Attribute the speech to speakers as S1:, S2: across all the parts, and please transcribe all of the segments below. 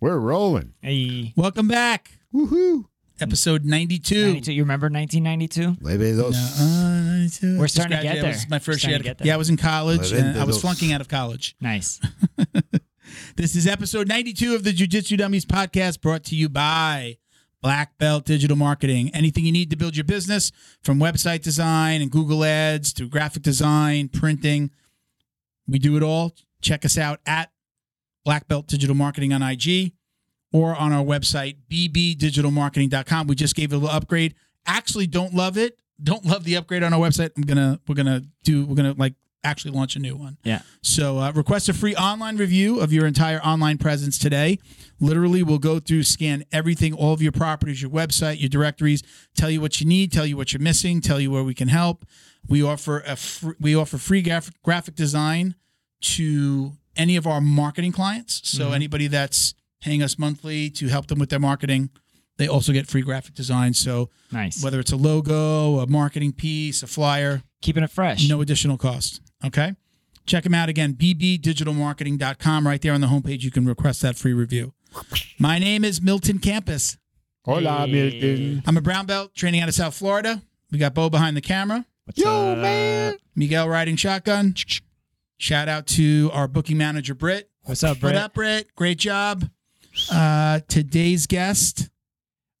S1: We're rolling.
S2: Hey,
S3: Welcome back,
S1: Woohoo.
S3: episode 92.
S2: 92, you remember 1992?
S1: Lmaybe those.
S3: Uh,
S2: We're starting to get
S3: Yeah, it was
S2: there.
S3: my first
S2: We're
S3: year.
S2: starting to get there.
S3: Yeah, I was in college.
S1: Living
S3: And I was
S1: those-
S3: flunking out of college.
S2: Nice.
S3: This is episode 92 of the Jiu Jitsu Dummies podcast brought to you by Black Belt Digital Marketing. Anything you need to build your business from website design and Google Ads to graphic design, printing, we do it all. Check us out at Black Belt Digital Marketing on IG or on our website, bbdigitalmarketing.com. We just gave it a little upgrade. Actually, don't love it. Don't love the upgrade on our website. I'm gonna, we're gonna do, we're gonna like actually launch a new one.
S2: Yeah.
S3: So uh, request a free online review of your entire online presence today. Literally, we'll go through, scan everything, all of your properties, your website, your directories, tell you what you need, tell you what you're missing, tell you where we can help. We offer a fr- we offer free graph- graphic design to any of our marketing clients. So anybody that's paying us monthly to help them with their marketing, they also get free graphic design. So
S2: Nice.
S3: whether it's a logo, a marketing piece, a flyer,
S2: Keeping it fresh.
S3: no additional cost. Okay. Check them out again, bbdigitalmarketing.com. Right there on the homepage, you can request that free review. My name is Milton Campus.
S1: Hola, Milton.
S3: I'm a brown belt training out of South Florida. We got Bo behind the camera,
S2: What's
S1: Yo,
S2: up?
S1: man.
S3: Miguel riding shotgun. Shout out to our booking manager, Britt.
S2: What's up,
S3: What
S2: Brett?
S3: up, Britt? Great job. Uh, today's guest,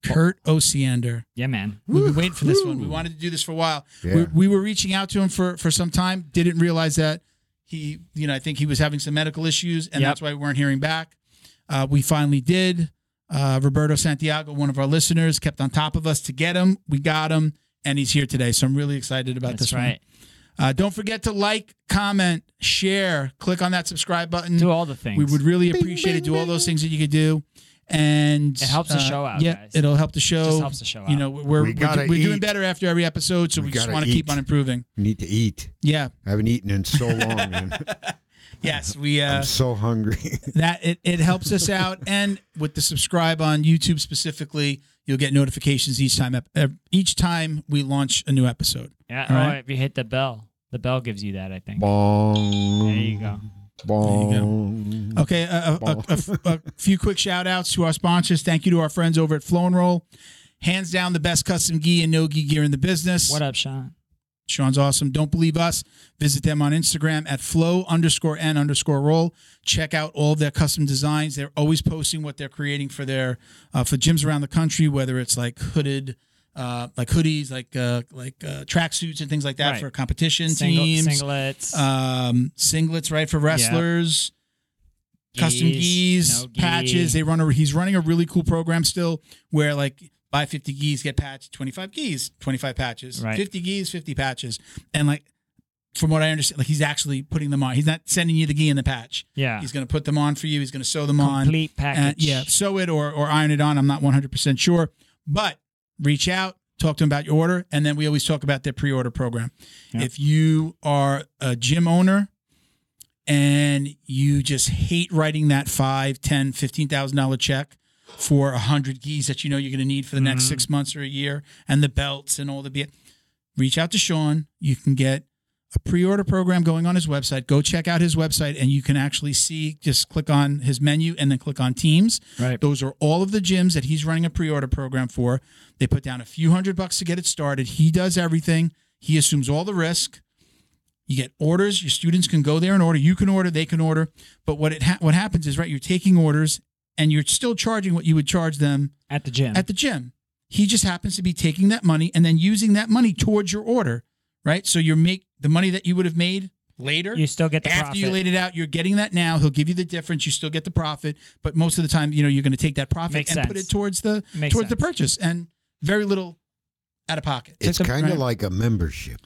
S3: Kurt Osiander.
S2: Yeah, man.
S3: We've been waiting for this one.
S1: Woo-hoo.
S3: We wanted to do this for a while.
S1: Yeah.
S3: We, we were reaching out to him for for some time. Didn't realize that he, you know, I think he was having some medical issues, and
S2: Yep.
S3: that's why we weren't hearing back. Uh, we finally did. Uh, Roberto Santiago, one of our listeners, kept on top of us to get him. We got him, and he's here today. So I'm really excited about
S2: That's
S3: this
S2: right.
S3: one. Uh, don't forget to like, comment, share, click on that subscribe button.
S2: Do all the things.
S3: We would really appreciate it. Do all those things that you could do, and uh,
S2: It helps the show out,
S3: Yeah,
S2: guys.
S3: it'll help the show.
S2: Just helps the show
S3: You
S2: out.
S3: know, we're
S1: We
S3: we are
S1: gotta
S3: we we're doing
S1: eat.
S3: better after every episode, so we,
S1: We
S3: just
S1: gotta
S3: want to keep
S1: eat.
S3: on improving.
S1: Need to eat.
S3: Yeah.
S1: I haven't eaten in so long, man.
S3: Yes, we uh,
S1: I'm so hungry.
S3: that it, it helps us out, and with the subscribe on YouTube specifically, you'll get notifications each time ep- ev- each time we launch a new episode.
S2: yeah.
S3: all
S2: Oh,
S3: right.
S2: if you hit the bell, the bell gives you that, I think.
S1: Bong.
S2: There you go.
S1: Bong. Oh,
S3: Okay, a, a- a, a f- a few quick shout outs to our sponsors. Thank you to our friends over at Flow and Roll. Hands down, the best custom gi and no gi gear in the business.
S2: What up, Sean?
S3: Sean's awesome. Don't believe us. Visit them on Instagram at flow underscore n underscore roll. Check out all their custom designs. They're always posting what they're creating for their uh, for gyms around the country, whether it's like hooded, uh, like hoodies, like uh, like uh, tracksuits and things like that
S2: Right.
S3: for competition
S2: Single,
S3: teams,
S2: singlets.
S3: um, singlets, right for wrestlers custom
S2: geese,
S3: geese,
S2: no gi.
S3: patches. They run a he's running a really cool program still where like buy 50 geese, get patched, 25 geese, 25 patches,
S2: Right.
S3: 50 geese, 50 patches. And like from what I understand, like he's actually putting them on. He's not sending you the gi and the patch.
S2: Yeah.
S3: He's going to put them on for you. He's going to sew them on.
S2: Complete package.
S3: And, yeah, sew it or or iron it on. I'm not 100% sure, but reach out, talk to them about your order, and then we always talk about their pre-order program.
S2: Yeah.
S3: If you are a gym owner and you just hate writing that five, ten, fifteen thousand dollar check for a hundred geese that you know you're going to need for the next
S2: Mhm.
S3: six months or a year, and the belts and all the be- reach out to Sean. You can get a pre-order program going on his website. Go check out his website, and you can actually see. Just click on his menu, and then click on Teams.
S2: Right.
S3: Those are all of the gyms that he's running a pre-order program for. They put down a few hundred bucks to get it started. He does everything. He assumes all the risk. You get orders. Your students can go there and order. You can order. They can order. But what it ha- what happens is right. You're taking orders and you're still charging what you would charge them
S2: At the gym.
S3: at the gym. He just happens to be taking that money and then using that money towards your order, right? So you make the money that you would have made later
S2: you still get the
S3: after
S2: profit.
S3: you laid it out, you're getting that now. He'll give you the difference. You still get the profit, but most of the time, you know, you're going to take that profit
S2: Makes
S3: and put
S2: sense.
S3: it towards the
S2: Makes
S3: towards the
S2: sense.
S3: purchase, and very little out of pocket.
S1: It's
S2: Took a-
S1: kind of
S3: right.
S1: like a membership.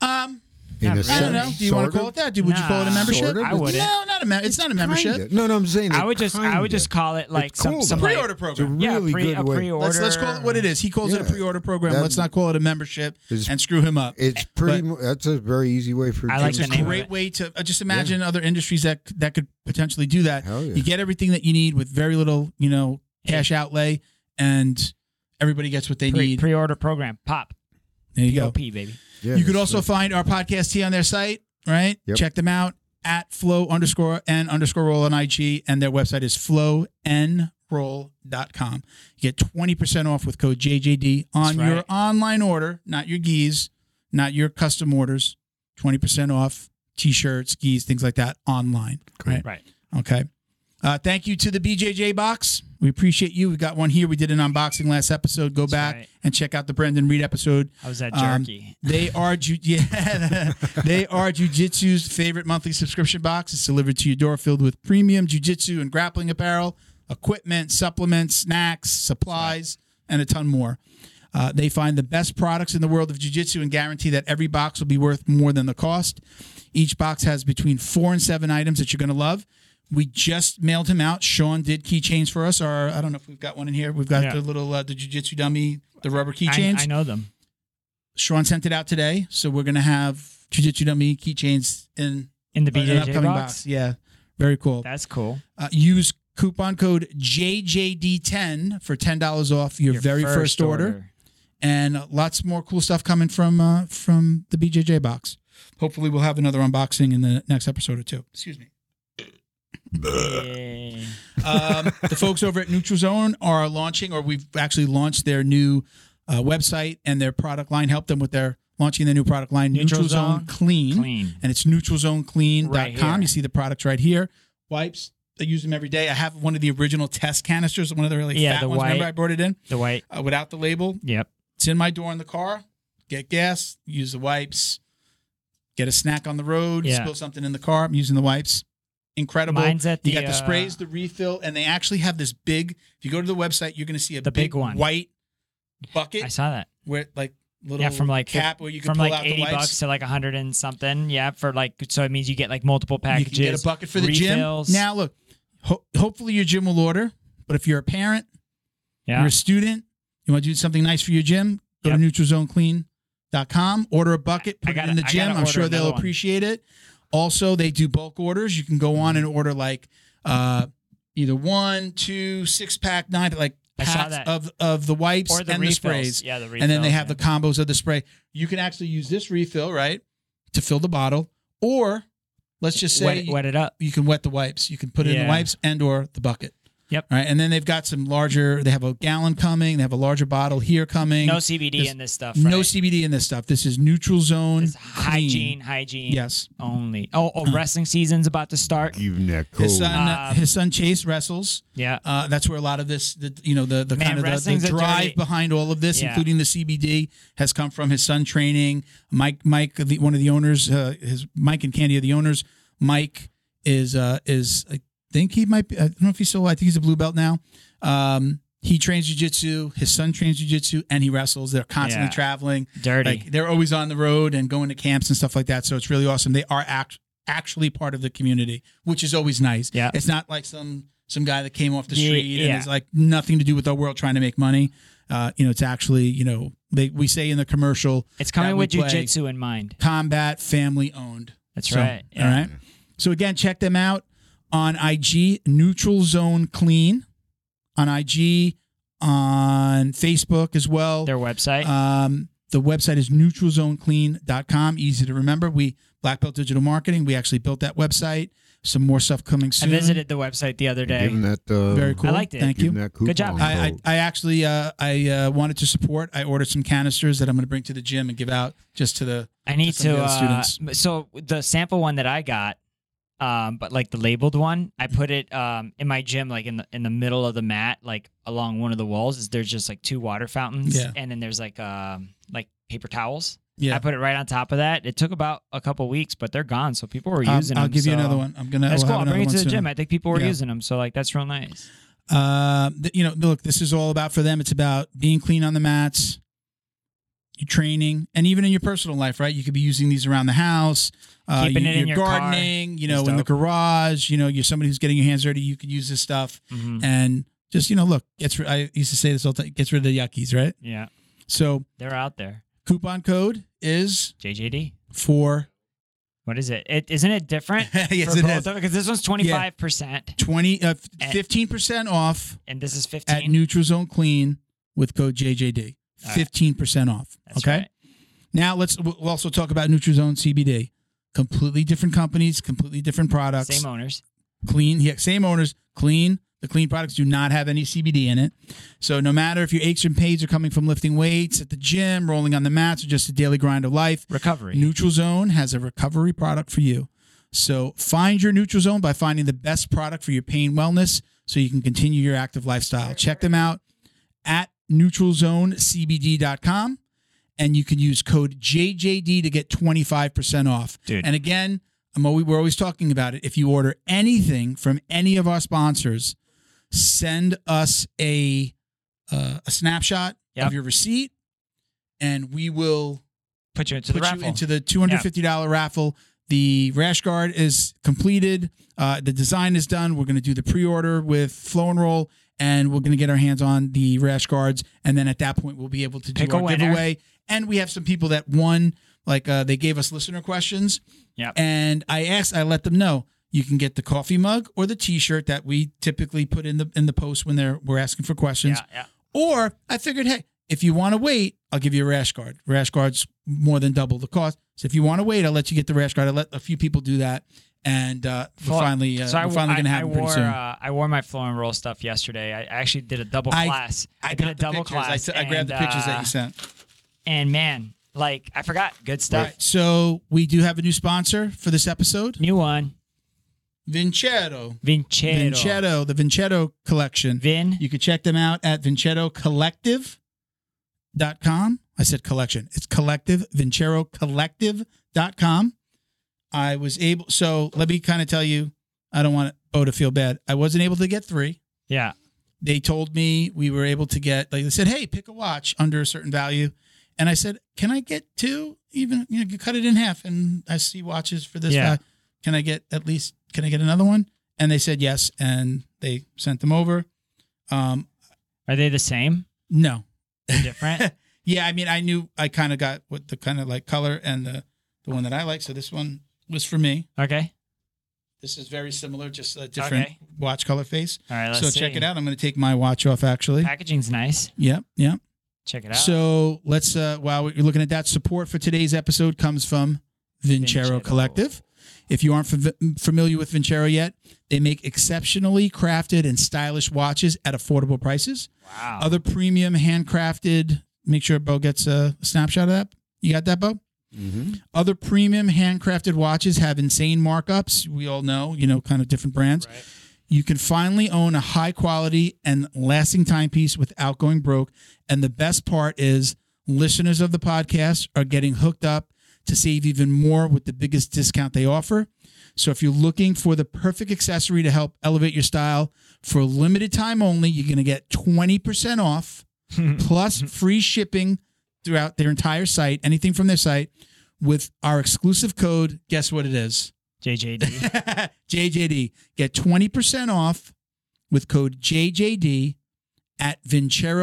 S3: Um,
S1: In
S2: Not
S1: a
S2: really.
S3: I don't
S1: sense,
S3: know. Do you want
S1: sort
S3: to call
S1: of.
S3: it that? Do, would you call it a
S2: Nah.
S3: membership?
S1: Sort of.
S2: I wouldn't.
S3: No, not a mem- It's not a membership.
S1: Kinda. No, no, I'm saying
S2: I
S1: it
S2: would just I would
S1: kinda.
S2: just call it like
S1: It's
S2: some,
S1: cool,
S2: some
S1: though.
S2: like-
S3: Pre-order
S1: It's a
S3: program.
S1: really
S2: yeah, pre,
S1: good
S2: a
S1: way.
S2: pre-order.
S3: Let's, let's call it what it is. He calls it a
S1: Yeah.
S3: pre-order program.
S1: That-
S3: let's not call it a membership
S1: It's-
S3: and screw him up.
S1: It's pretty. mu that's a very easy way for.
S2: I like
S1: gyms
S2: the
S1: to
S3: It's a
S2: name of
S3: great
S2: it.
S3: way to uh, just imagine other industries that that could potentially do that.
S1: Hell yeah.
S3: You get everything that you need with very little, you know, cash outlay, and everybody gets what they
S2: Pre,
S3: need.
S2: pre-order program. Pop.
S3: there you go.
S2: POP, baby.
S1: Yeah,
S3: You could
S1: it's
S3: also
S1: like-
S3: find our podcast here on their site, right?
S1: Yep.
S3: Check them out at flow underscore n underscore roll on IG, and their website is flownroll.com. You get 20% off with code JJD on
S2: That's
S3: your
S2: right.
S3: online order, not your geese, not your custom orders. 20% off t shirts, geese, things like that online. Right?
S2: Right.
S3: Okay. Uh, thank you to the BJJ box. We appreciate you. We got one here. We did an unboxing last episode. Go back
S2: right.
S3: and check out the Brendan Reed episode.
S2: I was at
S3: Um,
S2: jerky.
S3: They are ju- yeah, they are jujitsu's favorite monthly subscription box. It's delivered to your door filled with premium jujitsu and grappling apparel, equipment, supplements, snacks, supplies, and a ton more. Uh, they find the best products in the world of jujitsu and guarantee that every box will be worth more than the cost. Each box has between four and seven items that you're going to love. We just mailed him out. Sean did keychains for us. Or I don't know if we've got one in here. We've got
S2: Yeah.
S3: the little uh, the jujitsu dummy, the rubber
S2: I,
S3: keychains.
S2: I know them.
S3: Sean sent it out today, so we're gonna have Jujitsu Dummy keychains in
S2: In the
S3: an
S2: BJJ box?
S3: upcoming box. Yeah, very cool.
S2: That's cool.
S3: Uh, use coupon code JJD10 for ten dollars off your, very first, order. and lots more cool stuff coming from uh, from the BJJ box. Hopefully, we'll have another unboxing in the next episode or two. Excuse me.
S2: Yay.
S3: Um, the folks over at Neutral Zone are launching, or we've actually launched their new uh, website and their product line. Help them with their launching their new product line, Neutral,
S2: Neutral
S3: Zone,
S2: Zone
S3: Clean.
S2: Clean.
S3: and it's neutralzoneclean.com.
S2: Right here.
S3: you see the products right here. Wipes, I use them every day. I have one of the original test canisters, one of the really
S2: Yeah,
S3: fat
S2: the
S3: ones. Remember,
S2: white.
S3: I brought it in
S2: The white.
S3: uh, without the label.
S2: Yep.
S3: It's in my door in the car. Get gas, use the wipes. Get a snack on the road,
S2: Yeah.
S3: spill something in the car. I'm using the wipes. Incredible.
S2: Mine's at the,
S3: you got the sprays,
S2: uh,
S3: the refill, and they actually have this big. If you go to the website, you're going to see a
S2: The big one.
S3: white bucket
S2: I saw that.
S3: where like little
S2: Yeah, from like
S3: cap where you can
S2: From
S3: pull
S2: like
S3: out the
S2: 80
S3: wipes.
S2: bucks to like 100 and something. Yeah. For like, so it means you get like multiple packages.
S3: You can get a bucket for the
S2: refills.
S3: gym. Now look, ho- hopefully your gym will order. But if you're a parent,
S2: Yeah.
S3: you're a student, you want to do something nice for your gym, go to neutralzoneclean.com, order a bucket,
S2: I
S3: put it
S2: gotta-
S3: in the
S2: I
S3: gym.
S2: gotta
S3: I'm sure
S2: order
S3: they'll
S2: another one.
S3: appreciate it. Also, they do bulk orders. You can go on and order like uh, either one, two, six pack, nine, like
S2: I saw
S3: packs
S2: that.
S3: of of the wipes
S2: or the
S3: and the
S2: refills.
S3: sprays
S2: Yeah. The refills.
S3: and then they have
S2: yeah.
S3: the combos of the spray. You can actually use this refill, right, to fill the bottle, or let's just say
S2: wet, wet it up.
S3: you can wet the wipes. You can put it in the
S2: Yeah.
S3: wipes and or the bucket.
S2: Yep.
S3: All right, and then they've got some larger. They have a gallon coming. They have a larger bottle here coming.
S2: No CBD
S3: There's
S2: in this stuff.
S3: No
S2: right?
S3: CBD in this stuff. This is neutral zone.
S2: It's
S3: clean.
S2: hygiene, hygiene
S3: Yes.
S2: only. Oh,
S3: Hmm.
S2: oh, wrestling season's about to start.
S1: Give him that
S3: His
S1: cold.
S3: son,
S2: Um,
S3: his son Chase wrestles.
S2: Yeah.
S3: Uh, that's where a lot of this, the, you know, the, the
S2: Man,
S3: kind of the,
S2: wrestling's
S3: the
S2: a
S3: drive
S2: dirty-
S3: behind all of this,
S2: Yeah.
S3: including the CBD, has come from his son training. Mike, Mike, the, one of the owners, uh, his Mike and Candy are the owners. Mike is uh, is I think he might be. I don't know if he's still. I think he's a blue belt now. Um, he trains jujitsu. His son trains jujitsu, and he wrestles. They're constantly
S2: Yeah.
S3: traveling.
S2: Dirty.
S3: Like they're always on the road and going to camps and stuff like that. So it's really awesome. They are act- actually part of the community, which is always nice.
S2: Yeah.
S3: It's not like some some guy that came off the
S2: Ye-
S3: street and
S2: yeah.
S3: it's like nothing to do with our world trying to make money. Uh, you know, it's actually, you know, they we say in the commercial,
S2: it's
S3: that
S2: coming
S3: we
S2: with
S3: play.
S2: jujitsu in mind.
S3: combat family owned.
S2: That's
S3: So,
S2: right.
S3: All
S2: Yeah.
S3: right. So again, check them out on IG, Neutral Zone Clean, on IG, on Facebook as well.
S2: Their website.
S3: Um, the website is neutralzoneclean.com. Easy to remember. We Black Belt Digital Marketing. We actually built that website. Some more stuff coming
S2: I
S3: soon.
S2: visited the website the other
S1: Give him
S2: day.
S1: that. Uh,
S3: Very cool.
S2: I liked it.
S3: Thank
S1: Give
S3: you.
S1: him that coupon
S2: Good job.
S3: I,
S1: code.
S3: I, I actually uh, I uh, wanted to support. I ordered some canisters that I'm going to bring to the gym and give out just to the.
S2: I need
S3: to some of
S2: to.
S3: the other
S2: Uh, so the sample one that I got, um, but like the labeled one, I
S3: Mm-hmm.
S2: put it um, in my gym, like in the in the middle of the mat, like along one of the walls. Is there's just like two water fountains,
S3: Yeah.
S2: and then there's like um, like paper towels.
S3: Yeah.
S2: I put it right on top of that. It took about a couple weeks, but they're gone, so people were
S3: Um,
S2: using
S3: I'll
S2: them.
S3: give you
S2: so-
S3: another one. I'm gonna.
S2: That's
S3: we'll
S2: cool.
S3: have
S2: I'll bring it
S3: another
S2: to
S3: one
S2: the
S3: soon.
S2: gym. I think people were
S3: Yeah.
S2: using them, so like that's real nice.
S3: Um, th- you know, look, this is all about for them. It's about being clean on the mats, your training, and even in your personal life, right? You could be using these around the house, uh,
S2: Keeping
S3: you,
S2: it in
S3: your
S2: your car
S3: gardening, you
S2: is
S3: know, in the
S2: dope.
S3: garage, you know, you're somebody who's getting your hands dirty. You could use this stuff
S2: Mhm.
S3: and just, you know, look, gets, ri- I used to say this all the time, gets rid of the yuckies, right?
S2: Yeah,
S3: So
S2: they're out there.
S3: coupon code is
S2: JJD.
S3: for,
S2: What is it? It isn't it different?
S3: yes,
S2: for
S3: it has
S2: Because this one's twenty five percent,
S3: 20, uh,
S2: At-
S3: 15% off
S2: and this is Eh. fifteen.
S3: at NeutraZone Clean with code JJD.
S2: All right.
S3: Fifteen percent off.
S2: That's
S3: okay.
S2: right.
S3: Now let's we'll also talk about NeutraZone CBD completely different companies, completely different products.
S2: Same owners.
S3: clean. Yeah, same owners, clean. The clean products do not have any CBD in it. So no matter if your aches and pains are coming from lifting weights at the gym, rolling on the mats, or just a daily grind of life,
S2: Recovery.
S3: Neutral Zone has a recovery product for you. So find your Neutral Zone by finding the best product for your pain wellness so you can continue your active lifestyle. Check them out at neutralzonecbd.com and you can use code JJD to get 25% off.
S2: Dude.
S3: And again, I'm always, we're always talking about it. If you order anything from any of our sponsors, send us a uh, a snapshot
S2: Yep.
S3: of your receipt and we will
S2: Put you into the
S3: put you
S2: raffle.
S3: into the two hundred fifty dollar raffle. The rash guard is completed. Uh, the design is done. We're going to do the pre order with Flow and Roll, and we're going to get our hands on the rash guards. And then at that point, we'll be able to do
S2: Pick a
S3: our
S2: winner.
S3: giveaway. And we have some people that won. Like uh, they gave us listener questions.
S2: Yep.
S3: And I asked, I let them know you can get the coffee mug or the T-shirt that we typically put in the in the post when they're we're asking for questions.
S2: yeah, yeah.
S3: Or I figured, hey, if you want to wait, I'll give you a rash guard. Rash guard's more than double the cost. So if you want to wait, I'll let you get the rash guard. I let a few people do that, and uh, we're
S2: Full-
S3: finally uh,
S2: so I,
S3: we're finally
S2: I-
S3: going to
S2: I
S3: have them
S2: wore
S3: pretty soon.
S2: uh, I wore my floor and roll stuff yesterday. I actually did a double
S3: I-
S2: class. I, did
S3: got
S2: a
S3: the
S2: double
S3: pictures. I
S2: class.
S3: s- I, grabbed the
S2: and,
S3: pictures that
S2: uh,
S3: you sent.
S2: And man, like I forgot good stuff.
S3: Right, So we do have a new sponsor for this episode,
S2: New one,
S3: Vinchetto.
S2: Vincero.
S3: Vinchetto, the Vinchetto collection.
S2: Vin.
S3: You can check them out at vincettocollective.com. I said collection. It's collective, vincerocollective.com. I was able, so let me kind of tell you, I don't want Bo to feel bad. I wasn't able to get three.
S2: Yeah.
S3: They told me we were able to get, like they said, hey, pick a watch under a certain value. And I said, can I get two? Even, you know, you cut it in half and I see watches for this.
S2: Yeah.
S3: value. Can I get at least, can I get another one? And they said yes. And they sent them over. Um,
S2: Are they the same?
S3: no.
S2: They're different.
S3: Yeah, I mean, I knew I kind of got what the kind of like color and the the one that I like. So this one was for me.
S2: okay.
S3: This is very similar, just a different
S2: Okay.
S3: watch color face.
S2: All right. Let's
S3: so
S2: see.
S3: check it out. I'm going to take my watch off actually.
S2: Packaging's nice.
S3: Yep, yep.
S2: Check it out.
S3: So let's uh while you're looking at that, support for today's episode comes from Vincero
S2: Vincero.
S3: Collective. If you aren't fa- familiar with Vincero yet, they make exceptionally crafted and stylish watches at affordable prices.
S2: wow.
S3: Other premium handcrafted. Make sure Bo gets a snapshot of that. You got that, Bo?
S1: Mm-hmm.
S3: Other premium handcrafted watches have insane markups. We all know, you know, kind of different brands.
S2: Right.
S3: You can finally own a high quality and lasting timepiece without going broke. And the best part is, listeners of the podcast are getting hooked up to save even more with the biggest discount they offer. So if you're looking for the perfect accessory to help elevate your style for a limited time only, you're going to get 20% off plus free shipping throughout their entire site, anything from their site, with our exclusive code. Guess what it is?
S2: JJD.
S3: JJD. Get 20% off with code JJD at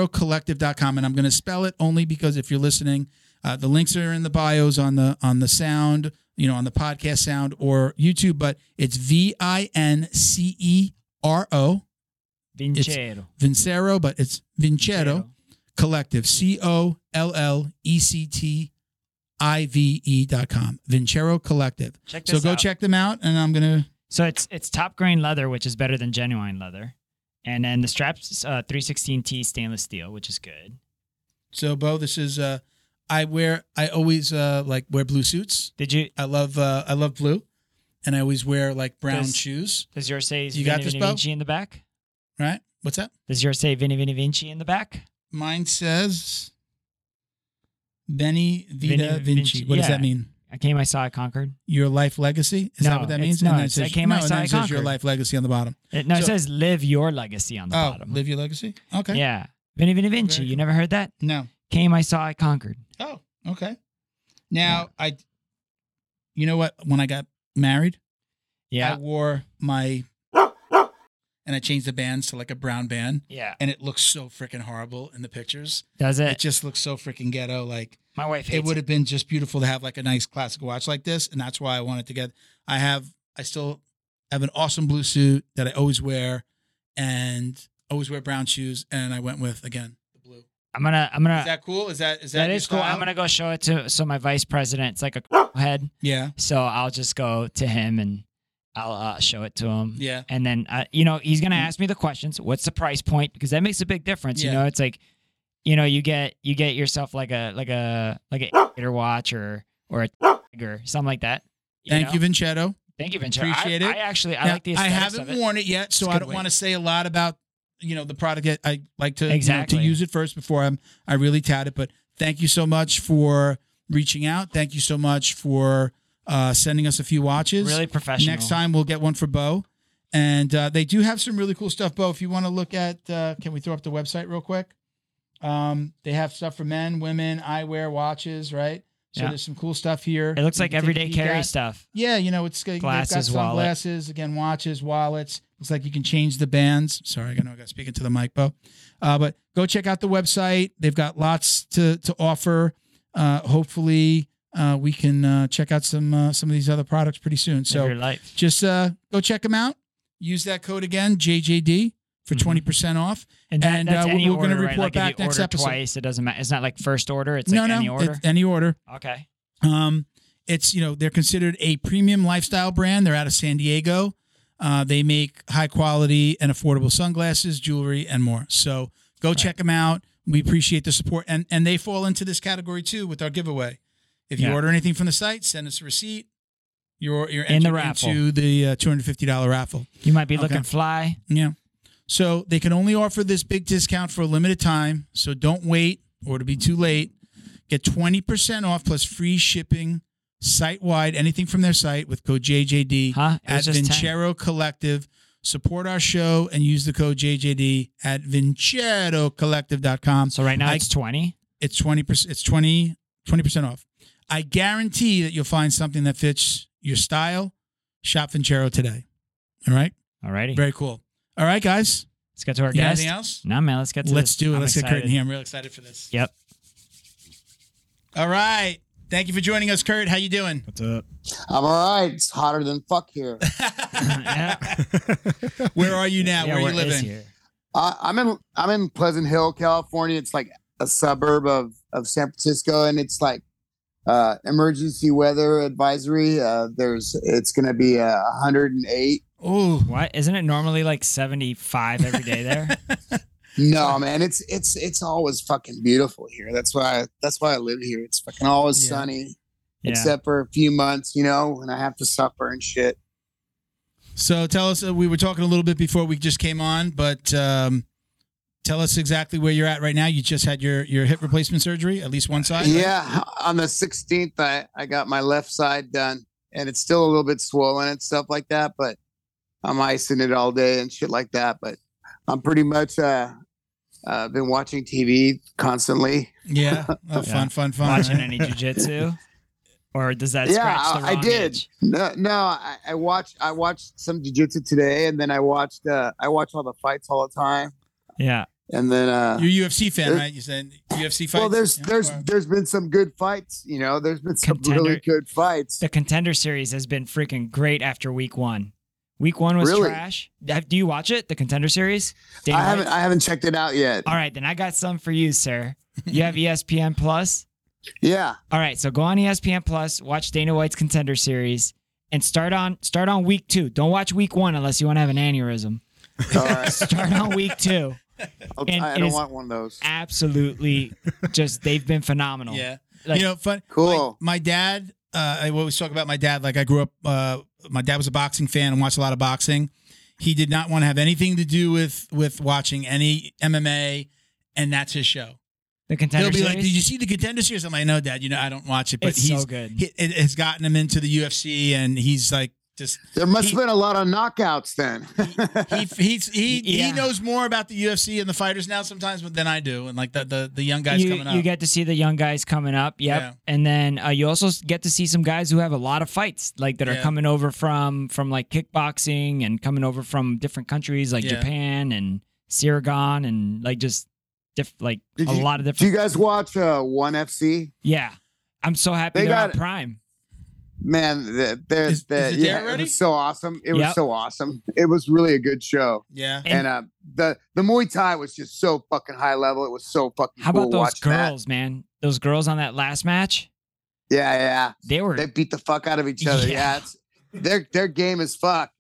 S3: vincerocollective.com. And I'm going to spell it only because if you're listening, uh, the links are in the bios on the on the sound, you know, on the podcast sound or YouTube, but it's V I N C E R O,
S2: Vincero.
S3: Vincero, but it's Vincero collective c o l l e c t i v e dot com vincero collective
S2: Check
S3: so
S2: this
S3: go
S2: out.
S3: check them out and i'm gonna
S2: So it's it's top grain leather, which is better than genuine leather, and then the straps uh, 316T stainless steel, which is good.
S3: so bo this is uh i wear i always uh like wear blue suits
S2: Did you?
S3: i love uh i love blue and i always wear like brown
S2: Does-
S3: shoes
S2: Does yours say
S3: You
S2: Vinny
S3: got this,
S2: Vinny
S3: Bo?
S2: Vinci in the back?
S3: right what's that
S2: Does yours say Vinny Vinny Vinci in the back?
S3: mine says benny vita
S2: Vinny
S3: vinci
S2: Vinci,
S3: what does
S2: yeah.
S3: that mean
S2: I came, I saw, I conquered.
S3: your life legacy is that
S2: No,
S3: what that
S2: it's-
S3: means
S2: no,
S3: and then it
S2: it's, I
S3: says,
S2: came,
S3: no,
S2: I
S3: and
S2: saw,
S3: then
S2: I
S3: it says your
S2: conquered.
S3: life legacy on the bottom
S2: It- no, it
S3: So-
S2: says live your legacy on the
S3: oh
S2: bottom.
S3: live your legacy okay
S2: Yeah. Vinny Vinny Vinci.
S3: Very
S2: You never heard that?
S3: no
S2: Came, I saw, I conquered.
S3: Oh, okay. Now I, you know what? When I got married, I
S2: Yeah.
S3: wore my, and I changed the bands to like a brown band,
S2: yeah.
S3: and it looks so freaking horrible in the pictures.
S2: Does it?
S3: It just looks so freaking ghetto. Like
S2: My wife hates
S3: it would have been just beautiful to have like a nice classic watch like this, and that's why I wanted to get. I have, I still have an awesome blue suit that I always wear, and always wear brown shoes, and I went with again the blue.
S2: I'm gonna I'm gonna
S3: Is that cool? Is that is that
S2: that
S3: your
S2: is cool.
S3: style?
S2: I'm gonna go show it to so my vice president. It's like a head,
S3: Yeah,
S2: so I'll just go to him and I'll uh, show it to him.
S3: yeah. Mm-hmm.
S2: And then uh, you know he's gonna ask me the questions. What's the price point? Because that makes a big difference. You
S3: Yeah.
S2: know, it's like you know you get you get yourself like a like a like a gator watch or or a tiger something like that.
S3: Thank
S2: know?
S3: you, Vincetto.
S2: thank you, Ventura.
S3: Appreciate
S2: I,
S3: it.
S2: I actually I
S3: Now,
S2: like the
S3: I
S2: aesthetics
S3: haven't
S2: of it.
S3: worn it yet, so
S2: It's
S3: I
S2: good
S3: don't
S2: weight.
S3: want to say a lot about you know the product. yet. I like to you know,
S2: Exactly.
S3: to use it first before I'm I really tout it. But thank you so much for reaching out. Thank you so much for uh, sending us a few watches.
S2: Really professional.
S3: Next time we'll get one for Bo. And uh, they do have some really cool stuff, Bo. If you want to look at, uh, can we throw up the website real quick? Um, they have stuff for men, women, eyewear, watches, right? So
S2: Yeah.
S3: there's some cool stuff here.
S2: it looks
S3: You
S2: like
S3: can take a
S2: everyday
S3: peek
S2: carry
S3: at.
S2: stuff.
S3: Yeah, you know, it's uh, they've
S2: Glasses,
S3: got
S2: wallet.
S3: sunglasses, again, watches, wallets. Looks like you can change the bands. Sorry, I know I got speaking to the mic, Bo. Uh, but go check out the website. They've got lots to to offer. Uh, hopefully, uh, we can uh, check out some uh, some of these other products pretty soon.
S2: So
S3: So
S2: your life.
S3: just uh, go check them out. Use that code again, JJD, for
S2: Mhm.
S3: 20% off.
S2: And, that,
S3: And,
S2: that's
S3: uh,
S2: any
S3: we're gonna
S2: order, right?
S3: report
S2: Like, if
S3: back
S2: you
S3: next
S2: order
S3: episode.
S2: Twice, it doesn't matter. It's not like first order. It's like any order.
S3: it's any order.
S2: okay.
S3: Um, it's you know they're considered a premium lifestyle brand. They're out of San Diego. Uh, they make high quality and affordable sunglasses, jewelry, and more. So go check them out. We appreciate the support, and and they fall into this category too with our giveaway. If you
S2: Yeah.
S3: order anything from the site, send us a receipt. You're you're
S2: In the
S3: entered
S2: raffle.
S3: into the uh, two hundred fifty dollar raffle.
S2: You might be
S3: Okay.
S2: looking fly.
S3: Yeah. So they can only offer this big discount for a limited time. So don't wait or to be too late. Get 20% off plus free shipping site wide, anything from their site with code JJD
S2: Huh? It
S3: at
S2: was just 10.
S3: Vincero Collective. Support our show and use the code JJD at vincerocollective.com.
S2: So right now
S3: I-
S2: it's 20.
S3: It's 20%, it's 20, 20% off. I guarantee that you'll find something that fits your style. Shop Vincero today. All right.
S2: Alrighty.
S3: Very cool. All right, guys.
S2: Let's get to our
S3: You got
S2: guest.
S3: anything else?
S2: No, man. Let's get to
S3: Let's
S2: this.
S3: do it.
S2: I'm
S3: Let's get
S2: excited.
S3: Kurt in here. I'm real excited for this.
S2: Yep.
S3: All right. Thank you for joining us, Kurt. How you doing?
S4: What's up?
S5: I'm all right. It's hotter than fuck here.
S2: yeah.
S3: Where are you now?
S2: yeah,
S3: where are
S2: where
S3: you
S2: is
S3: living?
S2: here?
S5: Uh, I'm in I'm in Pleasant Hill, California. It's like a suburb of of San Francisco, and it's like uh, emergency weather advisory. Uh, there's it's going to be uh, 108.
S3: Oh,
S2: What? Isn't it normally like 75 every day there?
S5: No, man, it's it's it's always fucking beautiful here. That's why that's why I live here. It's fucking always
S3: Yeah.
S5: sunny,
S2: Yeah.
S5: except for a few months, you know, when I have to suffer and shit.
S3: so tell us. Uh, we were talking a little bit before we just came on, but um, tell us exactly where you're at right now. You just had your your hip replacement surgery, at least one side. right?
S5: Yeah, on the 16th, I, I got my left side done, and it's still a little bit swollen and stuff like that. But I'm icing it all day and shit like that. But I'm pretty much uh, uh been watching TV constantly.
S3: Yeah. Oh, Fun, fun, fun.
S2: Watching
S3: right?
S2: any jujitsu? Or does that
S5: Yeah,
S2: scratch the wrong
S5: I- I did.
S2: itch?
S5: No, no, I, I watched I watched some jujitsu today, and then I watched uh, I watch all the fights all the time,
S2: Yeah.
S5: and then uh,
S3: You're a UFC fan,
S5: There's-
S3: right? You said UFC fights.
S5: well, there's
S3: Yeah.
S5: there's there's been some good fights. You know, there's been some really
S2: Contender-
S5: good fights.
S2: The contender series has been freaking great after week one. Week one was
S5: Really?
S2: trash. Have- Do you watch it? The contender series? Dana
S5: I haven't
S2: White's?
S5: I haven't checked it out yet.
S2: All right, then I got some for you, sir. You have E ESPN Plus.
S5: Yeah,
S2: All right, so go on E ESPN Plus, watch Dana White's Contender Series, and start on start on week two. Don't watch week one unless you want to have an aneurysm.
S5: all right.
S2: Start on week two.
S5: I'll-
S2: And
S5: I, I
S2: it
S5: don't
S2: is-
S5: want one of those.
S2: Absolutely, just they've been phenomenal.
S3: Yeah.
S2: Like-
S3: you know, fun.
S5: Cool.
S3: My, my dad, uh, I always talk about my dad. Like I grew up, uh, my dad was a boxing fan and watched a lot of boxing. He did not want to have anything to do with with watching any MMA, and that's his show.
S2: The Contender
S3: He'll be
S2: Series.
S3: like, "Did you see the contender series?" I'm like, "No, dad. You know, I don't watch it." But
S2: it's
S3: he's
S2: so good.
S3: he, it has gotten him into the UFC, and he's like, just
S5: There must
S3: He-
S5: have been a lot of knockouts then.
S3: he he's, he he
S2: Yeah.
S3: knows more about the UFC and the fighters now sometimes than I do, and like the the, the young guys
S2: you,
S3: coming up.
S2: you get to see the young guys coming up, yep.
S3: Yeah.
S2: And then uh, you also s- get to see some guys who have a lot of fights, like that are
S3: Yeah.
S2: coming over from from like kickboxing and coming over from different countries like
S3: Yeah.
S2: Japan and Sirigon and like just diff- like
S5: Did
S2: a
S5: you-
S2: lot of
S5: Do
S2: different.
S5: you guys watch uh, One FC?
S2: yeah, I'm so happy
S5: They
S2: they are
S5: got
S2: on Prime.
S5: man, the, there,
S3: Is-
S5: the,
S3: is it there
S5: yeah, it
S3: already?
S5: was so awesome. It was
S2: Yep.
S5: so awesome. It was really a good show.
S3: Yeah.
S2: And-
S5: And, uh, the the Muay Thai was just so fucking high level. It was so fucking
S2: How
S5: cool
S2: about those
S5: watching that.
S2: girls, man? Those girls on that last match,
S5: Yeah, yeah.
S2: they were.
S5: They beat the fuck out of each other.
S2: Yeah.
S5: Yeah, it's, their their game is fuck.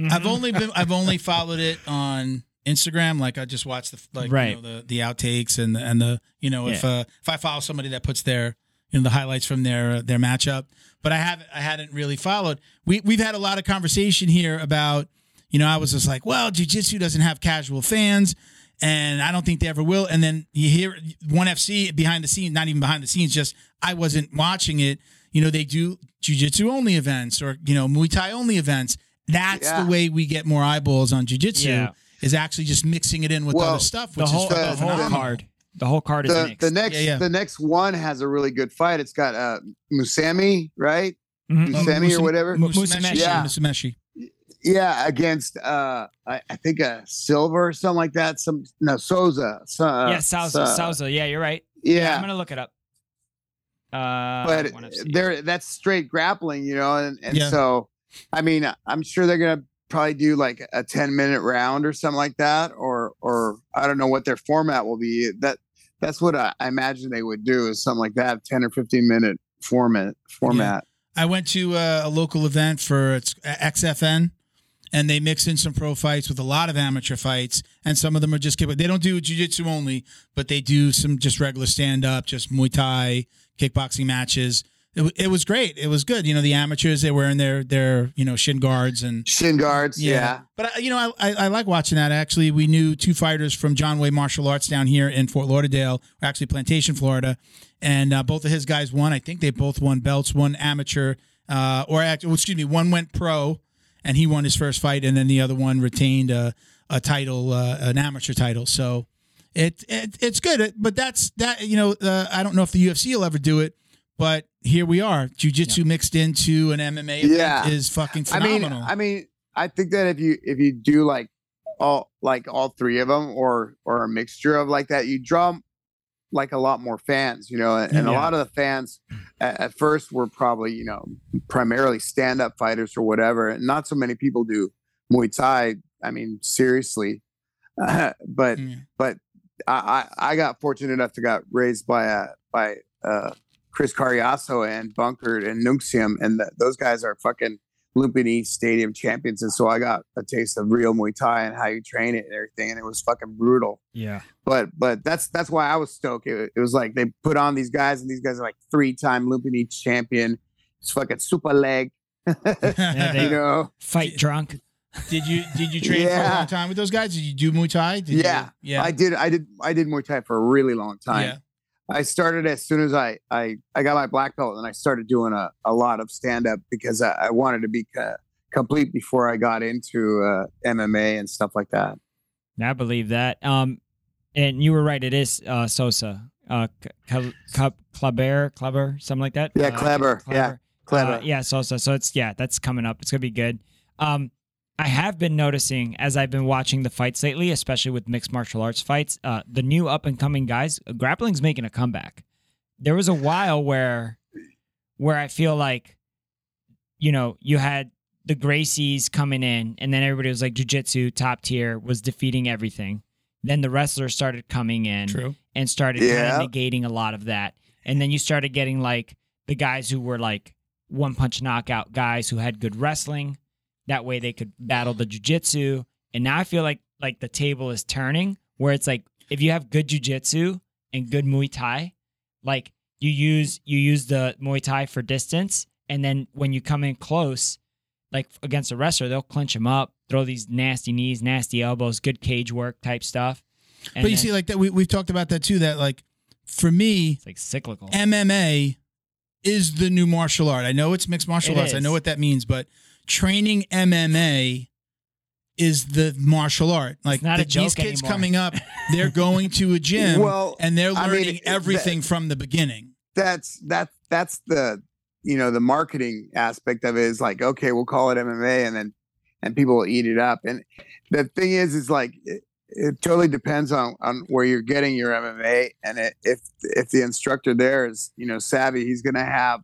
S2: Mhm.
S3: I've only been I've only followed it on Instagram. Like I just watch the like you
S2: Right.
S3: know, the the outtakes and the, and the you know if uh, if I follow somebody that puts their you know the highlights from their their matchup, but I haven't I hadn't really followed. We we've had a lot of conversation here about you know I was just like well jujitsu doesn't have casual fans. And I don't think they ever will. And then you hear one FC behind the scenes, not even behind the scenes, just I wasn't watching it. You know, they do jujitsu only events or, you know, Muay Thai only events. That's
S5: Yeah.
S3: the way we get more eyeballs on jujitsu
S2: Yeah.
S3: is actually just mixing it in with
S5: Well,
S3: other stuff,
S2: the
S3: which
S2: whole,
S3: is
S2: the whole
S3: phenomenal.
S2: card. The whole card is
S5: The,
S2: mixed.
S5: the next
S3: Yeah, yeah.
S5: the next one has a really good fight. It's got uh Musami, right?
S2: Mhm.
S3: Oh,
S5: Sammy or
S3: Musum-
S5: whatever?
S3: Mu-
S2: Musumeshi.
S3: Musumeshi.
S5: Yeah.
S3: Musumeshi.
S5: Yeah, against uh I, I think uh Silver or something like that. Some no Souza. So,
S2: yeah, Sousa, Sousa. Yeah, you're right. I'm
S5: uh, Yeah.
S2: gonna look it up. Uh,
S5: But
S2: one FC.
S5: they're that's straight grappling, you know, and, and
S3: Yeah.
S5: so I mean I'm sure they're gonna probably do like a 10 minute round or something like that, or or I don't know what their format will be. That that's what I, I imagine they would do is something like that, 10 or 15 minute format format.
S3: I went to uh, a local event for it's uh, XFN, and they mix in some pro fights with a lot of amateur fights, and some of them are just kickboxing. They don't do jiu-jitsu only, but they do some just regular stand-up, just Muay Thai, kickboxing matches. It, w- it was great. It was good. You know, the amateurs they were in their their you know shin guards and
S5: Shin guards, yeah.
S3: But I, you know, I, I I like watching that. Actually, we knew two fighters from John Way Martial Arts down here in Fort Lauderdale, or actually Plantation, Florida, and uh, both of his guys won. I think they both won belts. One amateur, uh, or act, well, excuse me, one went pro, and he won his first fight, and then the other one retained a a title, uh, an amateur title. So. It, it it's good, It- but that's that. You know, uh, I don't know if the UFC will ever do it, but here we are. Jiu-jitsu mixed into an MMA event
S5: Yeah.
S3: is fucking
S5: I mean,
S3: phenomenal.
S5: I mean, I think that if you if you do like all like all three of them or or a mixture of like that, you draw like a lot more fans, you know, and, and a
S3: Yeah.
S5: lot of the fans at, at first were probably you know primarily stand up fighters or whatever, and not so many people do Muay Thai. I mean, seriously, but
S3: Yeah.
S5: I, I I got fortunate enough to got raised by uh by uh Chris Carriasso and Bunkert and Nunxium and th those guys are fucking Lumpini Stadium champions and so I got a taste of real Muay Thai and how you train it and everything and it was fucking brutal.
S2: yeah,
S5: But but that's that's why I was stoked. It, it was like they put on these guys and these guys are like three time Lumpini champion. It's fucking super leg,
S2: Yeah,
S5: you
S2: they-
S5: know.
S2: fight drunk.
S3: Did you did you train for a
S5: Yeah.
S3: long time with those guys? Did you do Muay Thai? Did
S5: Yeah.
S3: you, yeah,
S5: I did I did I did Muay Thai for a really long time.
S3: yeah.
S5: I started as soon as I I, I got my black belt and I started doing a, a lot of stand up because I, I wanted to be co- complete before I got into uh, MMA and stuff like that.
S2: I believe that. Um, and you were right. It is uh, Sosa, uh, Cl- Cl- Claber, Claber, something like that.
S5: Yeah,
S2: Uh,
S5: Kleber. Yeah, Kleber.
S2: Uh, yeah, Sosa. So it's yeah, that's coming up. It's gonna be good. Um, I have been noticing as I've been watching the fights lately, especially with mixed martial arts fights, uh, the new up and coming guys, uh, grappling's making a comeback. There was a while where, where I feel like, you know, you had the Gracies coming in, and then everybody was like, jujitsu top tier was defeating everything. Then the wrestlers started coming in
S3: True.
S2: and started
S5: Yeah.
S2: kind of negating a lot of that. And then you started getting like the guys who were like one punch knockout guys who had good wrestling. That way they could battle the jujitsu. And now I feel like like the table is turning where it's like if you have good jujitsu and good Muay Thai, like you use you use the Muay Thai for distance, and then when you come in close, like against a wrestler, they'll clinch him up, throw these nasty knees, nasty elbows, good cage work type stuff. And
S3: But you
S2: then-
S3: see, like that, we we've talked about that too. That like for me,
S2: it's like cyclical.
S3: MMA is the new martial art. I know it's mixed martial
S2: It
S3: arts. I
S2: is.
S3: know what that means, but training MMA is the martial art. Like
S2: not
S3: the-
S2: a joke
S3: these kids
S2: anymore.
S3: coming up, they're going to a gym
S5: Well,
S3: and they're
S5: I mean,
S3: learning
S5: it-
S3: everything from the beginning.
S5: that's that that's the you know the marketing aspect of it is like okay we'll call it MMA and then and people will eat it up and the thing is is like it, it totally depends on on where you're getting your MMA and it, if if the instructor there is you know savvy he's gonna have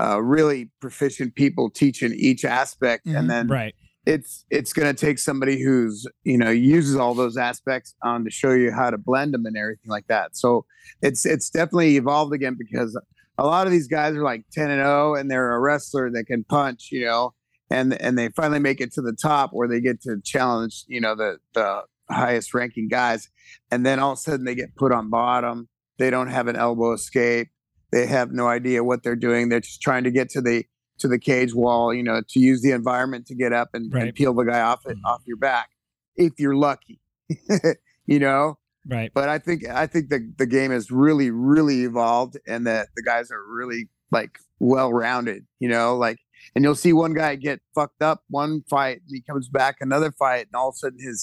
S5: uh, really proficient people teaching each aspect,
S3: Mhm.
S5: and then
S2: Right.
S5: it's it's going to take somebody who's you know uses all those aspects on to show you how to blend them and everything like that. So it's it's definitely evolved again because a lot of these guys are like 10 and 0 and they're a wrestler that can punch, you know, and and they finally make it to the top where they get to challenge, you know, the the highest ranking guys and then all of a sudden they get put on bottom. They don't have an elbow escape. They have no idea what they're doing. They're just trying to get to the to the cage wall, you know, to use the environment to get up and,
S2: Right.
S5: and peel the guy off it off your back, if you're lucky, you know.
S2: Right.
S5: But I think I think the the game has really really evolved, and that the guys are really like well rounded, you know, like. And you'll see one guy get fucked up one fight, and he comes back another fight, and all of a sudden his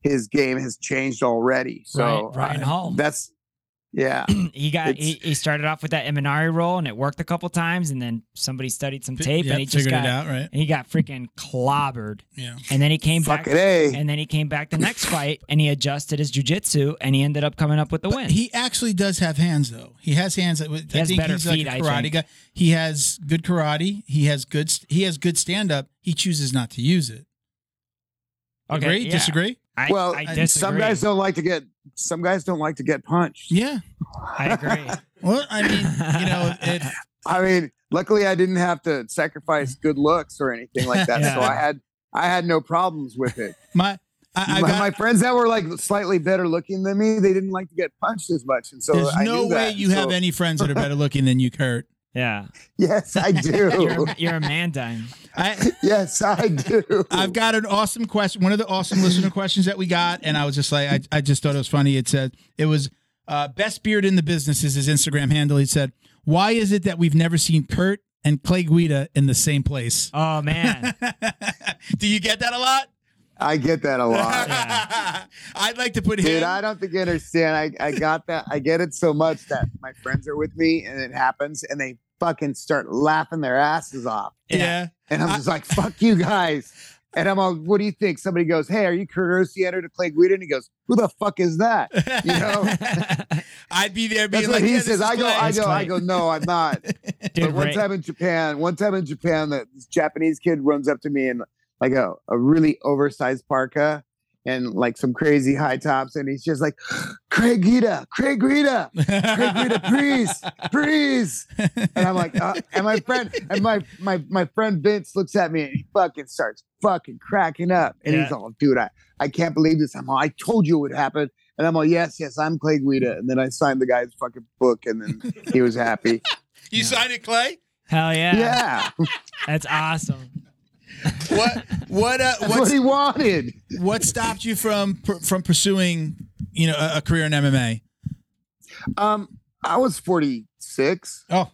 S5: his game has changed already. So
S2: right. Ryan
S5: I-
S2: Hall.
S5: that's yeah.
S2: he got
S5: It's-
S2: he, he started off with that Eminari role and it worked a couple times and then somebody studied some tape
S3: Yep,
S2: and he just got
S3: figured it out, right?
S2: and he got freaking clobbered
S3: Yeah.
S2: and then he came back
S5: Fuck it, eh? hey.
S2: and then he came back the next fight and he adjusted his jujitsu and he ended up coming up with the
S3: But
S2: win.
S3: he actually does have hands, though. He has hands. That, I
S2: has
S3: think
S2: better
S3: he's
S2: feet, I
S3: like a karate
S2: think.
S3: guy. He has good karate. He has good. st- He has good stand up. He chooses not to use it.
S2: Okay,
S3: Agree?
S2: yeah.
S3: Disagree?
S2: I,
S5: Well,
S2: I
S3: some
S2: disagree.
S5: Some guys don't like to get some guys don't like to get punched.
S3: Yeah.
S2: I agree.
S3: Well, I mean, you know, if
S5: I mean, luckily I didn't have to sacrifice good looks or anything like that. So
S2: Yeah.
S5: I had I had no problems with it.
S3: my I, I
S5: my,
S3: got
S5: my friends that were like slightly better looking than me, they didn't like to get punched as much, and so
S3: There's
S5: I
S3: no
S5: knew that.
S3: way you
S5: So-
S3: have any friends that are better looking than you, Kurt.
S2: Yeah.
S5: Yes, I do.
S2: You're, you're a man dime.
S3: I,
S5: yes, I do.
S3: I've got an awesome question. One of the awesome listener questions that we got, and I was just like, I, I just thought it was funny. It said it was uh, best beard in the business is his Instagram handle. He said, "Why is it that we've never seen Kurt and Clay Guida in the same place?"
S2: Oh man.
S3: Do you get that a lot?
S5: I get that a lot.
S2: Yeah.
S3: I'd like to put
S5: Dude,
S3: him.
S5: I don't think you understand. I, I got that. I get it so much that my friends are with me and it happens and they fucking start laughing their asses off.
S2: Yeah.
S3: yeah.
S5: And I'm
S3: I-
S5: just like, fuck you guys. And I'm all, what do you think? Somebody goes, hey, are you Kurt Osiander to Clay Guida? And he goes, who the fuck is that? You know,
S3: I'd be there being
S5: that's
S3: like,
S5: what he
S3: yeah, this
S5: says.
S3: is
S5: I go, I
S2: That's
S5: go, I
S2: Clay.
S5: go, no, I'm not.
S2: Dude,
S5: but one
S2: Ray-
S5: time in Japan, one time in Japan, that this Japanese kid runs up to me in like a, a really oversized parka and like some crazy high tops. And he's just like, Craig Guida, Craig Guida. Craig Rita, please, please. And I'm like, uh, and my friend, and my my my friend Vince looks at me and he fucking starts fucking cracking up. And he's
S2: Yeah.
S5: all, dude, I, I can't believe this. I'm all, I told you it would happen. And I'm all, yes, yes, I'm Clay Guida. And then I signed the guy's fucking book and then he was happy.
S3: You
S2: Yeah.
S3: signed it, Clay.
S2: Hell yeah.
S5: yeah.
S2: That's awesome.
S3: What? What? Uh,
S5: That's
S3: what's
S5: what he wanted.
S3: what stopped you from from pursuing you know a, a career in MMA?
S5: Um, I was 46.
S3: Oh.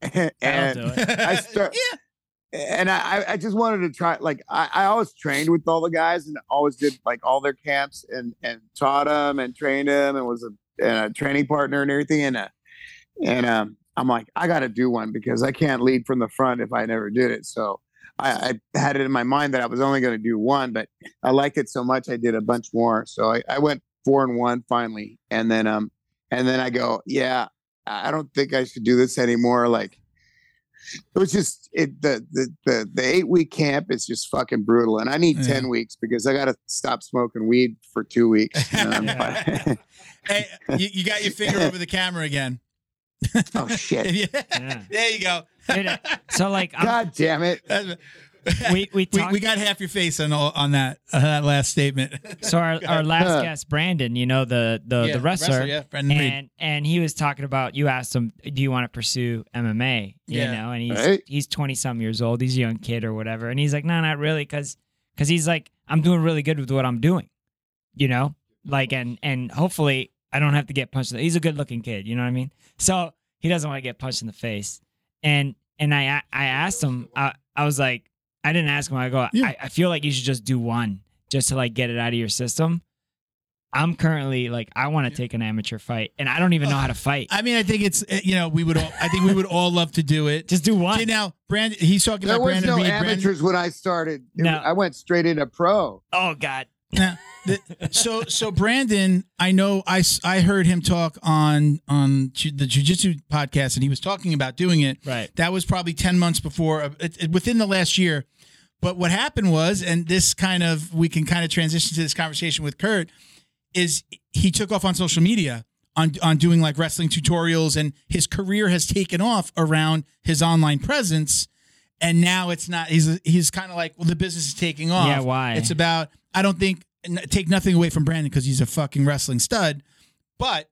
S5: and
S2: That'll do it.
S3: I
S5: start-
S3: Yeah.
S5: and I, I- I just wanted to try like I, I always trained with all the guys and always did like all their camps and and taught them and trained them and was a, and a training partner and everything and uh, and um I'm like I got to do one because I can't lead from the front if I never did it so I, I had it in my mind that I was only going to do one but I liked it so much I did a bunch more so I, I went four and one finally and then um and then I go yeah I I don't think I should do this anymore like it was just it the the the, the eight week camp is just fucking brutal, and I need
S3: Yeah.
S5: ten weeks because I got to stop smoking weed for two weeks. and I'm
S2: Yeah.
S5: like,
S3: Hey, you, you got your finger over the camera again.
S5: oh shit!
S2: Yeah.
S3: There you go.
S2: Dude, so like I'm,
S5: God damn it!
S3: That's-
S2: we we
S3: we,
S2: talked
S3: we got half your face on all, on that on that last statement.
S2: so our, our last
S5: Huh.
S2: guest Brandon, you know the the
S3: Yeah,
S2: the wrestler,
S3: yeah, Brendan Reed.
S2: and and he was talking about you asked him do you want to pursue MMA, you
S3: Yeah.
S2: know, and he's
S5: Right.
S2: he's 20 some years old, he's a young kid or whatever, and he's like no, not really cuz cuz he's like I'm doing really good with what I'm doing. You know? Like and and hopefully I don't have to get punched. in the- He's a good-looking kid, you know what I mean? So he doesn't want to get punched in the face. And and I I asked him, I, I was like, I didn't ask him. I go,
S3: Yeah.
S2: I, I feel like you should just do one just to like get it out of your system. I'm currently like, I want to
S3: Yeah. Oh,
S2: take an amateur fight and I don't even know how to fight.
S3: I mean, I think it's uh, you know we would all I think we would all love to do it.
S2: Just do
S3: See,
S2: one.
S3: now, Brandon, he's talking
S5: There
S3: about
S5: was
S3: Brandon
S5: no
S3: Reed. Brandon-
S5: amateurs when I started. It-
S2: No.
S5: I went straight into pro.
S2: Oh God.
S3: so so Brandon, I know I, s- I heard him talk on on ju- the jujitsu podcast, and he was talking about doing it.
S2: Right.
S3: That was probably ten months before, uh, it, it- within the last year. But what happened was, and this kind of we can kind of transition to this conversation with Kurt, is he took off on social media on on doing like wrestling tutorials, and his career has taken off around his online presence. And now it's not. He's he's kind of like, well, the business is taking off.
S2: Yeah, why?
S3: It's about. I don't think n- take nothing away from Brandon because he's a fucking wrestling stud, but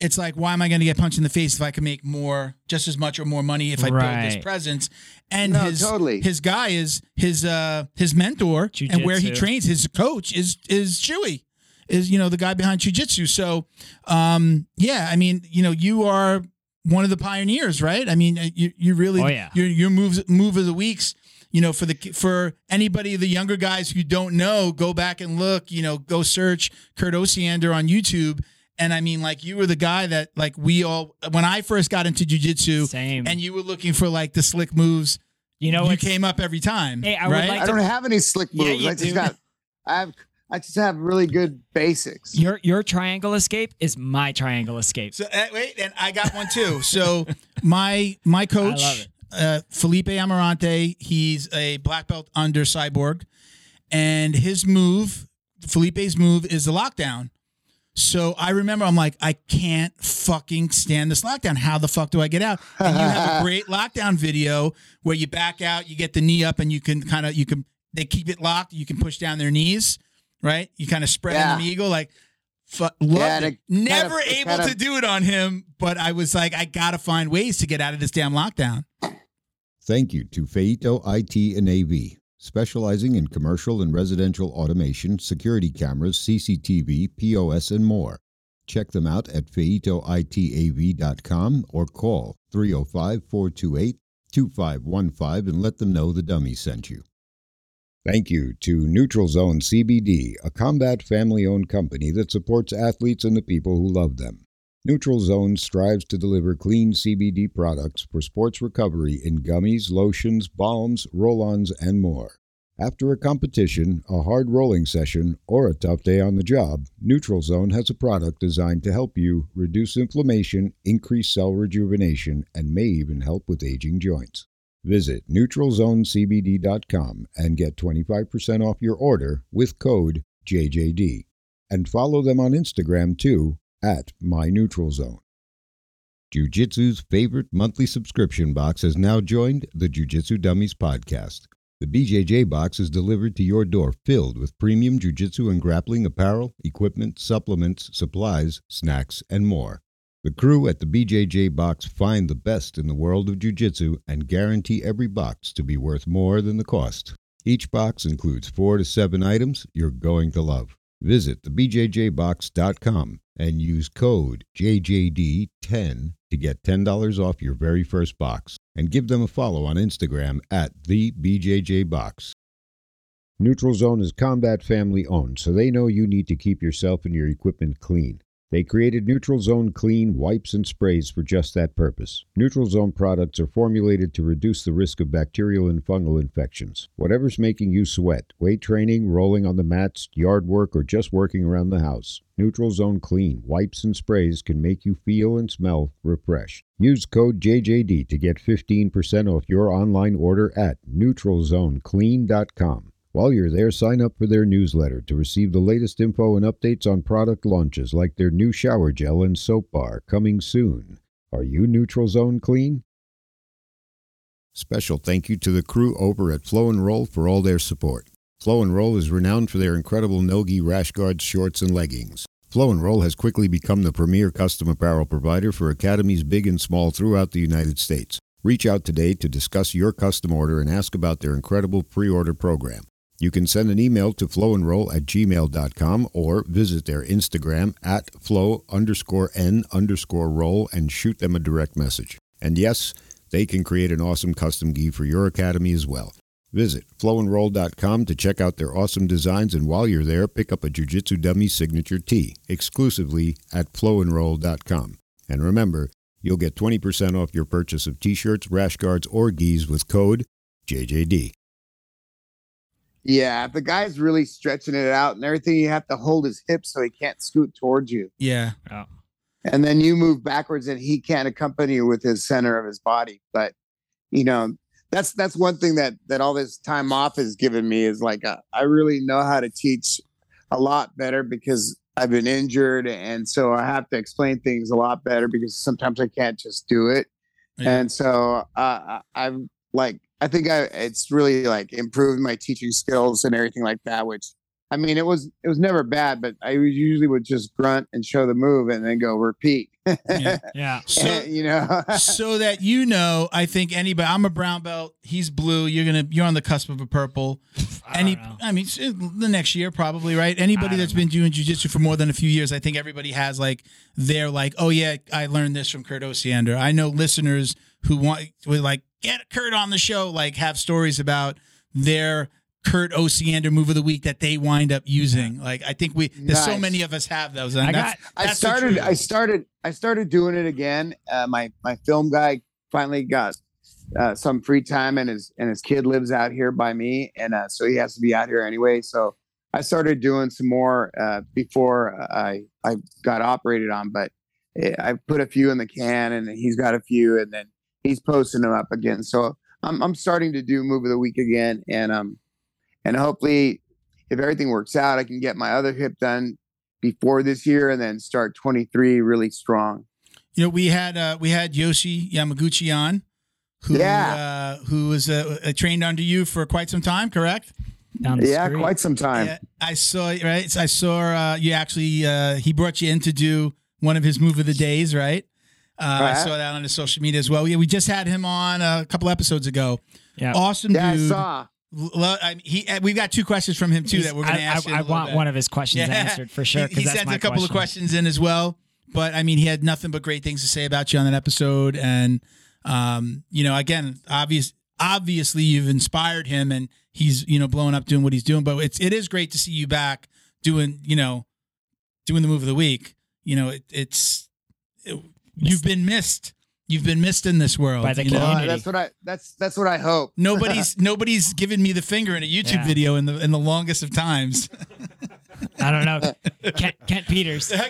S3: it's like, why am I going to get punched in the face if I can make more, just as much or more money if I build this
S2: Right.
S3: presence? And
S5: No,
S3: his
S5: totally.
S3: his guy is his uh his mentor and where he
S2: Jujitsu.
S3: trains his coach is is Chewy is you know the guy behind jujitsu. So um yeah, I mean you know you are one of the pioneers, right? I mean uh, you you really
S2: Oh, yeah.
S3: your your moves move of the weeks. You know, for the for anybody the younger guys who don't know, go back and look. You know, go search Kurt Osiander on YouTube. And I mean, like you were the guy that like we all when I first got into jujitsu,
S2: Same.
S3: and you were looking for like the slick moves
S2: you know
S3: you
S2: what?
S3: came up every time.
S2: Hey, I would
S3: right?
S2: like-
S5: I don't have any slick
S2: Yeah,
S5: moves.
S2: you
S5: I just
S2: do.
S5: got, I have, I just have really good basics.
S2: Your your triangle escape is my triangle escape.
S3: so uh, wait, and I got one too. So my my coach,
S2: love it.
S3: uh, Felipe Amarante, he's a black belt under Cyborg, and his move, Felipe's move, is the lockdown. So I remember I'm like, I can't fucking stand this lockdown. How the fuck do I get out? And you have a great lockdown video where you back out, you get the knee up, and you can kind of you can they keep it locked. You can push down their knees, right? You kind of spread
S5: Yeah.
S3: an eagle like. Fu- loved
S5: Yeah, and
S3: it.
S5: it kind of-
S3: Never
S5: it
S3: able
S5: kind
S3: to
S5: of-
S3: do it on him, but I was like, I gotta find ways to get out of this damn lockdown.
S1: Thank you to Feito IT and AV, specializing in commercial and residential automation, security cameras, CCTV, POS, and more. Check them out at feitoitav.com or call 305 428 2515 and let them know the dummy sent you. Thank you to Neutral Zone CBD, a combat family owned company that supports athletes and the people who love them. Neutral Zone strives to deliver clean CBD products for sports recovery in gummies, lotions, balms, roll ons, and more. After a competition, a hard rolling session, or a tough day on the job, Neutral Zone has a product designed to help you reduce inflammation, increase cell rejuvenation, and may even help with aging joints. Visit neutralzonecbd.com and get 25% off your order with code JJD and follow them on Instagram too at My Neutral Zone. Jiu Jitsu's favorite monthly subscription box has now joined the Jiu Jitsu Dummies podcast. The BJJ box is delivered to your door filled with premium Jiu Jitsu and grappling apparel, equipment, supplements, supplies, snacks, and more. The crew at the BJJ box find the best in the world of Jiu Jitsu and guarantee every box to be worth more than the cost. Each box includes four to seven items you're going to love. Visit thebjjbox.com and use code JJD10 to get $10 off your very first box and give them a follow on Instagram at thebjjbox. Neutral Zone is combat family owned, so they know you need to keep yourself and your equipment clean. They created Neutral Zone Clean wipes and sprays for just that purpose. Neutral Zone products are formulated to reduce the risk of bacterial and fungal infections. Whatever's making you sweat, weight training, rolling on the mats, yard work, or just working around the house, Neutral Zone Clean wipes and sprays can make you feel and smell refreshed. Use code JJD to get 15% off your online order at neutralzoneclean.com. While you're there, sign up for their newsletter to receive the latest info and updates on product launches like their new shower gel and soap bar coming soon. Are you neutral zone clean? Special thank you to the crew over at Flow and Roll for all their support. Flow and Roll is renowned for their incredible Nogi rash guards, shorts, and leggings. Flow and Roll has quickly become the premier custom apparel provider for academies big and small throughout the United States. Reach out today to discuss your custom order and ask about their incredible pre order program. You can send an email to flowandroll at gmail.com or visit their Instagram at flow underscore n underscore roll and shoot them a direct message. And yes, they can create an awesome custom gi for your academy as well. Visit flowandroll.com to check out their awesome designs and while you're there, pick up a Jiu Jitsu Dummy signature tee exclusively at flowandroll.com. And remember, you'll get 20% off your purchase of t shirts, rash guards, or gis with code JJD.
S5: Yeah, if the guy's really stretching it out and everything, you have to hold his hips so he can't scoot towards you.
S3: Yeah.
S5: and then you move backwards and he can't accompany you with his center of his body but you know that's that's one thing that that all this time off has given me is like uh, I really know how to teach a lot better because i've been injured and so i have to explain things a lot better because sometimes i can't just do it
S3: Yeah.
S5: and so uh, I- i'm like i think i it's really like improved my teaching skills and everything like that which I mean, it was it was never bad, but I was- usually would just grunt and show the move and then go repeat.
S3: Yeah.
S2: Yeah.
S3: So
S5: you know,
S3: so that you know, I think anybody. I'm a brown belt. He's blue. You're gonna. You're on the cusp of a purple.
S2: I
S3: Any.
S2: don't know.
S3: I mean, s- the next year probably, right? Anybody
S2: don't
S3: that's been doing jujitsu for more than a few years, I think everybody has like they're like, oh yeah, I learned this from Kurt Osiander. I know listeners who want would like get Kurt on the show, like have stories about their. Kurt Osiander move of the week that they wind up using. Like I think we there's so
S5: Nice.
S3: many of us have those. And
S2: I
S3: that's-
S2: got
S5: I
S3: that's the
S5: started
S3: truth.
S5: I started I started doing it again. Uh, my my film guy finally got uh, some free time and his and his kid lives out here by me, and uh, so he has to be out here anyway. So I started doing some more uh, before I I got operated on, but eh, I put a few in the can, and he's got a few, and then he's posting them up again. So I'm I'm starting to do move of the week again, and um and hopefully if everything works out, I can get my other hip done before this year and then start 23 really strong.
S3: You know, we had uh, we had Yoshi Yamaguchi on, who uh, who was uh, uh, trained under you for quite some time, correct?
S2: down the
S5: yeah,
S2: street.
S5: quite some time.
S3: Yeah, I saw right. I saw uh, you actually. Uh, he brought you in to do one of his move of the days, right? Uh, I
S5: Right.
S3: saw that on his social media as well. Yeah, we just had him on a couple episodes ago.
S2: Yeah.
S3: Awesome
S5: Yeah, I
S3: dude.
S5: saw.
S3: Lo- I mean, he, uh, we've got two questions from him too that we're going to
S2: I-
S3: ask.
S2: I,
S3: you in
S2: I
S3: a little
S2: want
S3: bit.
S2: one of his questions
S3: Yeah.
S2: answered for sure.
S3: He,
S2: 'cause
S3: he
S2: that's
S3: sent
S2: my
S3: a couple
S2: question.
S3: of questions in as well, but I mean, he had nothing but great things to say about you on that episode. And um, you know, again, obvious, obviously, you've inspired him, and he's you know blowing up doing what he's doing. But it's it is great to see you back doing you know doing the move of the week. You know, it, it's it- you've been missed. You've been missed in this world.
S2: By the
S3: you know?
S5: Uh,
S2: community.
S5: that's what I that's that's what I hope.
S3: Nobody's nobody's given me the finger in a YouTube
S2: Yeah.
S3: video in the in the longest of times.
S2: I don't know. Kent, Kent Peters.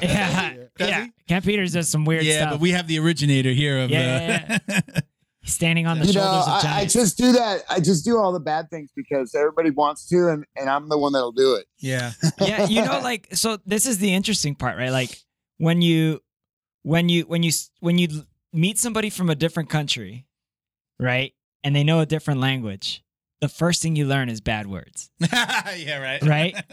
S2: Yeah.
S3: Does
S2: yeah.
S3: he?
S2: Kent Peters does some weird
S3: yeah,
S2: stuff.
S3: but we have the originator here of uh,
S2: Yeah,
S3: the.
S2: He's standing on the
S5: You know,
S2: shoulders
S5: I,
S2: of
S5: I
S2: giants.
S5: just do that. I just do all the bad things because everybody wants to, and, and I'm the one that'll do it.
S3: yeah.
S2: yeah, you know, like so. This is the interesting part, right? Like when you, when you, when you, s- when you l- meet somebody from a different country, right, and they know a different language, the first thing you learn is bad words.
S3: yeah. Right.
S2: Right?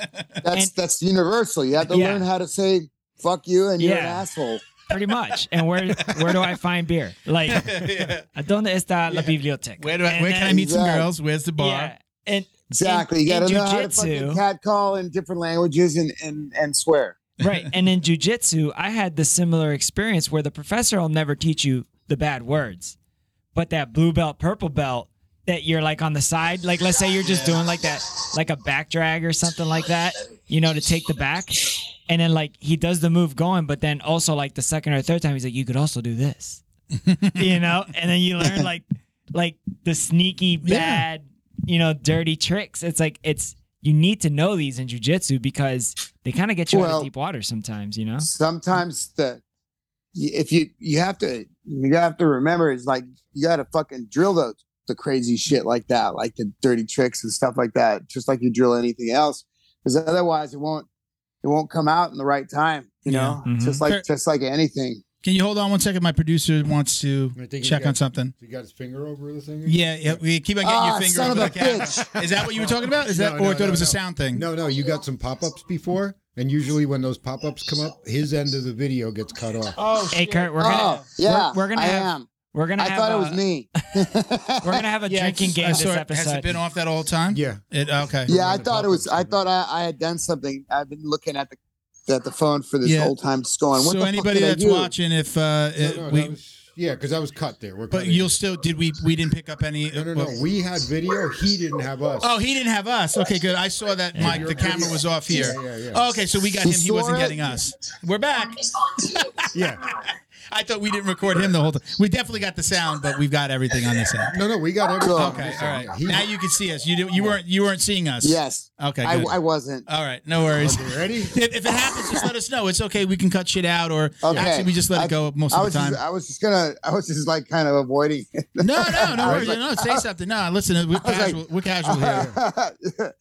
S5: That's
S2: And-
S5: that's universal. You have to
S2: Yeah.
S5: learn how to say "fuck you" and you're an
S2: Yeah.
S5: asshole.
S2: pretty much. And where where do I find beer? Like,
S3: Yeah.
S2: ¿dónde está la
S3: Yeah.
S2: biblioteca?
S3: Where do I,
S2: And
S3: where can I
S2: then-
S3: meet some
S5: Exactly.
S3: girls? Where's the bar?
S2: Yeah, and
S5: Exactly. you
S2: in
S5: got to know how to
S2: jujitsu-
S5: fucking cat call in different languages and and and swear.
S2: right. And in jujitsu, I had the similar experience where the professor will never teach you the bad words, but that blue belt, purple belt that you're like on the side, like let's say you're just doing like that, like a back drag or something like that, you know, to take the back. And then like he does the move going, but then also like the second or third time, he's like, you could also do this, you know? And then you learn like, like the sneaky
S3: Yeah.
S2: bad, you know, dirty tricks. It's like, it's, you need to know these in jujitsu because they kind of get you out
S5: Well-
S2: of deep water sometimes, you know?
S5: sometimes the if you you have to you have to remember it's like you got to fucking drill the the crazy shit like that, like the dirty tricks and stuff like that, just like you drill anything else, because otherwise it won't it won't come out in the right time. You
S3: Yeah.
S5: know,
S2: Mhm.
S5: just like
S3: Fair-
S5: just like anything.
S3: Can you hold on one second? My producer wants to
S1: I think he's
S3: check
S1: got-
S3: on something.
S1: You got his finger over the thing?
S3: Yeah, yeah. We keep on getting
S5: Ah,
S3: your finger
S5: son
S3: over the
S5: of a
S3: camera. Is that what you were talking about? Is that,
S1: No,
S3: or
S1: no,
S3: I thought it
S1: no,
S3: was a
S1: no.
S3: sound thing?
S1: No, no, you got some pop ups before, and usually when those pop ups come up, his end of the video gets cut off.
S3: Oh,
S2: Hey Kurt, we're
S5: oh
S2: gonna
S5: yeah,
S2: we're gonna
S5: I
S2: have-
S5: am.
S2: we're gonna
S5: I
S2: have
S5: thought
S2: a,
S5: it was me.
S2: we're gonna have a drinking game this
S3: Has
S2: episode.
S3: it been off that whole time?
S1: Yeah.
S3: It, okay.
S5: yeah, I
S1: Remember the
S5: thought it was. I
S1: pop-ups.
S5: thought I, I had done something. I've been looking at the at the phone for this
S3: Yeah.
S5: whole time, just going. What
S3: so
S5: the fuck
S3: anybody
S5: did I
S3: that's
S5: do?
S3: watching, if uh,
S1: No,
S3: it-
S1: no, that
S3: we,
S1: was- yeah, because I was cut there. We're
S3: but
S1: cutting
S3: you'll
S1: it.
S3: still did we we didn't pick up any.
S1: No, no, no. We had video. He didn't have us.
S3: Oh, he didn't have us. Okay, good. I saw that. Mike, the camera was off here.
S1: Yeah, yeah, yeah.
S3: Okay, so we got
S5: You
S3: him. He wasn't
S5: saw it?
S3: getting us. We're back.
S1: yeah.
S3: I thought we didn't record him the whole time. We definitely got the sound, but we've got everything on this end.
S1: No, no, we got
S5: Oh,
S1: everything. on
S3: Okay,
S1: this
S3: all
S1: end.
S3: right.
S1: He-
S3: Now you can see us. You do, you weren't you weren't seeing us.
S5: Yes,
S3: Okay.
S5: I,
S3: good. Uh,
S5: I wasn't.
S3: all right. No worries.
S1: Okay, ready?
S3: If, if it happens, just let us know. It's okay. We can cut shit out, or
S5: Okay.
S3: actually, we just let it go most
S5: I
S3: of
S5: was
S3: the time.
S5: just, I was just gonna I was just like kind of avoiding. It.
S3: no, no, no
S5: I
S3: worries.
S5: was like-
S3: no, say something. No, listen. We're
S5: I was like-
S3: casual. we're casual here. Go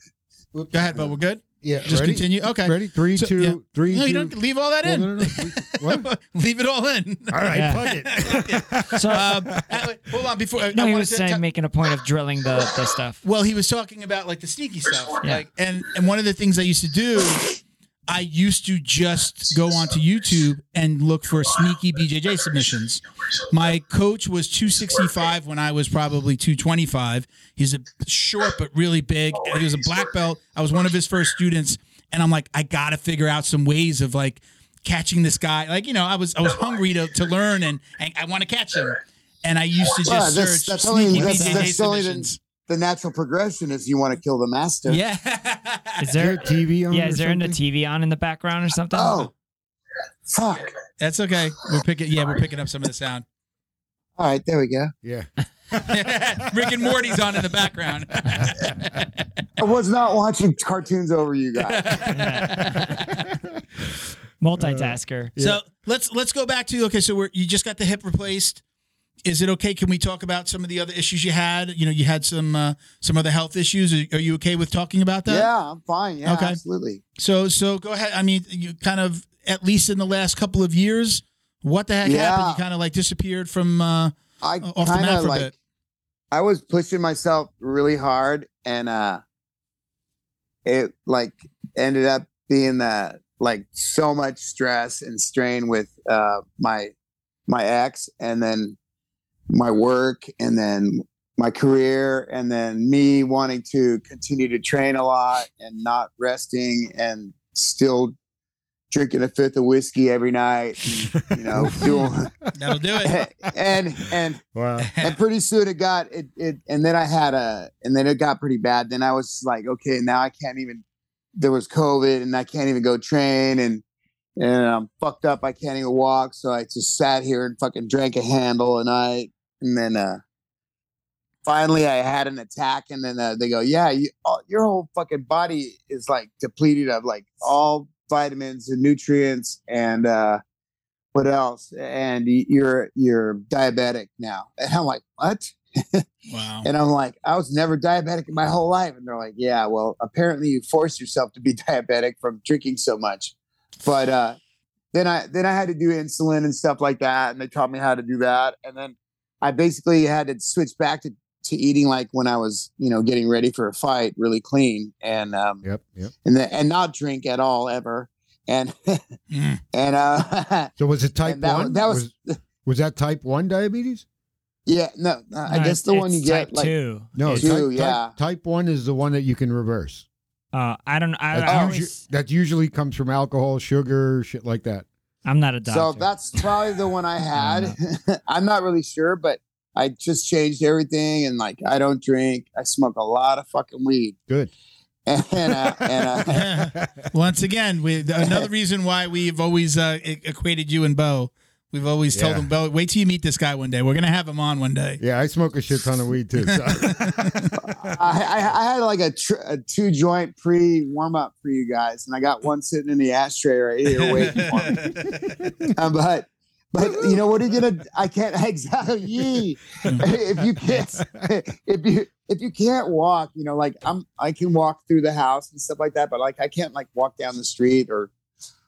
S3: ahead, but we're good.
S1: Yeah,
S3: Just
S1: ready?
S3: continue. Okay.
S1: Ready? Three,
S3: So,
S1: two,
S3: yeah.
S1: three,
S3: No, you
S1: two-
S3: don't leave all that
S1: Well,
S3: in.
S1: no, no, no. We- what?
S3: leave it all in.
S1: All right,
S2: Yeah.
S1: fuck it.
S2: So,
S3: um, uh, hold on before I- I
S2: no, he
S3: wanted
S2: was
S3: to
S2: saying
S3: ta-
S2: making a point of drilling the, the stuff.
S3: well he was talking about like the sneaky stuff
S2: Yeah.
S3: like and and one of the things i used to do i used to just go onto youtube and look for sneaky bjj submissions my coach was 265 when i was probably 225 he's a short but really big he was a black belt i was one of his first students and i'm like i gotta figure out some ways of like catching this guy like you know i was i was hungry to, to learn and, and i want to catch him and i used to just
S5: Well, that's-
S3: search
S5: that's only-
S3: sneaky
S5: that's-
S3: bjj
S5: that's only the-
S3: submissions
S5: the natural progression is you want to kill the master.
S3: yeah.
S2: Is
S1: Is there a
S2: there?
S1: TV on?
S2: Yeah,
S1: or
S2: is there in the
S1: something?
S2: TV on in the background or something?
S5: Oh, fuck!
S3: That's okay. We're picking yeah, we're picking up some of the sound.
S5: All right, there we go.
S1: Yeah.
S3: Rick and Morty's on in the background.
S5: I was not watching cartoons over you guys. Uh,
S2: multitasker.
S3: so let's let's go back to okay, so we're you just got the hip replaced. Is it okay? Can we talk about some of the other issues you had? You know, you had some uh, some other health issues. Are, are you okay with talking about that?
S5: yeah, I'm fine. Yeah,
S3: Okay.
S5: absolutely.
S3: So so go ahead. I mean, you kind of at least in the last couple of years, what the heck
S5: Yeah.
S3: happened? You kind of like disappeared from uh,
S5: I
S3: off the
S5: kind
S3: map
S5: of
S3: for a
S5: like
S3: bit.
S5: I was pushing myself really hard and uh it like ended up being that like so much stress and strain with uh my my ex and then my work and then my career and then me wanting to continue to train a lot and not resting and still drinking a fifth of whiskey every night and, you know doing
S3: That'll do it.
S5: and and
S1: Wow.
S5: and pretty soon it got it, it and then i had a and then it got pretty bad then i was just like okay now i can't even there was covid and i can't even go train and and i'm fucked up i can't even walk so i just sat here and fucking drank a handle a night and then uh finally i had an attack and then uh, they go yeah you, all, your whole fucking body is like depleted of like all vitamins and nutrients and uh what else and y- you're you're diabetic now and i'm like what
S3: wow.
S5: and i'm like i was never diabetic in my whole life and they're like yeah well apparently you forced yourself to be diabetic from drinking so much but uh then i then i had to do insulin and stuff like that and they taught me how to do that and then i basically had to switch back to to eating like when i was you know getting ready for a fight really clean and um
S1: Yep. Yep.
S5: and the, and not drink at all ever and
S3: Mm.
S5: and uh
S1: So was it type
S5: And that-
S1: one?
S5: that was-
S1: was was that type one diabetes?
S5: yeah no, no i
S2: No,
S5: guess the
S2: it's-
S5: one you
S2: Uh, it's
S5: get
S2: type
S5: like
S2: two.
S1: No,
S2: It's-
S5: Two,
S1: type, type-
S5: yeah.
S1: type one is the one that you can reverse.
S2: uh, I don't. I,
S1: That's
S2: I
S1: usu-
S2: always,
S1: that usually comes from alcohol, sugar, shit like that.
S2: I'm not a doctor.
S5: So that's probably the one I had. I'm not really sure, but I just changed everything and like I don't drink. I smoke a lot of fucking weed.
S1: Good.
S5: And uh, and uh,
S3: Once again, we, another reason why we've always uh, e- equated you and Bo. We've always told
S1: Yeah.
S3: him, Bo, wait till you meet this guy one day. We're gonna have him on one day.
S1: yeah, I smoke a shit ton of weed too. So.
S5: I, I I had like a, tr- a two joint pre warm up for you guys, and I got one sitting in the ashtray right here waiting for me. Um, but but you know what are you gonna? I can't exactly. yee. if you can't if you if you can't walk, you know, like I'm I can walk through the house and stuff like that, but like I can't like walk down the street or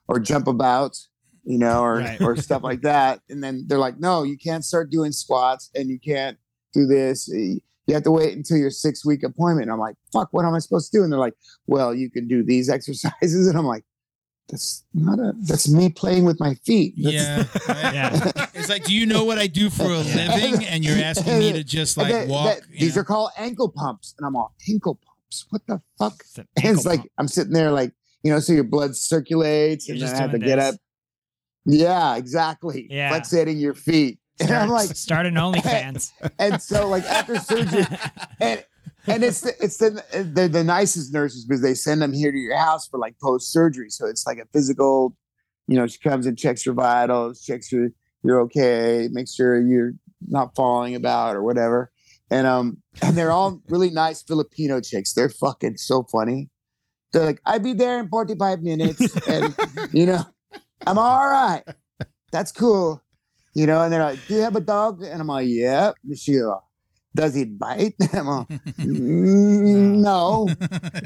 S5: or jump about, you know, or
S2: Right.
S5: or stuff like that. And then they're like, no, you can't start doing squats and you can't do this. You have to wait until your six week appointment. And I'm like, fuck, what am I supposed to do? And they're like, well, you can do these exercises. And I'm like, that's not a that's me playing with my feet. That's-
S3: yeah, right?
S2: yeah,
S3: It's like, do you know what I do for a living? And you're asking me to just like
S5: That-
S3: walk.
S5: that-
S3: you
S5: these
S3: know?
S5: are called ankle pumps, and I'm all ankle pumps. What the fuck?
S2: It's an
S5: And
S2: ankle
S5: it's like
S2: pump.
S5: I'm sitting there, like you know, so your blood circulates,
S2: You're
S5: and then
S2: just
S5: I have to
S2: doing
S5: get
S2: this.
S5: up. Yeah, exactly.
S2: Yeah.
S5: flexating your feet, and I'm like,
S2: start an OnlyFans.
S5: and so like after surgery, and and it's the, it's the they're the nicest nurses because they send them here to your house for like post surgery, so it's like a physical you know, she comes and checks your vitals, checks your you're okay, makes sure you're not falling about or whatever. And um, and they're all really nice Filipino chicks. They're fucking so funny. They're like, I'll be there in 45 minutes, and you know, I'm all right. That's cool. You know, and they're like, Do you have a dog? And I'm like, Yep. And she goes, Does he bite? I'm like, "Mm, No.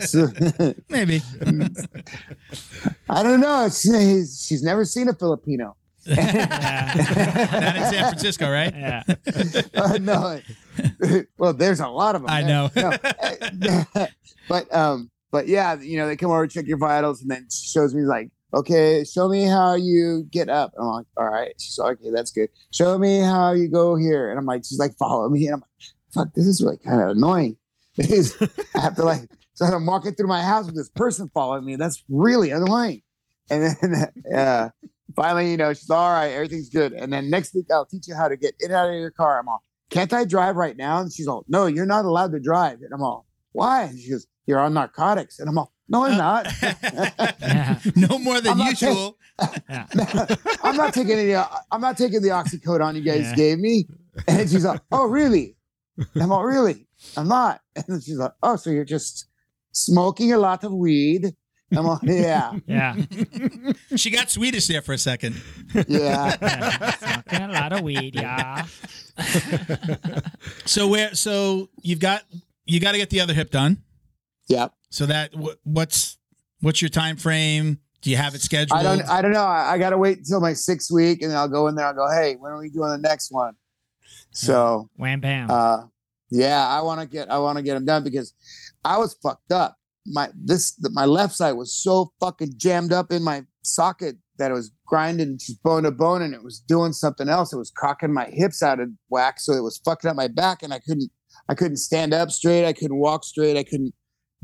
S5: So-
S3: Maybe.
S5: I don't know. She's, she's never seen a Filipino.
S3: Not in San Francisco, right?
S2: Yeah.
S5: Uh, no. well, there's a lot of them.
S3: I
S5: there.
S3: know.
S5: No. but um, but yeah, you know, they come over, check your vitals, and then she shows me like, okay, show me how you get up. And I'm like, all right. She's like, okay, that's good. Show me how you go here. And I'm like, she's like, follow me. And I'm like, fuck, this is really kind of annoying. I have to like, so I'm walking through my house with this person following me. That's really annoying. And then uh, finally, you know, she's all right, everything's good. And then next week, I'll teach you how to get in and out of your car. I'm all, can't I drive right now? And she's all, no, you're not allowed to drive. And I'm all, why? And she goes, you're on narcotics. And I'm all, no, I'm not.
S2: Yeah.
S3: no more than
S5: I'm not
S3: usual.
S5: I'm not taking any. uh, I'm not taking the oxycodone you guys
S2: Yeah.
S5: gave me. And she's like, oh really? I'm all really. I'm not. And she's like, oh, so you're just smoking a lot of weed. I'm all, yeah,
S2: Yeah.
S3: she got Swedish there for a second.
S5: yeah.
S2: yeah. Smoking a lot of weed, yeah.
S3: So where? So you've got you got to get the other hip done.
S5: Yeah.
S3: So that wh- what's what's your time frame? Do you have it scheduled?
S5: I don't. I don't know. I, I gotta wait until my sixth week, and then I'll go in there. I'll go, hey, when are we doing the next one? So,
S2: Wham bam.
S5: uh, yeah, I want to get. I want to get them done because I was fucked up. My this the, my left side was so fucking jammed up in my socket that it was grinding just bone to bone, and it was doing something else. It was cocking my hips out of whack, so it was fucking up my back, and I couldn't. I couldn't stand up straight. I couldn't walk straight. I couldn't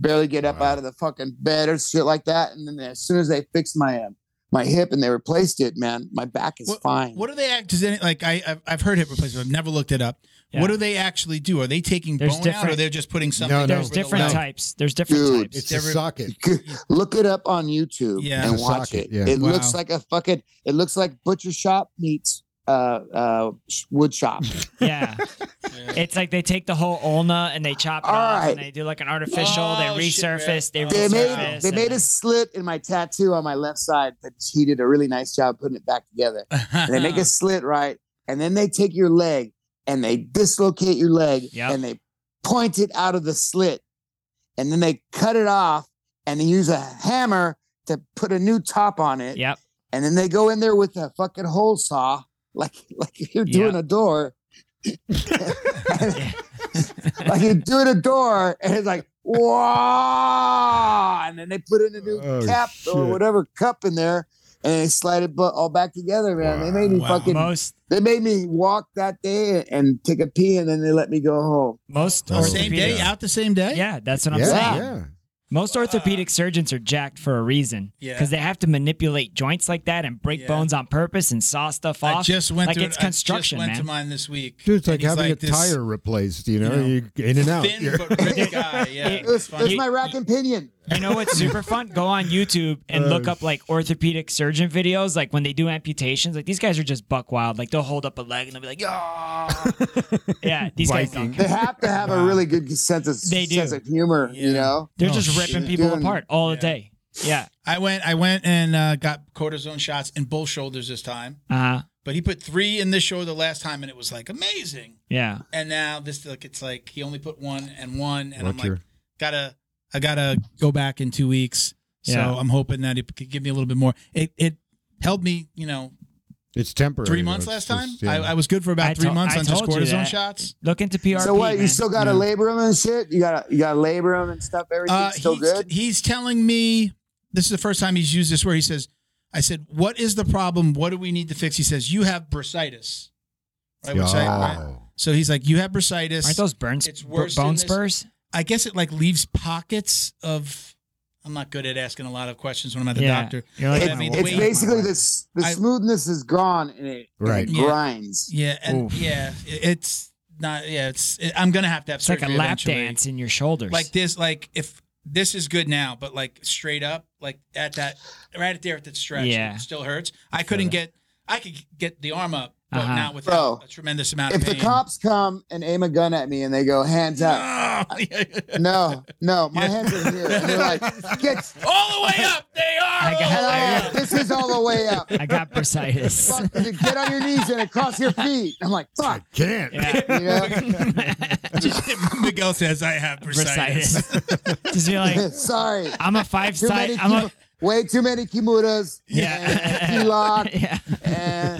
S5: barely get up
S1: Wow.
S5: out of the fucking bed or shit like that. And then as soon as they fixed my um, my hip and they replaced it, man, my back is fine.
S3: What do they act? Does any like I I've, I've heard hip replacement. I've never looked it up.
S2: Yeah.
S3: What do they actually do? Are they taking
S2: There's
S3: bone out, or
S2: different-
S3: they're just putting something?
S1: No, no.
S2: There's
S3: over the
S2: different
S3: leg?
S2: types. There's different
S5: Dude,
S2: types.
S1: It's a
S3: Every-
S1: socket.
S5: Look it up on YouTube
S3: Yeah.
S5: and
S1: The
S5: watch
S1: socket,
S5: it.
S1: yeah.
S5: It
S3: Wow.
S5: looks like a fucking. It looks like butcher shop meets uh uh sh- wood shop.
S2: Yeah. It's like they take the whole ulna and they chop it
S5: All
S2: off and
S5: right.
S2: they do like an artificial,
S3: Oh,
S2: they
S3: shit, man.
S2: resurface, they
S5: they
S2: resurface.
S5: made they
S2: and
S5: made
S2: then-
S5: a slit in my tattoo on my left side, but he did a really nice job putting it back together. And they make a slit right, and then they take your leg and they dislocate your leg
S2: Yep.
S5: and they point it out of the slit, and then they cut it off and they use a hammer to put a new top on it.
S2: Yep.
S5: and then they go in there with a fucking hole saw, like like you're doing a door,
S2: Yeah.
S5: like you're doing a door, and it's like wow, and then they put in a new
S1: Oh,
S5: cap or
S1: shit.
S5: whatever cup in there, and they slide it bu- all back together, man. They made me
S3: Wow.
S5: fucking,
S2: Most
S5: they made me walk that day and take a pee, and then they let me go home.
S2: most
S1: Oh,
S3: same
S2: orthopedic-
S3: day, out the same day.
S2: Yeah, that's what I'm
S1: yeah,
S2: saying.
S1: yeah.
S2: Most orthopedic surgeons are jacked for a reason.
S3: Yeah.
S2: Because they have to manipulate joints like that and break
S3: Yeah.
S2: bones on purpose and saw stuff off.
S3: I just went
S2: like
S3: through
S2: it's
S3: it-
S2: construction,
S3: I just went
S2: man.
S3: to mine this week.
S1: Dude, it's like
S3: And he's
S1: having a
S3: this
S1: tire replaced. You know,
S3: you
S1: you in and out.
S3: Thin
S1: You're-
S3: but ripped guy. Yeah,
S5: It was,
S3: it's
S5: it was
S3: funny.
S5: my rack and pinion.
S2: You know what's super fun? Go on YouTube and
S1: Uh,
S2: look up like orthopedic surgeon videos. Like when they do amputations, like these guys are just buck wild. Like they'll hold up a leg and they'll be like, "Yeah, yeah." These guys don't.
S5: They
S2: Care.
S5: have to have a really good sense of
S2: They do.
S5: sense of humor, you
S3: Yeah.
S5: know.
S2: They're
S3: Oh,
S2: just ripping
S5: shit.
S2: people
S5: Doing-
S2: apart all
S3: Yeah.
S2: the day. Yeah.
S3: I went. I went and uh, got cortisone shots in both shoulders this time.
S2: Uh huh.
S3: But he put three in this shoulder last time, and it was like amazing.
S2: Yeah.
S3: And now this, like, it's like he only put one and one, and
S1: What
S3: I'm like,
S1: your-
S3: gotta, I gotta go back in two weeks.
S2: Yeah.
S3: So I'm hoping that it could give me a little bit more. It it held me, you know,
S1: it's temporary.
S3: three
S1: though.
S3: months
S1: It's
S3: last time.
S1: just,
S3: I, I was good for about
S2: I
S3: three
S2: to-
S3: months
S2: I
S3: on just
S2: told you
S3: cortisone
S2: that.
S3: shots.
S2: Look into PRP.
S5: so what? You
S2: man.
S5: still got to
S3: Yeah.
S5: labor them and shit. You got to you got to labor them and stuff. Everything's
S3: Uh,
S5: still
S3: he's,
S5: good.
S3: he's telling me this is the first time he's used this word. He says, I said, What is the problem? What do we need to fix? He says, You have bursitis. Right, which I- I-
S1: Oh.
S3: so he's like, You have bursitis.
S2: Aren't those burn
S3: It's
S2: sp-
S3: worse than
S2: bone
S3: this-
S2: spurs?
S3: I guess it like leaves pockets of. I'm not good at asking a lot of questions when I'm at the
S2: yeah.
S3: doctor.
S2: You're
S3: But
S2: like,
S5: It's,
S3: I mean,
S5: it's
S3: wait,
S5: basically
S2: my
S5: this the
S3: I-
S5: smoothness is gone and it, and
S1: Right.
S5: it
S3: Yeah.
S5: grinds.
S3: Yeah, and
S2: Oof.
S3: yeah, it- it's not. Yeah, it's. It, I'm gonna have to have
S2: It's like a
S3: surgery
S2: lap
S3: eventually.
S2: dance in your shoulders.
S3: Like this, like if this is good now, but like straight up, like at that, right there at that stretch,
S2: Yeah.
S3: it still hurts. I couldn't get, I could get the arm up, but
S2: Uh-huh.
S3: not without
S5: Bro,
S3: a tremendous amount
S5: If
S3: of
S5: the
S3: pain.
S5: cops come and aim a gun at me and they go hands up, no, no, my hands are here. And they're like, get
S3: all the way up. They are.
S2: I got-
S3: all the way
S2: I
S3: up.
S5: hell, this is all the way up.
S2: I got bursitis.
S5: Fuck, get on your knees and across your feet. I'm like, fuck,
S1: Can't.
S5: you know.
S3: Miguel says I have bursitis.
S2: bursitis. Just be like,
S5: Sorry,
S2: I'm a five
S5: too many,
S2: side. I'm a
S5: Kimu- way too many kimuras.
S2: yeah.
S5: and T-lock
S2: yeah.
S5: and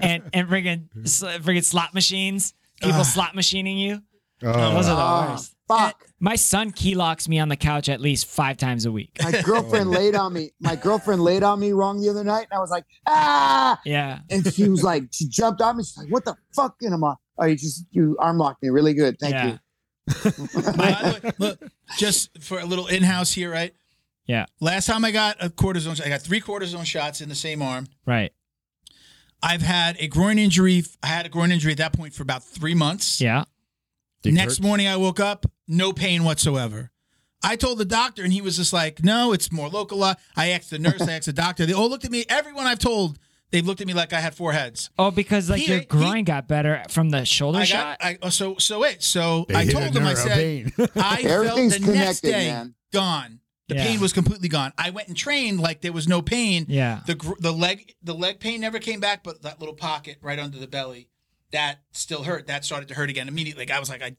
S2: And and friggin' sl- friggin' slot machines. People slot machining you. Those
S1: Oh,
S2: are the
S5: oh,
S2: worst.
S5: fuck.
S2: My son key locks me on the couch at least five times a week.
S5: My girlfriend laid on me. My girlfriend laid on me wrong the other night, and I was like, ah.
S2: Yeah.
S5: And she was like, she jumped on me. She's like, what the fuck? And I'm like, oh, you just you arm locked me really good. Thank
S2: yeah.
S5: you.
S3: By the way, look, just for a little in-house here, right?
S2: Yeah.
S3: Last time I got a cortisone, shot- I got three cortisone shots in the same arm.
S2: Right.
S3: I've had a groin injury. I had a groin injury at that point for about three months.
S2: Yeah.
S1: Did it
S3: Next
S1: hurt?
S3: morning, I woke up, no pain whatsoever. I told the doctor, and he was just like, "No, it's more localized." I asked the nurse, I asked the doctor. They all looked at me. Everyone I've told, they've looked at me like I had four heads.
S2: Oh, because like
S3: He-
S2: your
S3: he-
S2: groin got better from the shoulder
S3: I
S2: shot.
S3: got. I, oh, so so wait. So
S1: They
S3: I
S1: hit
S3: told
S1: a
S3: him. I
S1: nerve, a
S3: said,
S1: vein.
S3: I felt
S5: Everything's
S3: the next
S5: connected,
S3: day
S5: man.
S3: gone. The
S2: Yeah.
S3: pain was completely gone. I went and trained like there was no pain.
S2: yeah.
S3: The gr- the leg the leg pain never came back, but that little pocket right under the belly that still hurt. That started to hurt again immediately. Like I was like I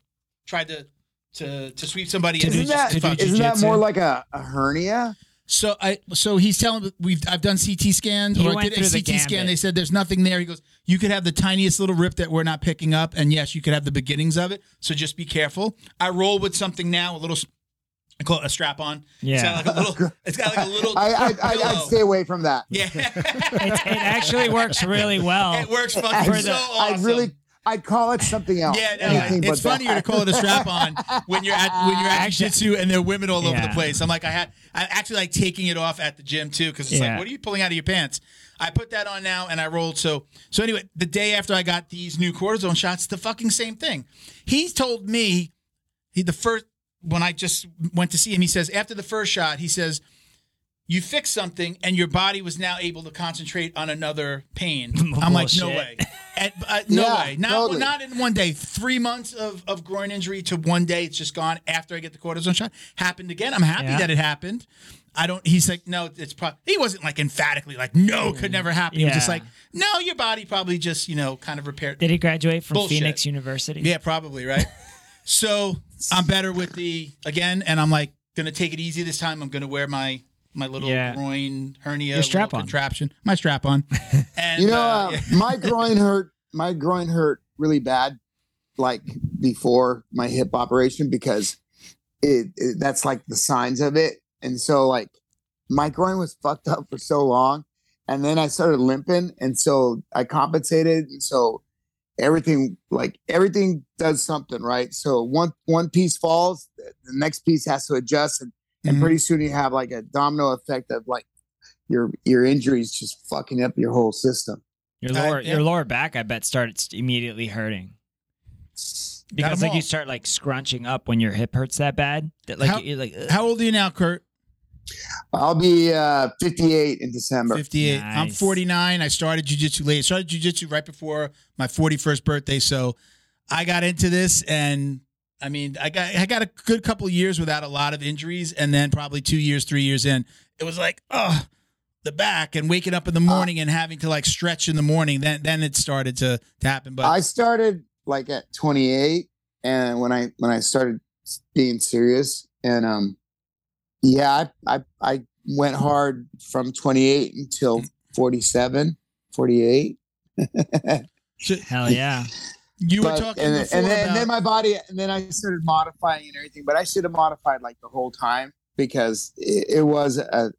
S3: tried to to to sweep somebody. and
S2: do
S3: it
S5: Isn't
S3: was
S5: that
S3: just
S2: to do
S3: fucked.
S5: isn't that
S2: jujitsu.
S5: more like a, a hernia?
S3: so I so he's telling me- we've I've done CT scans
S2: He
S3: or I
S2: went
S3: did a
S2: through the
S3: CT scan.
S2: gambit.
S3: They said there's nothing there. He goes you could have the tiniest little rip that we're not picking up, and yes, you could have the beginnings of it. So just be careful. I roll with something now a little. s- I call it a strap on. It's
S2: Yeah.
S3: got like a little. It's got like a little.
S5: I, I, I I'd
S3: pillow.
S5: stay away from that.
S3: Yeah.
S2: It, it actually works really well.
S3: it works fucking
S5: I'd,
S3: so awesome.
S5: I'd really I'd call it something else.
S3: Yeah, no,
S5: anything
S3: it's
S5: but
S3: funnier to
S5: that.
S3: call it a strap on when you're at when you're at
S2: Actually-
S3: jiu-jitsu and there are women all over the
S2: Yeah.
S3: place. I'm like, I had I actually like taking it off at the gym too because it's
S2: Yeah.
S3: like, what are you pulling out of your pants? I put that on now and I rolled. So so anyway, the day after I got these new cortisone shots, the fucking same thing. He told me he the first when I just went to see him, he says after the first shot, he says. You fixed something, and your body was now able to concentrate on another pain. I'm like, no
S2: Bullshit.
S3: way, And, uh, no
S5: Yeah,
S3: way, not
S5: totally.
S3: not in one day. Three months of, of groin injury to one day. It's just gone after I get the cortisone shot. Happened again. I'm happy
S2: Yeah.
S3: that it happened. I don't. He's like, no, it's probably. He wasn't like emphatically like, no, it could never happen. He was just
S2: Mm. Yeah.
S3: like, no, your body probably just you know kind of repaired.
S2: Did he graduate from
S3: Bullshit.
S2: Phoenix University?
S3: Yeah, probably right. so I'm better with the again, and I'm like gonna take it easy this time. I'm gonna wear my my little
S2: Yeah.
S3: groin hernia
S2: Your strap
S3: little
S2: on.
S3: contraption, my strap on. And
S5: You know,
S3: uh,
S5: uh, my groin hurt. My groin hurt really bad, like before my hip operation because it, it that's like the signs of it. And so like my groin was fucked up for so long, and then I started limping, and so I compensated, and so everything like everything does something right. So one one piece falls, the the next piece has to adjust, and, and
S3: Mhm.
S5: pretty soon you have like a domino effect of like your your injuries just fucking up your whole system.
S2: Your
S3: I-
S2: lower
S3: Uh, yeah.
S2: your lower back, I bet, starts immediately hurting. Because
S3: 'em
S2: like
S3: all.
S2: you start like scrunching up when your hip hurts that bad. That like
S3: How-
S2: you're like ugh.
S3: Mm-hmm. how old are you now, Kurt?
S5: I'll be uh, 58 in December.
S3: 58. I'm
S2: Nice.
S3: 49. I started jujitsu late. I started jujitsu right before my 41st birthday. So I got into this and I mean, I got I got a good couple of years without a lot of injuries, and then probably two years, three years in, it was like, oh, the back, and waking up in
S5: Uh,
S3: the morning and having to like stretch in the morning. Then then it started to, to happen. But
S5: I started like at 28, and when I when I started being serious, and um, yeah, I I, I went hard from 28 until 47, 48.
S2: hell yeah.
S3: you were
S5: But-
S3: talking
S5: and, then-
S3: before
S5: and then,
S3: about
S5: and then my body and then i started modifying and everything but i should have modified like the whole time because it, it was a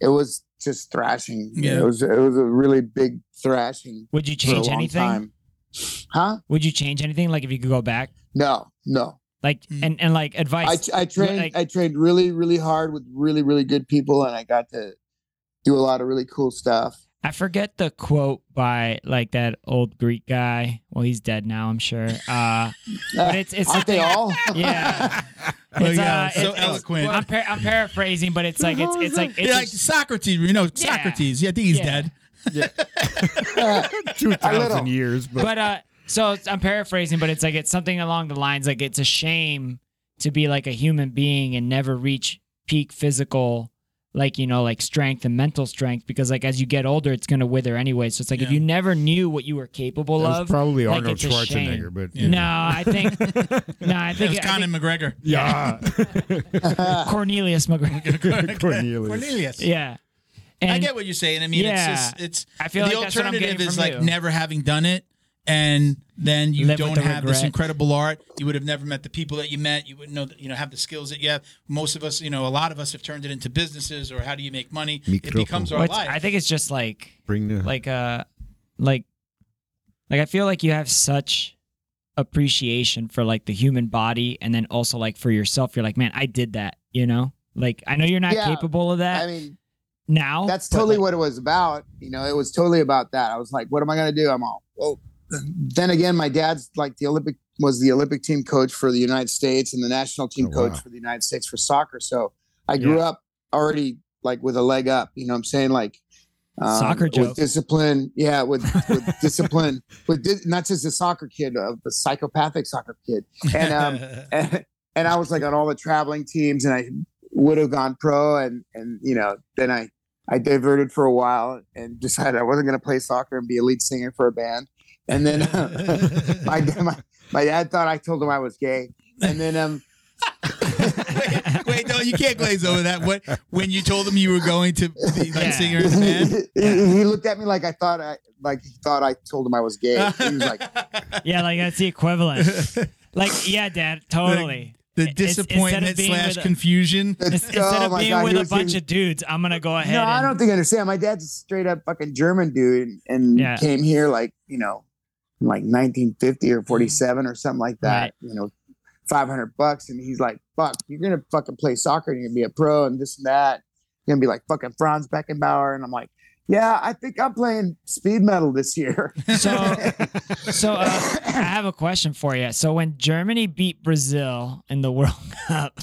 S5: it was just thrashing
S3: Yeah.
S5: it was it was a really big thrashing
S2: Would you
S5: for a
S2: change
S5: long
S2: anything?
S5: time huh
S2: Would you change anything? Like if you could go back?
S5: no no
S2: Like
S3: Mm.
S2: and, and like
S5: i,
S2: advice.
S5: I trained
S2: like-
S5: i trained really really hard with really really good people and i got to do a lot of really cool stuff
S2: I forget the quote by like that old Greek guy. Well, he's dead now, I'm sure. Uh, but it's it's
S5: aren't they all
S2: yeah. uh,
S3: Like, Oh, so
S2: it's- it's-
S3: eloquent.
S2: I'm, par- I'm paraphrasing, but it's like it's it's like it's
S3: yeah, like Socrates, you know, Socrates. Yeah, I think he's
S2: Yeah.
S3: dead.
S1: Two
S5: little.
S1: thousand years, but,
S2: but uh so it's- I'm paraphrasing, but it's like it's something along the lines like it's a shame to be like a human being and never reach peak physical like you know like strength and mental strength because like as you get older it's going to wither anyway so it's like if
S3: Yeah.
S2: you never knew what you were capable
S1: that
S2: of
S1: was probably
S2: like,
S1: Arnold
S2: it's a shame.
S1: Schwarzenegger. But
S3: Yeah.
S2: no i think no i
S3: It
S2: think,
S3: was
S2: I
S3: Conan McGregor.
S1: yeah,
S2: think cornelius mcgregor
S1: Cornelius.
S2: yeah and
S3: I get what you're saying. I mean,
S2: Yeah.
S3: it's just it's
S2: I feel
S3: the
S2: like that's what I'm
S3: alternative
S2: getting
S3: is
S2: from
S3: like
S2: you.
S3: never having done it, and then you
S2: Live with
S3: don't
S2: the
S3: have this
S2: regret.
S3: incredible art. You would have never met the people that you met. You wouldn't know that you know have the skills that you have. Most of us, you know, a lot of us have turned it into businesses or how do you make money? It
S1: Microphone.
S3: becomes our
S2: Well, it's-
S3: life.
S2: i think it's just like
S1: Bring the
S2: like uh like like i feel like you have such appreciation for like the human body and then also like for yourself you're like man i did that you know like i know you're not
S5: Yeah,
S2: capable of that
S5: I mean,
S2: now
S5: that's
S2: but,
S5: totally
S2: like,
S5: what it was about. You know, it was totally about that. I was like, what am I going to do? I'm all, well, then again, my dad's like the Olympic was the Olympic team coach for the United States and the national team
S1: Oh,
S5: coach
S1: wow.
S5: for the United States for soccer. So I grew up already like with a leg up, you know what I'm saying? Like, um,
S2: Soccer joke.
S5: with discipline, yeah, with, with discipline, with di- not just a soccer kid, a, a psychopathic soccer kid, and um, and, and I was like on all the traveling teams, and I would have gone pro, and and you know, then I I diverted for a while and decided I wasn't going to play soccer and be a lead singer for a band, and then uh, my, my my dad thought I told him I was gay, and then um
S3: wait, wait, no, you can't glaze over that. What when you told them you were going to be like
S2: Yeah.
S3: singer in a band?
S5: he, he looked at me like I thought I like he thought I told him I was gay. He was like,
S2: yeah like that's the equivalent like yeah dad totally
S3: the
S2: It's- instead of
S3: disappointment
S2: being
S3: slash
S2: with a-
S3: confusion.
S2: Ins-
S5: "It's-
S2: instead
S5: oh
S2: of
S5: my
S2: being
S5: God, he
S2: with a
S5: was
S2: bunch
S5: getting-
S2: of dudes i'm gonna go ahead
S5: No, I
S2: and-
S5: don't think I understand. My dad's a straight up fucking German dude and, and
S2: Yeah.
S5: came here like, you know, in like 1950 or 47 or something like that,
S2: Mm. Right.
S5: you know, 500 bucks. And he's like, fuck, you're going to fucking play soccer and you're going to be a pro and this and that. You're going to be like fucking Franz Beckenbauer. And I'm like, yeah, I think I'm playing speed metal this year.
S2: so so uh, i have a question for you so when germany beat brazil in the world cup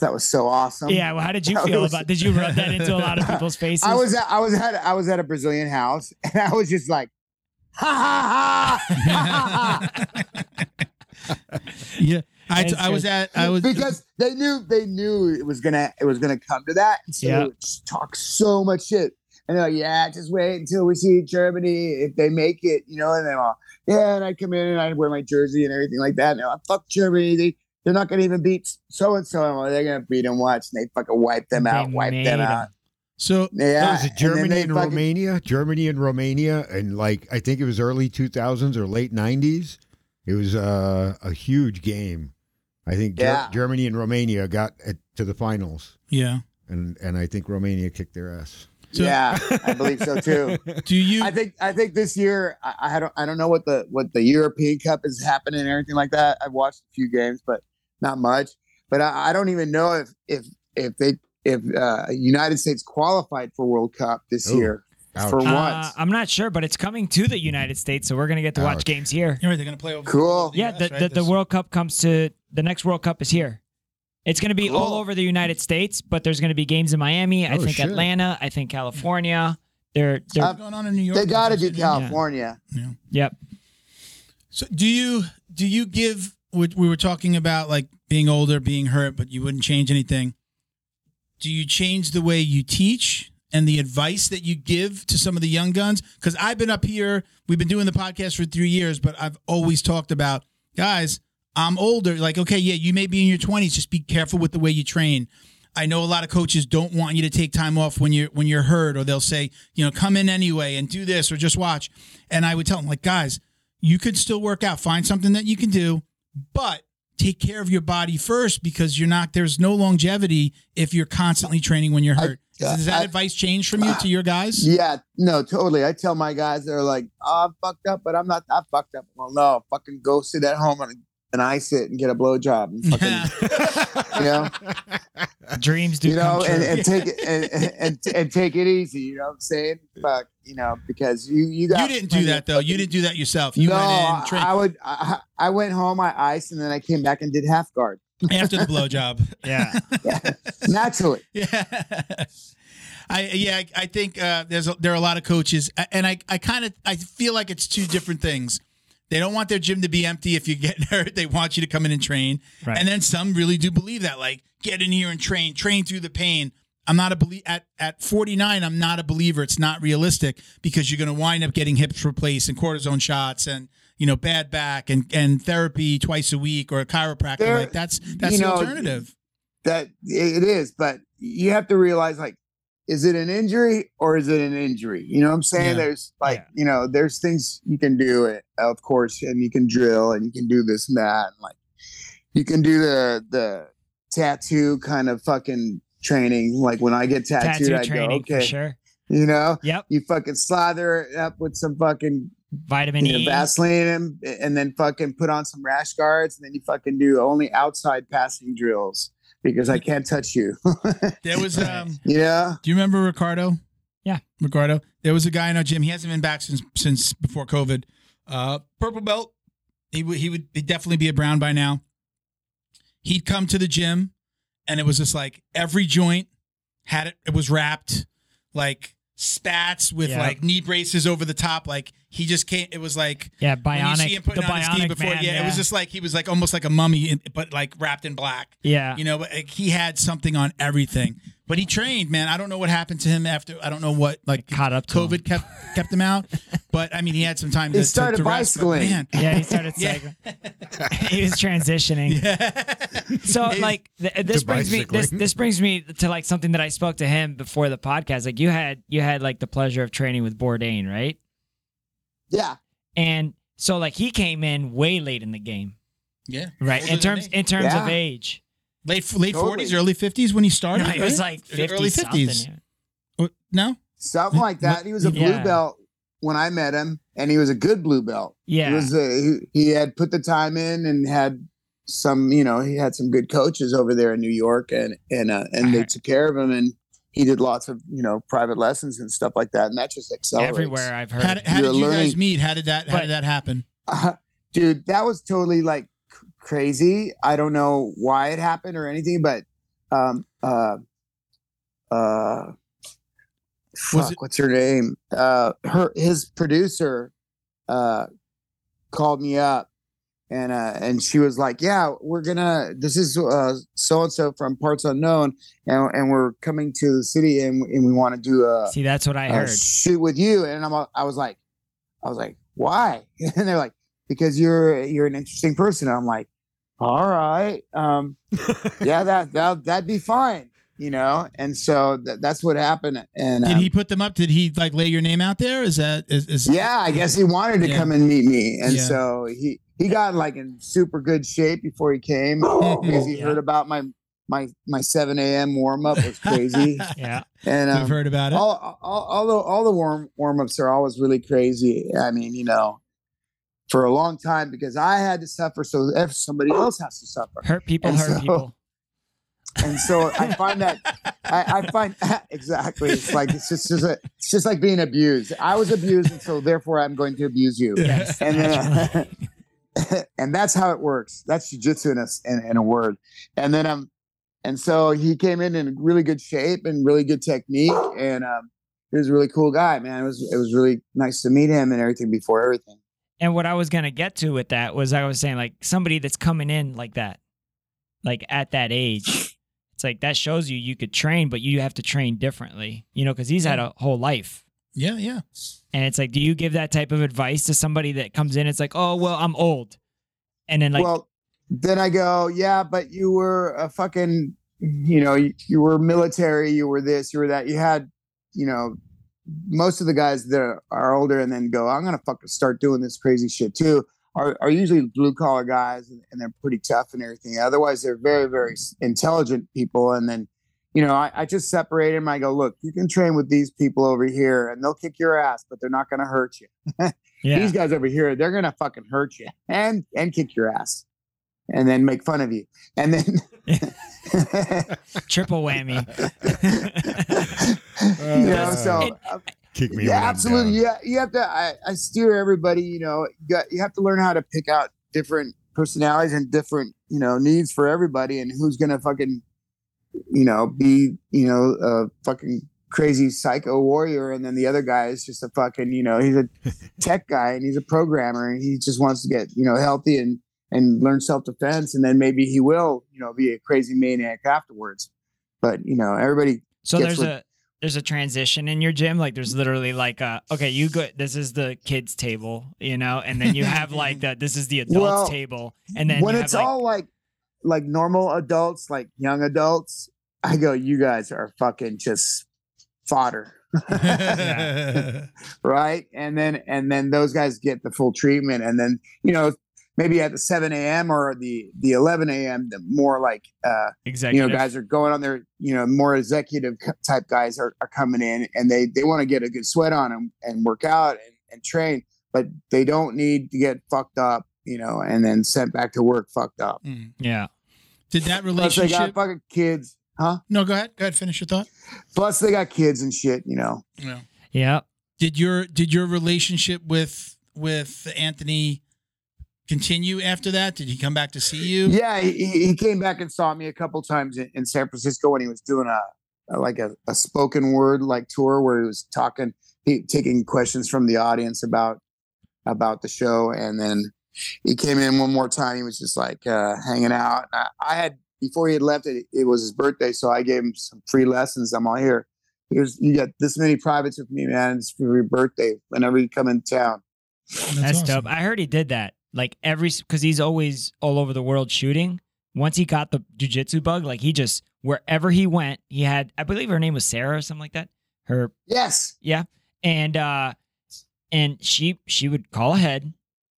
S5: that was so awesome.
S2: yeah well how did you
S5: Um, That
S2: feel
S5: was-
S2: about did you rub that into a lot of people's faces
S5: I was at, I was at I was at a Brazilian house and I was just like, ha ha ha, ha ha ha.
S3: yeah, I,
S2: It's
S3: I was at I was
S5: because they knew they knew it was gonna it was gonna come to that, and so
S2: Yeah.
S5: they would just talk so much shit. And they're like, yeah, just wait until we see Germany if they make it, you know. And they're all, yeah, and I would come in and I would wear my jersey and everything like that. And they're like, fuck Germany, they they're not gonna even beat so and so. I'm like, They're gonna beat them. Watch, and they fucking wipe them
S2: They
S5: out, wipe
S2: made
S5: them
S2: 'em.
S5: out.
S3: so
S5: Yeah,
S1: That was it
S5: and then
S1: Germany
S5: they
S1: and
S5: fucking-
S1: Romania? Germany and Romania, and like I think it was early 2000s or late 90s. It was uh, a huge game. I think Ger-
S5: Yeah.
S1: Germany and Romania got at, to the finals,
S3: yeah.
S1: and and I think Romania kicked their ass.
S3: So-
S5: Yeah, I believe so too.
S3: Do you?
S5: I think I think this year I, I don't I don't know what the what the European Cup is happening and everything like that. I've watched a few games, but not much. But I, I don't even know if if if they if uh, United States qualified for World Cup this
S1: Ooh,
S5: year
S1: ouch.
S5: for
S1: Uh,
S2: Uh,
S5: once.
S2: I'm not sure, but it's coming to the United States, so we're gonna get to watch
S1: Ouch.
S2: games here.
S3: you're right. They're gonna play over.
S5: Cool.
S2: Yeah,
S3: US,
S2: the,
S3: right?
S2: the, the
S3: This-
S2: World Cup comes to the next World Cup is here. It's gonna be all
S5: Cool.
S2: over the United States, but there's gonna be games in Miami. I
S1: Oh,
S2: think
S1: shit.
S2: Atlanta. I think California. They're they're
S5: Uh,
S3: What's going on in New York?
S5: they got to do
S3: Yeah.
S5: California.
S2: yep.
S3: So do you do you give we, we were talking about like being older, being hurt, but you wouldn't change anything. Do you change the way you teach and the advice that you give to some of the young guns? Cuz I've been up here, we've been doing the podcast for 3 years, but I've always talked about guys, I'm older, like okay, yeah, you may be in your 20s, just be careful with the way you train. I know a lot of coaches don't want you to take time off when you're when you're hurt or they'll say, you know, come in anyway and do this or just watch. And I would tell them like, guys, you could still work out, find something that you can do, but take care of your body first because you're not there's no longevity if you're constantly training when you're hurt.
S5: I-
S3: Does that
S5: Uh, I-
S3: advice change from you to your guys?
S5: Yeah, no, totally. I tell my guys they're like, "Oh, I'm fucked up," but I'm not. I fucked up. Well, no, fucking go sit at home and, and ice it and get a blowjob and Mm, fucking you know.
S2: Dreams do
S5: you
S2: come
S5: know,
S2: true.
S5: and, and take it and, and and take it easy. You know what I'm saying? Fuck, you know, because you you got
S3: You didn't do that though. You didn't do that yourself. You
S5: no,
S3: went in
S5: I,
S3: and trained.
S5: I would. I, I went home, I iced, and then I came back and did half guard.
S3: after the blowjob.
S2: Yeah.
S5: naturally.
S3: yeah. I yeah, I- I think uh, there's a, there are a lot of coaches, a- and I I kind of I feel like it's two different things. They don't want their gym to be empty if you get hurt. They want you to come in and train.
S2: Right.
S3: And then some really do believe that, like get in here and train, train through the pain. I'm not a belie- at at 49. I'm not a believer. It's not realistic because you're going to wind up getting hips replaced and cortisone shots and you know bad back and and therapy twice a week or a chiropractor.
S5: There-
S3: like that's that's
S5: you
S3: the
S5: know,
S3: alternative.
S5: that it is but you have to realize like is it an injury or is it an injury you know what i'm saying
S3: Yeah.
S5: there's like
S2: Yeah.
S5: you know there's things you can do it of course and you can drill and you can do this and that and like you can do the the tattoo kind of fucking training like when i get tattooed
S2: Tattoo
S5: i go
S2: training
S5: okay
S2: for sure.
S5: you know
S2: Yep.
S5: you fucking slather it up with some fucking
S2: Vitamin
S5: you know,
S2: E.
S5: Vaseline and, and then fucking put on some rash guards and then you fucking do only outside passing drills because I can't touch you.
S3: There was
S2: Right.
S3: um.
S5: yeah.
S3: Do you remember Ricardo?
S2: Yeah.
S3: Ricardo. There was a guy in our gym. He hasn't been back since since before COVID. Uh, purple belt. He would he would he'd definitely be a brown by now. He'd come to the gym, and it was just like every joint had it. It was wrapped like spats with
S2: Yeah.
S3: like knee braces over the top. Like he just can't. It was like
S2: yeah,
S3: when you
S2: bionic.
S3: see him
S2: The
S3: putting on his gi
S2: bionic
S3: before.
S2: man.
S3: yeah, it was just like he was like almost like a mummy, in- but like wrapped in black
S2: yeah.
S3: you know but like, he had something on everything but he trained man i don't know what happened to him after i don't know what like
S2: Caught up to
S3: covid
S2: him.
S3: kept kept him out but i mean he had some time
S5: He
S3: to, to-
S5: started
S3: to rest, but,
S5: bicycling.
S3: man.
S2: Yeah, he started
S3: Yeah.
S2: cycling. he was transitioning. so like th- this
S4: To
S2: brings me this
S4: bicycling.
S2: this brings me to like something that I spoke to him before the podcast. Like you had you had like the pleasure of training with Bourdain, right?
S5: Yeah.
S2: And so like he came in way late in the game,
S3: yeah
S2: right?
S3: Older
S2: in
S3: than
S2: terms
S3: me.
S2: in terms of
S5: Yeah.
S2: age,
S3: late late
S5: Totally.
S3: 40s early 50s when he started
S2: no, it was like
S3: Early
S2: 50 early
S3: 50s.
S2: fifties.
S3: like no
S5: Something like that. He was a blue
S2: Yeah.
S5: belt when I met him and he was a good blue belt.
S2: Yeah,
S5: He was a, he, he had put the time in and had some, you know, he had some good coaches over there in New York and and uh, and
S2: Uh-huh.
S5: they took care of him and he did lots of, you know, private lessons and stuff like that and that just accelerates.
S2: everywhere I've heard.
S3: how, did- how
S5: You're
S3: did you guys
S5: learning.
S3: meet how did that how
S2: But-
S3: did that happen
S5: Uh, dude, that was totally like c- crazy. I don't know why it happened or anything, but um uh uh fuck,
S3: it-
S5: what's her name? Uh her his producer uh called me up and uh and she was like, "Yeah, we're going to this is uh so and so from Parts Unknown and and we're coming to the city and and we want to do a
S2: See, that's what I
S5: uh,
S2: heard.
S5: shoot with you and I'm a- I was like I was like why and they're like because you're you're an interesting person I'm like all right um yeah that that that'd be fine you know and so tha- that's what happened and
S3: did
S5: um,
S3: he put them up did he like lay your name out there is that is, is
S5: yeah I guess he wanted to
S3: Yeah.
S5: come and meet me and
S3: Yeah.
S5: so he he got like in super good shape before he came
S3: Oh,
S5: because he
S2: Yeah.
S5: heard about my my my 7 a.m warm up was crazy
S2: Yeah,
S5: and
S3: I've
S5: um,
S3: heard about it.
S5: all, all, all the all the warm warm ups are always really crazy. I mean, you know, for a long time because I had to suffer, so if somebody else has to suffer,
S2: hurt people,
S5: And
S2: hurt
S5: so-
S2: people.
S5: and so I find that I, I find exactly it's like it's just, just a, it's just like being abused. I was abused, and so therefore I'm going to abuse you.
S2: Yes,
S5: And
S2: naturally.
S5: then, and that's how it works. That's jujitsu in a s- in, in a word. And then um, and so he came in in really good shape and really good technique, and um, he was a really cool guy, man. It was it was really nice to meet him and everything before everything.
S2: And what I was gonna get to with that was I was saying like somebody that's coming in like that, like at that age, it's like that shows you you could train, but you have to train differently, you know, because he's had a whole life.
S3: yeah yeah
S2: And it's like, do you give that type of advice to somebody that comes in? It's like, oh well, I'm old, and then like,
S5: well, then I go, yeah, but you were a fucking, you know, you, you were military, you were this, you were that. You had, you know, most of the guys that are older and then go, I'm gonna fucking start doing this crazy shit too. Are, are usually blue collar guys and, and they're pretty tough and everything. Otherwise, they're very, very s- intelligent people. And then, you know, I, I just separate them. I go, look, you can train with these people over here and they'll kick your ass, but they're not going to hurt you
S2: yeah,
S5: these guys over here they're gonna fucking hurt you and and kick your ass and then make fun of you and then
S2: triple whammy.
S5: you know so uh,
S4: Kick me
S5: yeah
S4: when I'm
S5: absolutely
S4: down.
S5: yeah you have to I, I steer everybody you know you, got, you have to learn how to pick out different personalities and different, you know, needs for everybody and who's going to fucking, you know, be, you know, a fucking crazy psycho warrior. And then the other guy is just a fucking, you know, he's a tech guy and he's a programmer and he just wants to get, you know, healthy and, and learn self defense. And then maybe he will, you know, be a crazy maniac afterwards. But, you know, everybody
S2: So
S5: Yes,
S2: there's
S5: like-
S2: a there's a transition in your gym. Like there's literally like a okay, you go. This is the kids table, you know, and then you have like the this is the adults
S5: Well,
S2: table, and then
S5: when
S2: you
S5: it's
S2: have, like,
S5: all like like normal adults, like young adults, I go, you guys are fucking just fodder, right? And then and then those guys get the full treatment, and then you know maybe at the seven a.m. or the the eleven a.m. the more like uh, you
S2: executive.
S5: know guys are going on their you know more executive c- type guys are, are coming in and they they want to get a good sweat on them and work out and, and train, but they don't need to get fucked up, you know, and then sent back to work fucked up.
S3: Mm.
S2: yeah,
S3: Did that
S5: Plus they got
S3: relationship?
S5: fucking kids.
S3: No, go ahead. Go ahead. Finish your thought.
S5: Plus they got kids and shit, you know.
S3: Yeah.
S2: yeah.
S3: Did your Did your relationship with with Anthony continue after that? Did he come back to see you?
S5: Yeah, he, he he came back and saw me a couple times in, in San Francisco when he was doing a, a like a, a spoken word like tour where he was talking, he, taking questions from the audience about about the show, and then he came in one more time. He was just like uh, hanging out. I, I had before he had left, it, it was his birthday, so I gave him some free lessons. I'm all here. Here's you got this many privates with me, man. It's for your birthday whenever you come in town.
S2: That's,
S3: awesome.
S2: dope. I heard he did that. Like every, because he's always all over the world shooting. Once he got the jujitsu bug, like he just wherever he went, he had. I believe her name was Sarah or something like that. Her
S5: Yes,
S2: and uh and she she would call ahead,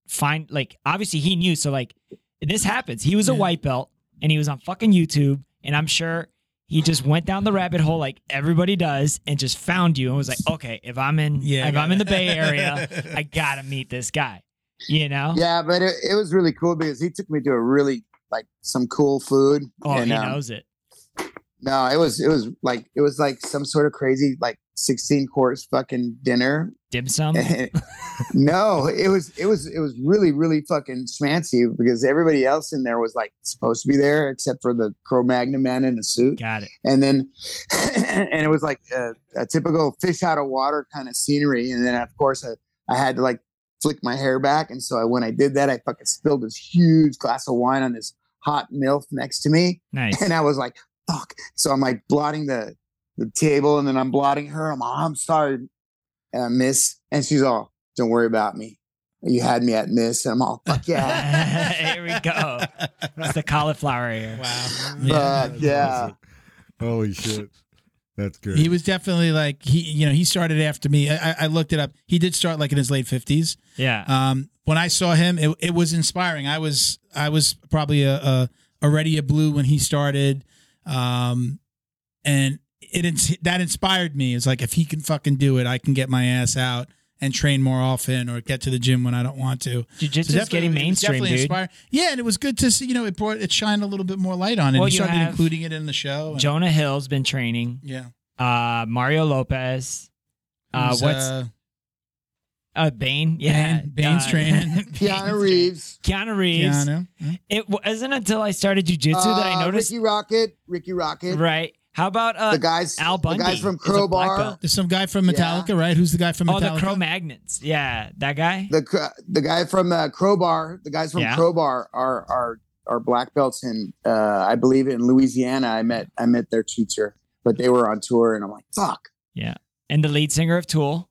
S2: find like obviously he knew. So like this happens. He was a
S3: Yeah.
S2: white belt and he was on fucking YouTube, and I'm sure he just went down the rabbit hole like everybody does, and just found you and was like, okay, if I'm in
S3: Yeah,
S2: if
S3: got
S2: I'm in the
S3: it.
S2: Bay Area, I gotta meet this guy. You know.
S5: Yeah, but it, it was really cool because he took me to a really like some cool food.
S2: Oh,
S5: and,
S2: he
S5: um,
S2: knows it.
S5: No, it was it was like it was like some sort of crazy like sixteen course fucking dinner.
S2: Dim sum.
S5: no, it was it was it was really really fucking schmancy because everybody else in there was like supposed to be there except for the Cro Magnon man in a suit,
S2: Got it.
S5: and then and it was like a, a typical fish out of water kind of scenery, and then of course I, I had to like flick my hair back. And so I, when I did that, I fucking spilled this huge glass of wine on this hot MILF next to me.
S2: Nice.
S5: And I was like, fuck. So I'm like blotting the, the table and then I'm blotting her. I'm, I'm sorry, uh, miss. And she's all, don't worry about me. You had me at miss. And I'm all, fuck yeah.
S2: Here we go. It's the cauliflower ear.
S3: Wow.
S5: Fuck yeah.
S1: Holy shit. That's good.
S3: He was definitely like he, you know, he started after me. I, I- I looked it up. He did start like in his late fifties.
S2: Yeah.
S3: Um, when I saw him, it, it was inspiring. I was I was probably a, a already a blue when he started, um, and it ins- that inspired me. It's like if he can fucking do it, I can get my ass out and train more often, or get to the gym when I don't want to.
S2: Jiu-jitsu is
S3: definitely-
S2: getting
S3: it was
S2: mainstream,
S3: definitely
S2: dude.
S3: inspiring. Yeah, and it was good to see. You know, it brought it shined a little bit more light on it.
S2: Well,
S3: he
S2: you
S3: started
S2: have
S3: including it in the show. and-
S2: Jonah Hill's been training.
S3: yeah.
S2: Uh, Mario Lopez. Uh,
S3: Who's,
S2: what's
S3: uh,
S2: uh, Bane? Yeah,
S3: Bane- Bane's
S2: uh,
S3: training.
S5: Keanu
S2: Bane's
S5: Reeves.
S2: training. Keanu Reeves.
S3: Keanu? Hmm?
S2: It wasn't until I started jujitsu that I
S5: uh,
S2: noticed.
S5: Ricky Rocket. Ricky Rocket.
S2: Right. How about uh?
S5: the guys,
S2: Al
S5: the
S2: Bundy
S5: guys from
S2: is a black
S5: Crowbar.
S2: belt.
S3: There's some guy from Metallica, right? Who's the guy from
S2: Oh,
S3: Metallica?
S2: the Cro Magnons. Yeah, that guy.
S5: the cr- the guy from uh, Crowbar, the guys from
S2: Yeah.
S5: Crowbar are are are black belts in uh, I believe in Louisiana. I met I met their teacher, but they were on tour, and I'm like, fuck.
S2: And the lead singer of Tool.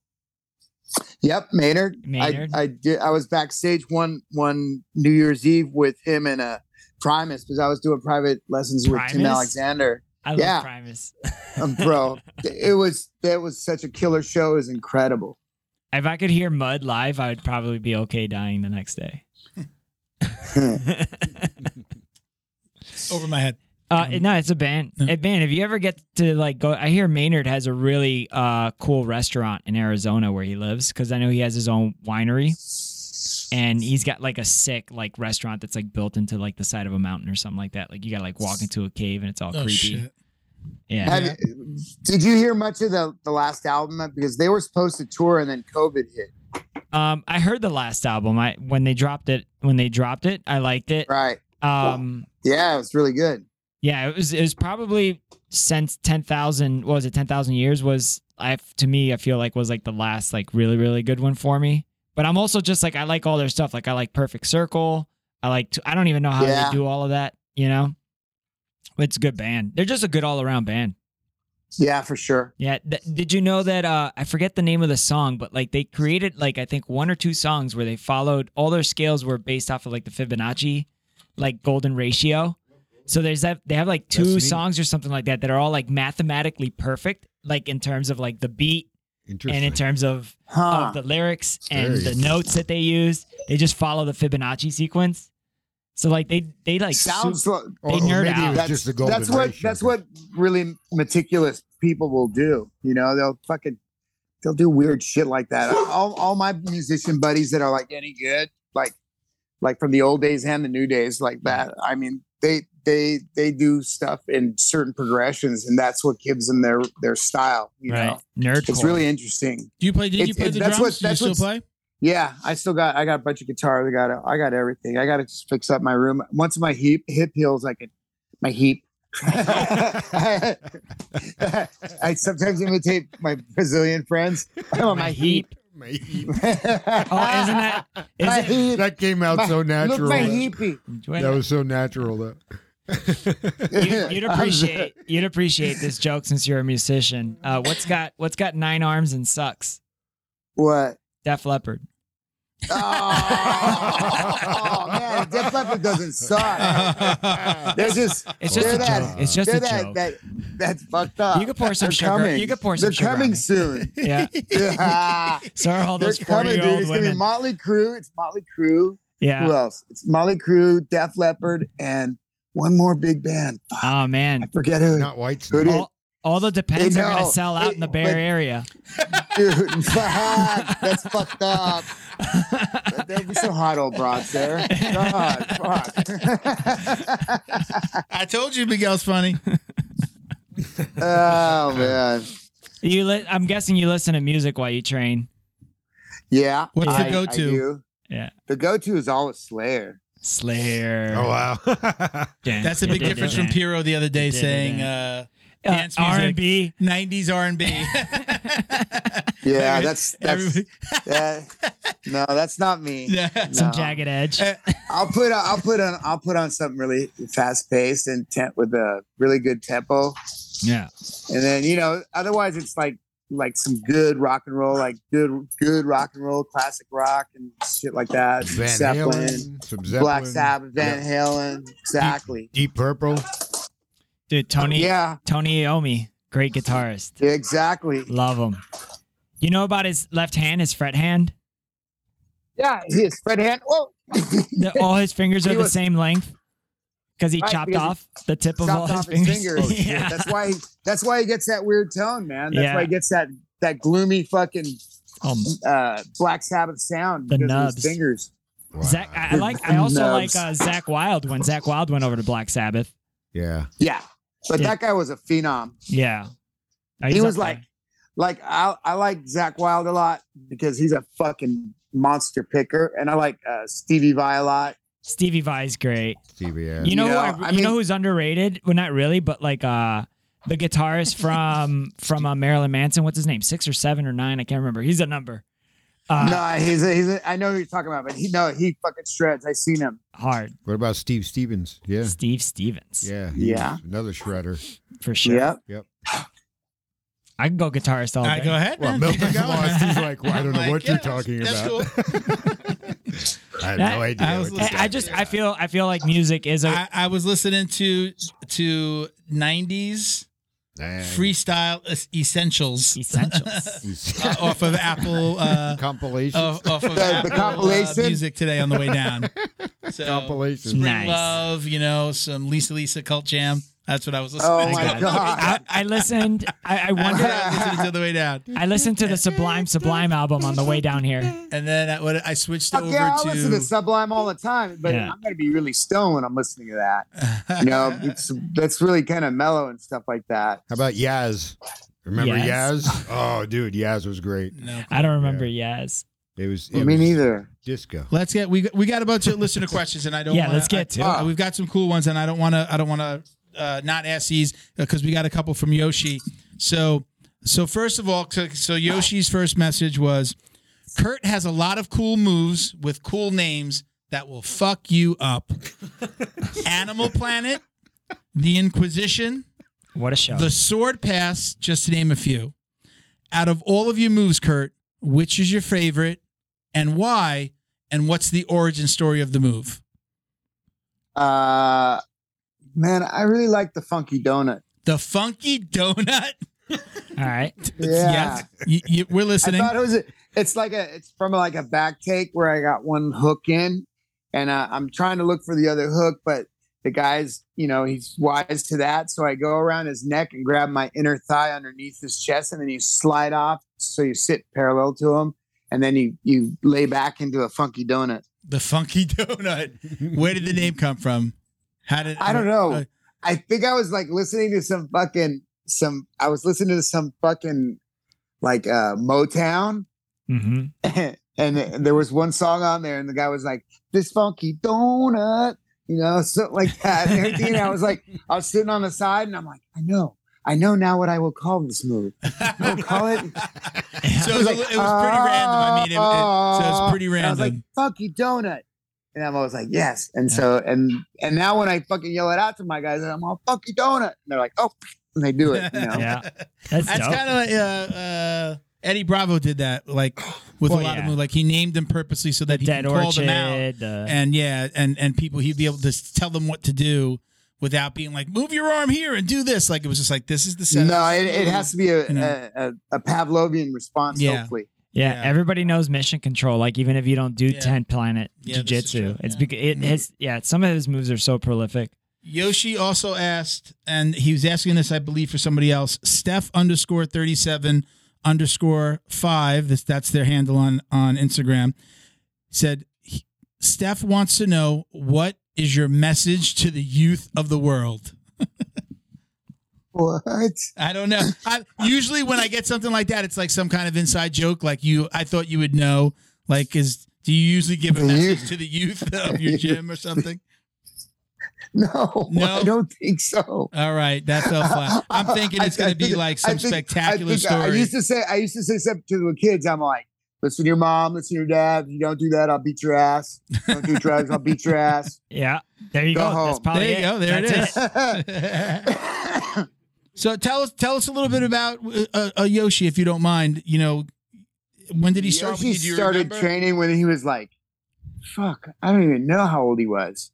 S5: Yep, Maynard.
S2: Maynard.
S5: I, I did. I was backstage one one New Year's Eve with him and uh, Primus because I was doing private lessons with Tim
S2: Primus?
S5: Alexander.
S2: I love
S5: Yeah.
S2: Primus.
S5: Um, bro, it was that was such a killer show. It was incredible.
S2: If I could hear Mud live, I would probably be okay dying the next day.
S3: Over my head.
S2: Uh,
S3: Um,
S2: no, it's a band.
S3: no.
S2: A band. If you ever get to like go, I hear Maynard has a really uh, cool restaurant in Arizona where he lives because I know he has his own winery and he's got like a sick like restaurant that's like built into like the side of a mountain or something like that. Like you gotta like walk into a cave and it's all
S3: Oh,
S2: creepy.
S3: shit.
S2: Yeah.
S5: Have, did you hear much of the, the last album? Because they were supposed to tour and then COVID hit.
S2: Um, I heard the last album. I when they dropped it, when they dropped it, I liked it.
S5: Right.
S2: Um,
S5: Yeah, it was really good.
S2: yeah, it was it was probably since ten thousand. What was it? Ten thousand years was I to me. I feel like was like the last like really really good one for me. But I'm also just like I like all their stuff. Like I like Perfect Circle. I like to, I don't even know how
S5: Yeah.
S2: they do all of that. You know, it's a good band. They're just a good all around band.
S5: Yeah, for sure.
S2: Yeah. Th- did you know that? Uh, I forget the name of the song, but like they created like I think one or two songs where they followed all their scales were based off of like the Fibonacci, like golden ratio. So there's that they have like
S3: That's
S2: two
S3: neat.
S2: songs or something like that that are all like mathematically perfect, like in terms of like the beat
S1: Interesting.
S2: and in terms of,
S5: Huh.
S2: of the lyrics and
S1: Very
S2: the notes that they used. They just follow the Fibonacci sequence. So like they they like
S5: Sounds
S2: super-
S5: like
S1: or,
S2: they
S1: or
S2: nerd
S1: maybe it
S2: out.
S1: was
S5: That's-
S1: just the golden
S5: that's what
S1: ratio.
S5: that's what really meticulous people will do. You know, they'll fucking they'll do weird shit like that. All all my musician buddies that are like any good, like like from the old days and the new days, like that. I mean, they they they do stuff in certain progressions, and that's what gives them their their style. You
S2: right
S5: know,
S2: nerd.
S5: it's really interesting.
S3: Do you play? Did you
S5: It's-
S3: play
S5: it-
S3: the
S5: that's
S3: drums?
S5: what-
S3: Do you
S5: that's
S3: still
S5: what's-
S3: play?
S5: Yeah, I still got I got a bunch of guitars. I got a, I got everything. I got to just fix up my room. Once my hip hip heals, I can my heap. I sometimes imitate my Brazilian friends. I'm on Oh, my heap.
S1: Maybe.
S5: oh, isn't
S2: Oh, isn't that? Is
S5: my
S2: it,
S5: heap?
S1: That came out so
S5: Look,
S1: natural.
S5: my
S1: that-
S5: heapy.
S1: That was so natural. That.
S2: you, you'd appreciate you'd appreciate this joke since you're a musician. Uh, what's got what's got nine arms and sucks?
S5: what?
S2: Def Leppard.
S5: Oh, oh, man, Def Leppard doesn't suck. They're just
S2: It's just
S5: They're
S2: a
S5: that-
S2: joke. It's just
S5: they're
S2: a
S5: that,
S2: joke.
S5: that that's fucked up.
S2: you could pour some
S5: They're
S2: sugar.
S5: coming.
S2: You could pour some
S5: They're
S2: sugar.
S5: coming
S2: on
S5: soon.
S2: it. Yeah.
S5: Yeah.
S2: So are all
S5: They're
S2: those forty
S5: coming,
S2: year
S5: dude.
S2: old
S5: It's gonna be
S2: women.
S5: Motley Crue. It's Motley Crue. Who
S2: Yeah.
S5: else? It's Motley Crue, Def Leppard, and one more big band. Fuck,
S2: Oh
S5: I
S2: man.
S5: forget who.
S1: Not white.
S5: who
S1: Snake.
S5: did,
S2: All, all the depends are gonna
S5: know.
S2: sell out in the
S5: It-
S2: Bay
S5: but-
S2: Area.
S5: dude, fuck, that's fucked up. There'll be some hot old broads there. God, fuck.
S3: I told you Miguel's funny.
S5: oh man,
S2: you li- I'm guessing you listen to music while you train.
S5: yeah.
S3: What's the
S5: I- I
S3: go-to?
S5: do.
S2: Yeah.
S5: the go-to is always Slayer.
S2: Slayer.
S1: Oh wow.
S2: Dun,
S3: That's a
S2: dun,
S3: big
S2: dun,
S3: difference
S2: dun,
S3: from Piero the other day
S2: Da-da-da.
S3: saying uh,
S2: dun.
S3: dance
S2: Uh,
S3: music.
S2: R&B.
S3: 90s R&B.
S5: Yeah, that's that's
S3: Everybody-
S5: that, no, that's not me.
S3: Yeah.
S2: Some
S5: No.
S2: jagged edge.
S5: I'll put on, I'll put on I'll put on something really fast paced and temp with a really good tempo,
S2: Yeah.
S5: and then you know otherwise it's like like some good rock and roll, like good good rock and roll, classic rock and shit like that.
S1: Van
S5: Zeppelin,
S1: Halen. Some Zeppelin.
S5: Black Sabbath, Van
S1: Yeah.
S5: Halen, exactly.
S1: Deep Purple.
S2: Dude, Tony
S5: Yeah,
S2: Tony Iommi, great guitarist.
S5: exactly.
S2: Love him. You know about his left hand, his fret hand?
S5: Yeah, he is Fred Hand. Whoa,
S2: The- all his fingers are
S5: He
S2: the
S5: was-
S2: same length because he
S5: Right,
S2: chopped
S5: because he
S2: off the tip of all
S5: chopped
S2: his
S5: off his
S2: fingers.
S5: fingers. Oh, shit.
S2: yeah.
S5: That's why he, that's why he gets that weird tone, man. That's
S2: Yeah.
S5: why he gets that that gloomy fucking
S2: Um,
S5: uh, Black Sabbath sound
S2: The
S5: because of
S2: nubs.
S5: his fingers.
S1: Wow.
S2: Zach, I, I like. I also like
S5: Nubs.
S2: uh, Zach Wild when Zach Wild went over to Black Sabbath.
S1: yeah.
S5: Yeah, but
S2: Yeah.
S5: that guy was a phenom.
S2: Yeah, Uh,
S5: He
S2: he's
S5: was
S2: up there.
S5: like, like I, I like Zach Wild a lot because he's a fucking monster picker, and I like uh, Stevie Vai a lot.
S2: Stevie Vai's great.
S1: CBS.
S2: You know,
S5: You
S2: who
S5: know,
S2: I,
S5: I
S2: you know
S5: mean-
S2: who's underrated? Well, not really, but like uh, the guitarist from from uh, Marilyn Manson. What's his name? Six or seven or nine? I can't remember. He's a number. Uh,
S5: no, he's a, he's a, I know who you're talking about, but he no, he fucking shreds. I seen him.
S2: hard.
S1: What about Steve Stevens? Yeah.
S2: Steve Stevens.
S1: Yeah. he
S5: Yeah.
S1: was Another shredder.
S2: for sure.
S5: Yep.
S2: I can go guitarist all
S3: All
S2: day.
S3: right, go ahead.
S1: Well,
S3: man.
S1: Milton
S3: Keep going.
S1: Floss, he's like, well, I don't know
S3: I'm
S1: what
S3: yeah,
S1: you're talking
S3: that's
S1: about.
S3: cool.
S1: I have
S2: That-
S1: no idea.
S3: I was
S1: what
S2: I,
S1: you're
S2: I
S1: talking
S2: just
S1: about.
S2: I feel I feel like music is a
S3: I, I was listening to to 90s
S1: Dang.
S3: freestyle es- essentials
S2: essentials.
S3: uh, off of Apple uh,
S1: compilation.
S3: off, off of
S5: The- the
S3: Apple, uh,
S5: compilation?
S3: music today on the way down. So,
S1: compilation.
S3: Spring
S2: Nice.
S3: Love, you know, some Lisa Lisa cult jam. That's what I was listening.
S5: Oh
S3: to.
S5: my
S2: got it.
S5: god.
S2: I, I listened. I, I
S3: That's what
S2: wondered.
S3: I listened to the way down,
S2: I listened to the Sublime Sublime album on the way down here.
S3: and then I, what, I switched
S5: Fuck
S3: over
S5: yeah, I
S3: to.
S5: listen to Sublime all the time, but
S2: Yeah.
S5: I'm gonna be really stoned when I'm listening to that. You know, it's that's really kind of mellow and stuff like that.
S1: How about Yaz? Remember
S2: Yaz?
S1: Yaz? Oh, dude, Yaz was great.
S3: no,
S2: I don't remember. Yes.
S1: It was it
S5: Me
S1: was
S5: neither.
S1: Disco.
S3: Let's get we we got a bunch of listener questions, and I don't.
S2: Yeah,
S3: wanna,
S2: let's get to
S3: I- We've got some cool ones, and I don't want to. I don't want to uh, not ask these because we got a couple from Yoshi. So so first of all, so, so Yoshi's first message was, Kurt has a lot of cool moves with cool names that will fuck you up. Animal Planet, the Inquisition,
S2: What a show.
S3: the Sword Pass, just to name a few. Out of all of your moves, Kurt, which is your favorite and why? And what's the origin story of the move?
S5: Uh, man, I really like the funky donut.
S3: The Funky Donut.
S2: All right.
S5: Yeah.
S3: Y- y- we're
S5: I
S3: listening.
S5: thought it was. A, it's like a. It's from like a back take where I got one hook in, and uh, I'm trying to look for the other hook, but the guy's, you know, he's wise to that. So I go around his neck and grab my inner thigh underneath his chest, and then you slide off so you sit parallel to him, and then you you lay back into a funky donut.
S3: the Funky Donut. Where did the name come from? How did
S5: I don't know.
S3: uh,
S5: I think I was like listening to some fucking some. I was listening to some fucking like uh Motown,
S2: Mm-hmm.
S5: and there was one song on there, and the guy was like, "This funky donut," you know, something like that. And everything. And I was like, I was sitting on the side, and I'm like, I know, I know now what I will call this move. I will call it.
S3: uh, so it was, a li- it was pretty random. I mean, it, it, so it's pretty
S5: "Ah." And Uh, I
S3: random.
S5: was like, "Funky donut," and I'm always like, "Yes." And so, and and now when I fucking yell it out to my guys, I'm all "Funky donut," and they're like, "Oh," and they do it. You know?
S2: Yeah. That's,
S3: That's
S2: dope.
S3: kind of like uh, uh, Eddie Bravo did that, like with
S2: Well,
S3: a lot of
S2: yeah.
S3: movies. Like he named them purposely so that he
S2: Dead
S3: could call them out.
S2: Orchid. uh,
S3: And yeah, and and people he'd be able to s- tell them what to do without being like, move your arm here and do this. Like it was just like this is the setup.
S5: no, it, it has to be a,
S3: You know.
S5: a, a, a Pavlovian response,
S3: Yeah.
S5: hopefully.
S2: yeah,
S3: yeah.
S2: Everybody knows mission control. Like even if you don't do
S3: Yeah.
S2: ten planet jiu
S3: Yeah, this is
S2: jitsu,
S3: true,
S2: it's
S3: yeah. Mm-hmm.
S2: because it has. Yeah. Some of his moves are so prolific.
S3: Yoshi also asked, and he was asking this, I believe, for somebody else. Steph underscore thirty seven underscore five. This that's their handle on on Instagram. Said he- Steph wants to know what is your message to the youth of the world.
S5: What?
S3: I don't know. I, usually, when I get something like that, it's like some kind of inside joke. Like you, I thought you would know. Like, is do you usually give a
S5: The
S3: message
S5: youth.
S3: to the youth of your gym or something?
S5: No,
S3: No?
S5: I don't think so.
S3: All right, that fell flat. I'm thinking it's
S5: I- I
S3: going to be
S5: think-
S3: like
S5: I
S3: some
S5: think- I
S3: spectacular
S5: think I, I
S3: story.
S5: used to say, I used to say something to the kids. I'm like, listen to your mom, listen to your dad. If you don't do that, I'll beat your ass. Don't do drugs, I'll beat your ass.
S2: Yeah. There you
S5: Go
S2: go. That's
S5: home.
S2: probably
S3: There you
S2: it.
S3: go. There it
S2: That's
S3: is. so tell us, tell us a little bit about uh, uh, Yoshi, if you don't mind. You know, when did he start? with
S5: Yoshi
S3: you? Do you
S5: started
S3: remember?
S5: training when he was like, fuck, I don't even know how old he was.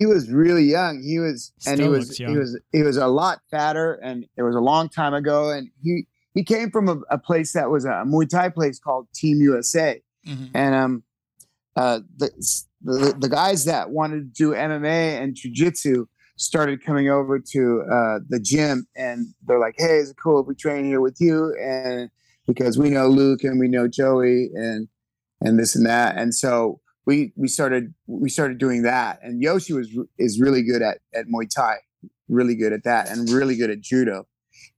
S5: He was really young. He was, and he
S2: Still
S5: was,
S2: looks
S5: he
S2: young.
S5: was, he was a lot fatter, and it was a long time ago. And he, he came from a, a place that was a Muay Thai place called Team USA.
S3: Mhm.
S5: and um, uh, the, the the guys that wanted to do MMA and jujitsu started coming over to uh, the gym, and they're like, "Hey, is it cool if we train here with you?" And because we know Luke and we know Joey and and this and that, and so we we started we started doing that. And Yoshi was is really good at at Muay Thai, really good at that, and really good at judo.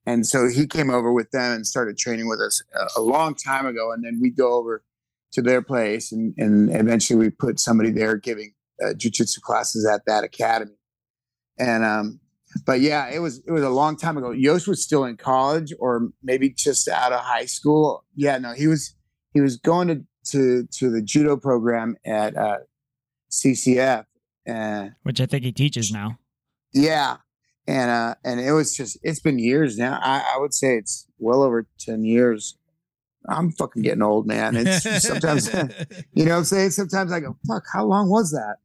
S5: And so he came over with them and started training with us a, a long time ago. And then we'd go over to their place and, and eventually we put somebody there giving uh, jujitsu classes at that academy and um but yeah it was it was a long time ago yosh was still in college or maybe just out of high school yeah no he was he was going to to, to the judo program at uh ccf and
S2: Which I think he teaches now.
S5: yeah. And uh and it was just it's been years now. I, I would say it's well over ten years. I'm fucking getting old, man.
S3: Mm-hmm.
S5: It's sometimes you know what I'm saying? Sometimes I go, fuck, how long was that?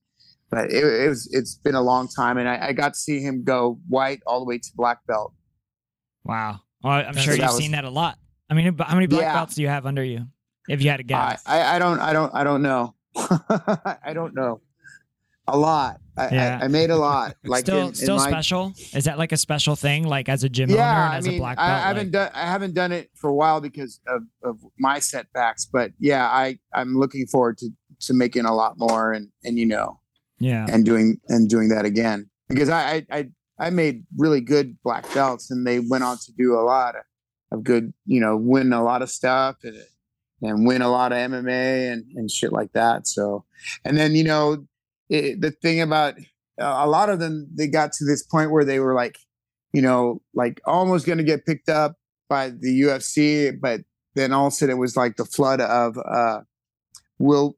S5: But it, it was it's been a long time and I, I got to see him go white all the way to black belt.
S2: Wow. Well, I'm
S3: That's-
S2: sure
S5: that
S2: you've
S5: was-
S2: seen that a lot. I mean, how many black
S5: Yeah.
S2: belts do you have under you? If you had to guess.
S5: I, I, I don't I don't I don't know. I don't know. A lot. I,
S2: Yeah.
S5: I, I made a lot. Like
S2: still,
S5: in,
S2: still
S5: in my
S2: special. Is that like a special thing? Like as a gym owner
S5: yeah,
S2: and
S5: I
S2: as
S5: mean,
S2: a black belt.
S5: I, I haven't
S2: like-
S5: done I haven't done it for a while because of, of my setbacks. But yeah, I I'm looking forward to to making a lot more and and you know
S2: yeah.
S5: and doing and doing that again because I I I, I made really good black belts and they went on to do a lot of, of good you know win a lot of stuff and and win a lot of MMA and, and shit like that. So, and then, you know, it, the thing about uh, a lot of them, they got to this point where they were like, you know, like almost going to get picked up by the UFC, but then all of a sudden it was like the flood of, uh, will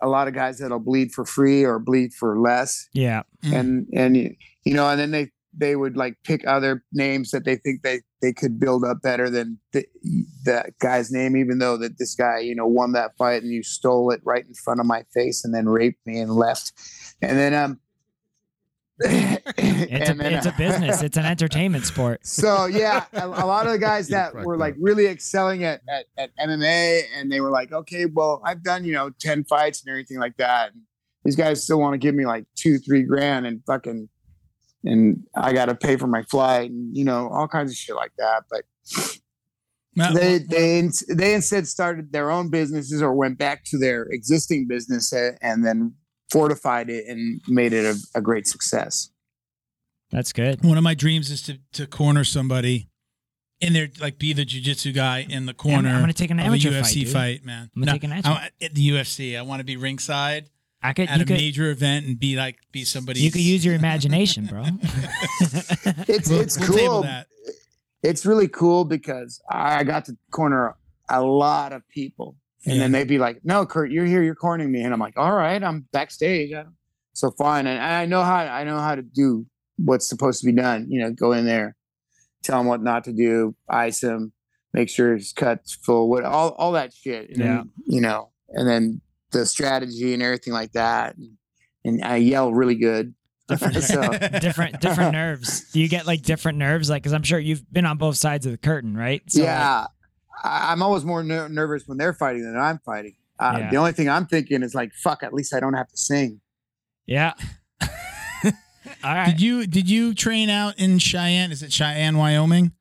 S5: a lot of guys that'll bleed for free or bleed for less.
S2: Yeah.
S5: And, and, you know, and then they, they would like pick other names that they think they, they could build up better than the, that guy's name, even though that this guy, you know, won that fight and you stole it right in front of my face and then raped me and left. And then, um, uh,
S2: It's, a, it's a business. It's an entertainment sport.
S5: so yeah, a, a lot of the guys
S1: Yeah,
S5: that
S1: right,
S5: were
S1: right.
S5: like really excelling at, at at MMA, and they were like, okay, well, I've done you know ten fights and everything like that. And these guys still want to give me like two, three grand and fucking, and I got to pay for my flight and you know all kinds of shit like that. But
S3: Well,
S5: they
S3: Uh, well,
S5: they ins- they instead started their own businesses or went back to their existing business a- and then fortified it and made it a, a great success.
S2: That's good.
S3: one of my dreams is to to corner somebody in there, like be the jujitsu guy in the
S2: I'm-
S3: corner
S2: I'm, gonna take an
S3: of a
S2: amateur
S3: UFC
S2: dude.
S3: fight, man.
S2: I'm gonna
S3: No,
S2: take an amateur.
S3: I, at the UFC, I want to be ringside
S2: I could.
S3: at
S2: You
S3: a
S2: could.
S3: major event and be like be somebody.
S2: You could use your imagination, bro.
S5: It's it's
S3: we'll
S5: cool.
S3: Table that.
S5: it's really cool because I got to corner a lot of people. And then
S3: Yeah.
S5: they'd be like, no, Kurt, you're here, you're cornering me. And I'm like, all right, I'm backstage. I- So fine. And I know how I know how to do what's supposed to be done. You know, go in there, tell them what not to do, ice him, make sure his cut's full, what all all that shit. And then, you know, and then the strategy and everything like that. And, and I yell really good. so
S2: different different nerves. Do you get like different nerves? Like, because I'm sure you've been on both sides of the curtain, right? So, like,
S5: yeah, I, I'm always more ner- nervous when they're fighting than I'm fighting. Uh,
S2: Yeah.
S5: The only thing I'm thinking is like, fuck. At least I don't have to sing.
S2: yeah. All right.
S3: Did you did you train out in Cheyenne? Is it Cheyenne, Wyoming?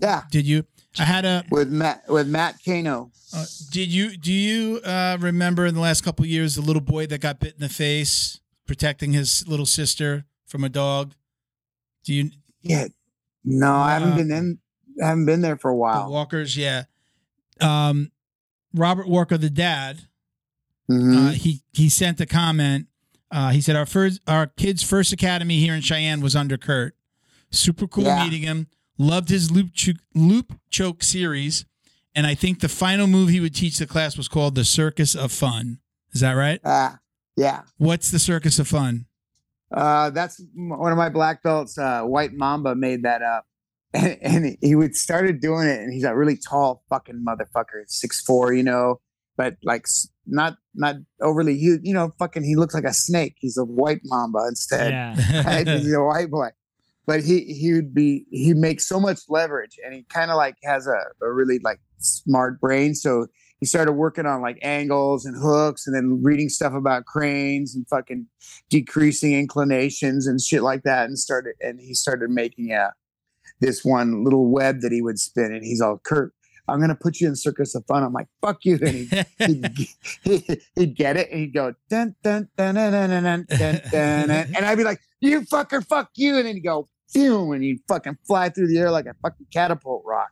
S5: Yeah,
S3: Did you? I had a.
S5: with Matt with Matt Kano.
S3: Uh, did you do you uh, remember in the last couple of years the little boy that got bit in the face protecting his little sister from a dog? Do you
S5: Yeah, no, I haven't
S3: Wow.
S5: been in. I haven't been there for a
S3: the
S5: while.
S3: Walkers? Yeah. Um, Robert Walker, the dad,
S5: Mhm.
S3: uh, he he sent a comment. Uh, he said our first our kid's first academy here in Cheyenne was under Kurt. Super cool
S5: Yeah.
S3: meeting him. Loved his loop choke, loop choke series, and I think the final move he would teach the class was called the Circus of Fun. Is that right?
S5: Ah, yeah.
S3: What's the Circus of Fun?
S5: Uh, that's m- one of my black belts. Uh, White Mamba made that up, and, and he would started doing it. And he's a really tall fucking motherfucker, six four, you know, but like s- not not overly huge, you know. Fucking, he looks like a snake. He's a White Mamba instead.
S2: Yeah.
S5: right? He's a white boy. But he he would be he makes so much leverage, and he kind of like has a, a really like smart brain. So he started working on like angles and hooks, and then reading stuff about cranes and fucking decreasing inclinations and shit like that. And started and he started making a this one little web that he would spin, and he's all Kurt. I'm gonna put you in Circus of Fun. I'm like, fuck you. And he he'd, g- he'd get it and he'd go dun dun dun dun dun dun dun dun, dun, dun. and I'd be like, "You fucker, fuck you!" And then he'd go, "Phew!" and he'd fucking fly through the air like a fucking catapult rock.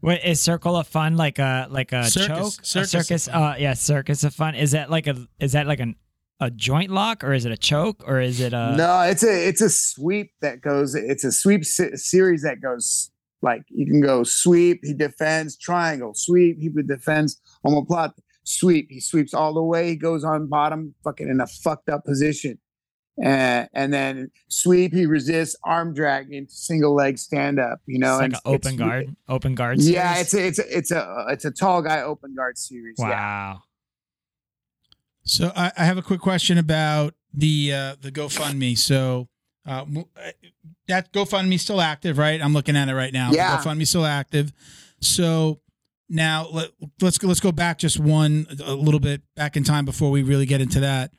S2: What is circle of fun like a like a
S3: Circus-
S2: choke?
S3: circus
S2: a
S3: of
S2: circus.
S3: fun.
S2: Uh, yeah, circus of fun. Is that like a is that like an a joint lock or is it a choke or is it a
S5: no, it's a it's a sweep that goes. It's a sweep se- series that goes like you can go sweep. He defends triangle sweep. He defends omoplata sweep. He sweeps all the way. He goes on bottom, fucking in a fucked up position, and and then sweep. He resists arm drag into single leg stand up. You
S2: it's
S5: know,
S2: like
S5: and
S2: an open
S5: it's-
S2: guard, open guard.
S5: Yeah,
S2: series?
S5: it's a, it's a, it's a it's a tall guy open guard series. Yeah.
S2: wow.
S3: So I, I have a quick question about the uh, the GoFundMe. So uh, w- uh, that GoFundMe still active, right? I'm looking at it right now.
S5: Yeah.
S3: GoFundMe still active. So now let, let's go, let's go back just one a little bit back in time before we really get into that.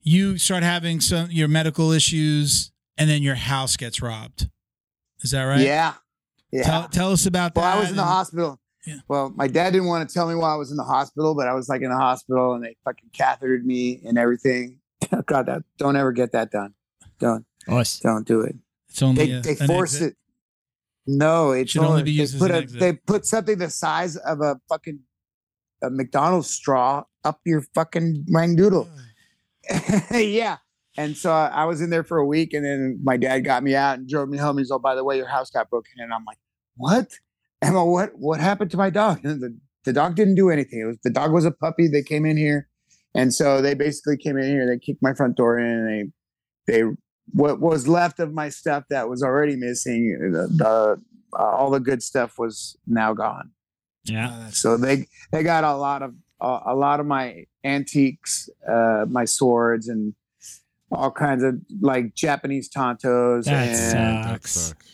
S3: You start having some your medical issues, and then your house gets robbed. Is that right?
S5: Yeah. Yeah.
S3: Tell, tell us about
S5: well,
S3: that.
S5: I was in the
S3: and-
S5: hospital.
S3: Yeah.
S5: Well, my dad didn't want to tell me why I was in the hospital, but I was like in the hospital and they fucking cathetered me and everything. God, that don't ever get that done. Don't
S2: Us.
S5: don't do it.
S3: It's only
S5: They
S3: a-
S5: they
S3: an
S5: force
S3: exit.
S5: it. No, it's
S3: Should only
S5: only
S3: be used
S5: they
S3: as
S5: put
S3: an
S5: a,
S3: exit.
S5: they put something the size of a fucking a McDonald's straw up your fucking rangoodle. yeah. And so I I was in there for a week, and then my dad got me out and drove me home. He's all, by the way, your house got broken in. And I'm like, what? Emma, what what happened to my dog? And the, the dog didn't do anything. It was the dog was a puppy. They came in here, and so they basically came in here. They kicked my front door in, and they they what was left of my stuff that was already missing. The, the uh, all the good stuff was now gone.
S2: Yeah.
S3: Oh, that's-
S5: So they they got a lot of a a lot of my antiques, uh, my swords, and all kinds of like Japanese tantos
S2: That
S5: and,
S2: sucks.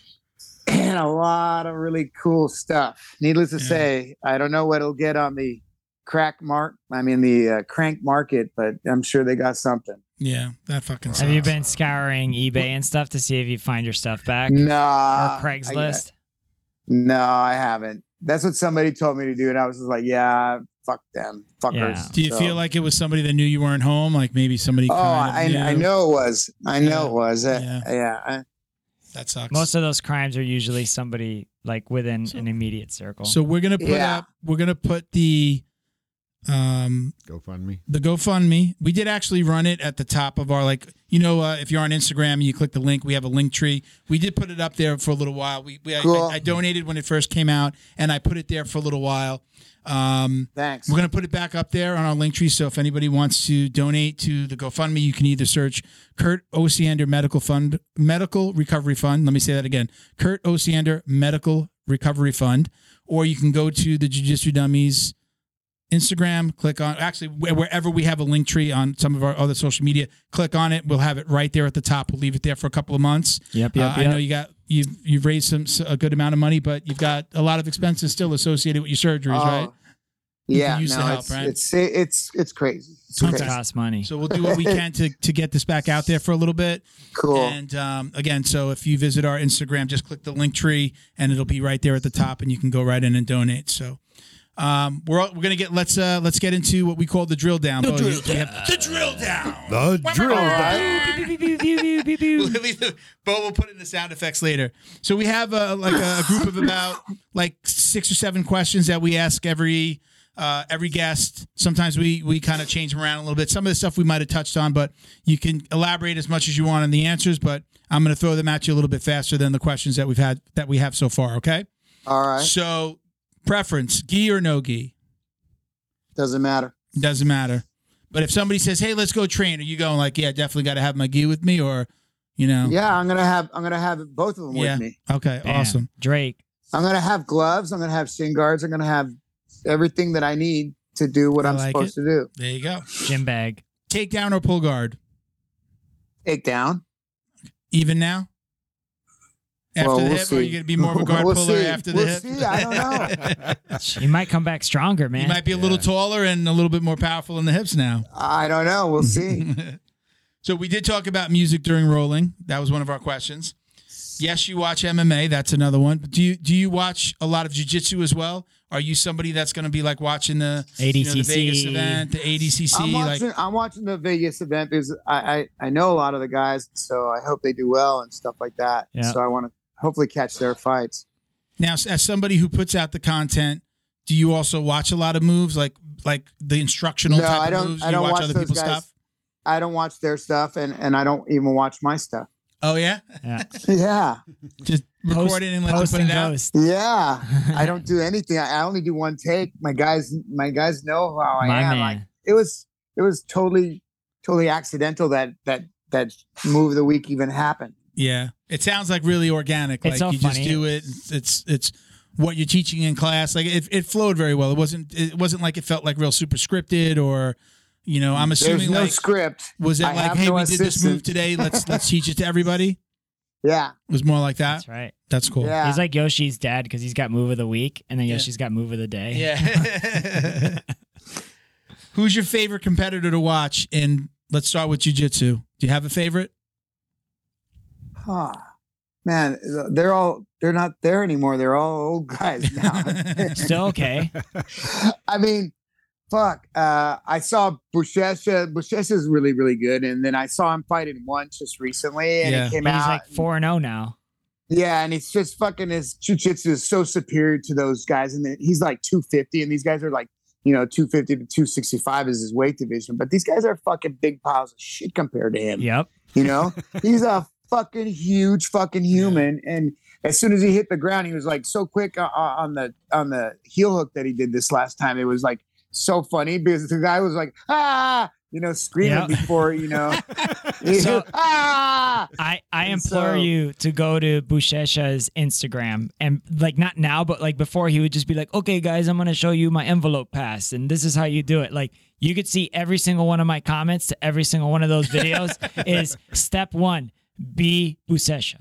S5: and a lot of really cool stuff. Needless to
S3: Yeah.
S5: say, I don't know what it'll get on the crack mark. I mean the uh, crank market, but I'm sure they got something.
S3: yeah, that fucking.
S2: Have you
S3: sucks.
S2: been scouring eBay and stuff to see if you find your stuff back?
S5: Nah,
S2: or
S5: I-
S2: Craigslist?
S5: No, I haven't. That's what somebody told me to do, and I was just like, "Yeah, fuck them, fuckers."
S2: Yeah.
S3: Do you
S5: So-
S3: feel like it was somebody that knew you weren't home? Like maybe somebody.
S5: Oh,
S3: kind of
S5: I, I
S3: knew?
S5: know it was. I know
S3: Yeah.
S5: it was. Uh,
S3: Yeah.
S5: yeah. I-
S3: that sucks.
S2: Most of those crimes are usually somebody like within an immediate circle.
S3: so we're gonna put
S5: Yeah.
S3: up. We're gonna put the. Um,
S1: GoFundMe.
S3: the GoFundMe. We did actually run it at the top of our like you know uh, if you're on Instagram and you click the link, we have a link tree. We did put it up there for a little while. We, we I-
S5: Cool.
S3: I, I donated when it first came out, and I put it there for a little while. Um,
S5: Thanks.
S3: we're gonna put it back up there on our link tree. So if anybody wants to donate to the GoFundMe, you can either search Kurt Osiander Medical Fund Medical Recovery Fund. Let me say that again. Kurt Osiander Medical Recovery Fund, or you can go to the Jiu Jitsu Dummies Instagram. Click on actually wh- wherever we have a link tree on some of our other social media. Click on it. We'll have it right there at the top. We'll leave it there for a couple of months.
S2: yep,
S3: Uh, I know you got you've you've raised some a good amount of money, but you've got a lot of expenses still associated with your surgeries,
S2: Uh,
S5: Oh,
S3: right? You
S5: Yeah.
S3: can use
S5: no,
S3: the help,
S5: it's,
S3: right?
S5: it's it's it's crazy. It's
S3: Sometimes.
S5: crazy.
S2: costs money.
S3: So we'll do what we can to to get this back out there for a little bit.
S5: Cool.
S3: And um, again, so if you visit our Instagram, just click the link tree, and it'll be right there at the top, and you can go right in and donate. So. Um, we're all, we're gonna get let's uh let's get into what we call the drill down. The drill down. the drill down.
S1: The drill
S3: We'll leave the- Bo will put in the sound effects later. So we have a, like a, a group of about like six or seven questions that we ask every uh, every guest. Sometimes we we kind of change them around a little bit. Some of the stuff we might have touched on, but you can elaborate as much as you want on the answers. But I'm going to throw them at you a little bit faster than the questions that we've had that we have so far. Okay.
S5: All right.
S3: So preference, gi or no gi,
S5: Doesn't matter.
S3: doesn't matter. But if somebody says, "Hey, let's go train," are you going like, "Yeah, definitely got to have my gi with me," or you know?
S5: Yeah, I'm gonna have I'm gonna have both of them
S3: Yeah.
S5: with me.
S3: Okay.
S2: Damn.
S3: Awesome.
S2: Drake.
S5: I'm gonna have gloves. I'm gonna have shin guards. I'm gonna have everything that I need to do what
S3: I
S5: I'm
S3: like
S5: supposed to do.
S3: There you go.
S2: Gym bag.
S3: Take down or pull guard?
S5: Take down.
S3: Even now? After
S5: Well,
S3: the
S5: we'll
S3: hip, or are
S5: see.
S3: you going to be more of a guard
S5: We'll
S3: puller
S5: see.
S3: after the
S5: We'll
S3: hip?
S5: see. I don't
S2: You might come back stronger, man.
S3: you might be a little
S1: Yeah.
S3: taller and a little bit more powerful in the hips now.
S5: I don't know. We'll see.
S3: so we did talk about music during rolling. That was one of our questions. Yes, you watch MMA. That's another one. But do you do you watch a lot of jujitsu as well? Are you somebody that's going to be like watching the, you know, the
S2: ADCC.
S3: Vegas event, the ADCC?
S5: I'm
S3: like
S5: watching. I'm watching the Vegas event because I, I I know a lot of the guys, so I hope they do well and stuff like that.
S2: Yeah.
S5: So I want to hopefully catch their fights.
S3: Now, as somebody who puts out the content, do you also watch a lot of moves like like the instructional
S5: No,
S3: type
S5: I
S3: of
S5: don't-
S3: moves?
S5: I
S3: you
S5: don't
S3: watch,
S5: watch
S3: other
S5: those
S3: people's
S5: guys.
S3: stuff.
S5: I don't watch their stuff, and and I don't even watch my stuff.
S3: Oh yeah,
S2: Yeah.
S5: Yeah,
S3: just record
S2: Post-
S3: it and let them
S2: Post
S3: put
S2: and
S3: it out.
S2: ghost.
S5: yeah. I don't do anything. I I only do one take. My guys, my guys know how I
S2: My
S5: am.
S2: man.
S5: Like it was, it was totally, totally accidental that that that move of the week even happened.
S3: Yeah, it sounds like really organic.
S2: It's
S3: like
S2: so
S3: you just
S2: funny.
S3: do it. It's, it's it's what you're teaching in class. Like it, it flowed very well. It wasn't it wasn't like it felt like real super scripted or you know. I'm
S5: There's
S3: assuming
S5: no
S3: like
S5: script.
S3: was it
S5: I
S3: like
S5: have
S3: hey
S5: no
S3: we did this move
S5: assistant.
S3: today. Let's let's teach it to everybody.
S5: Yeah,
S3: It was more like that.
S2: That's right.
S3: That's cool.
S5: yeah.
S2: He's like Yoshi's dad because he's got move of the week, and then
S3: Yeah.
S2: Yoshi's got move of the day.
S3: Yeah. Who's your favorite competitor to watch? And let's start with jujitsu. Do you have a favorite?
S5: Huh. Man, they're all they're not there anymore. They're all old guys now.
S2: Still okay.
S5: I mean, fuck. Uh, I saw Bushesha. Bushesha's really, really good. And then I saw him fighting once just recently, and
S3: Yeah.
S5: he came
S2: But he's
S5: out.
S2: like four and zero now.
S5: yeah, and he's just fucking his jujitsu is so superior to those guys. And then he's like 250, and these guys are like you know, 250 to 265 is his weight division. But these guys are fucking big piles of shit compared to him.
S2: Yep.
S5: You know, he's a fucking huge fucking human. And as soon as he hit the ground, he was like so quick uh, uh, on the on the heel hook that he did this last time. It was like so funny because the guy was like ah, you know, screaming
S2: Yeah.
S5: before you know,
S2: So-
S5: ah.
S2: I, I
S5: And
S2: implore
S5: so-
S2: you to go to Bushesha's Instagram and like not now, but like before he would just be like, okay, guys, I'm going to show you my envelope pass and this is how you do it. Like you could see every single one of my comments to every single one of those videos is step one, be Bushesha.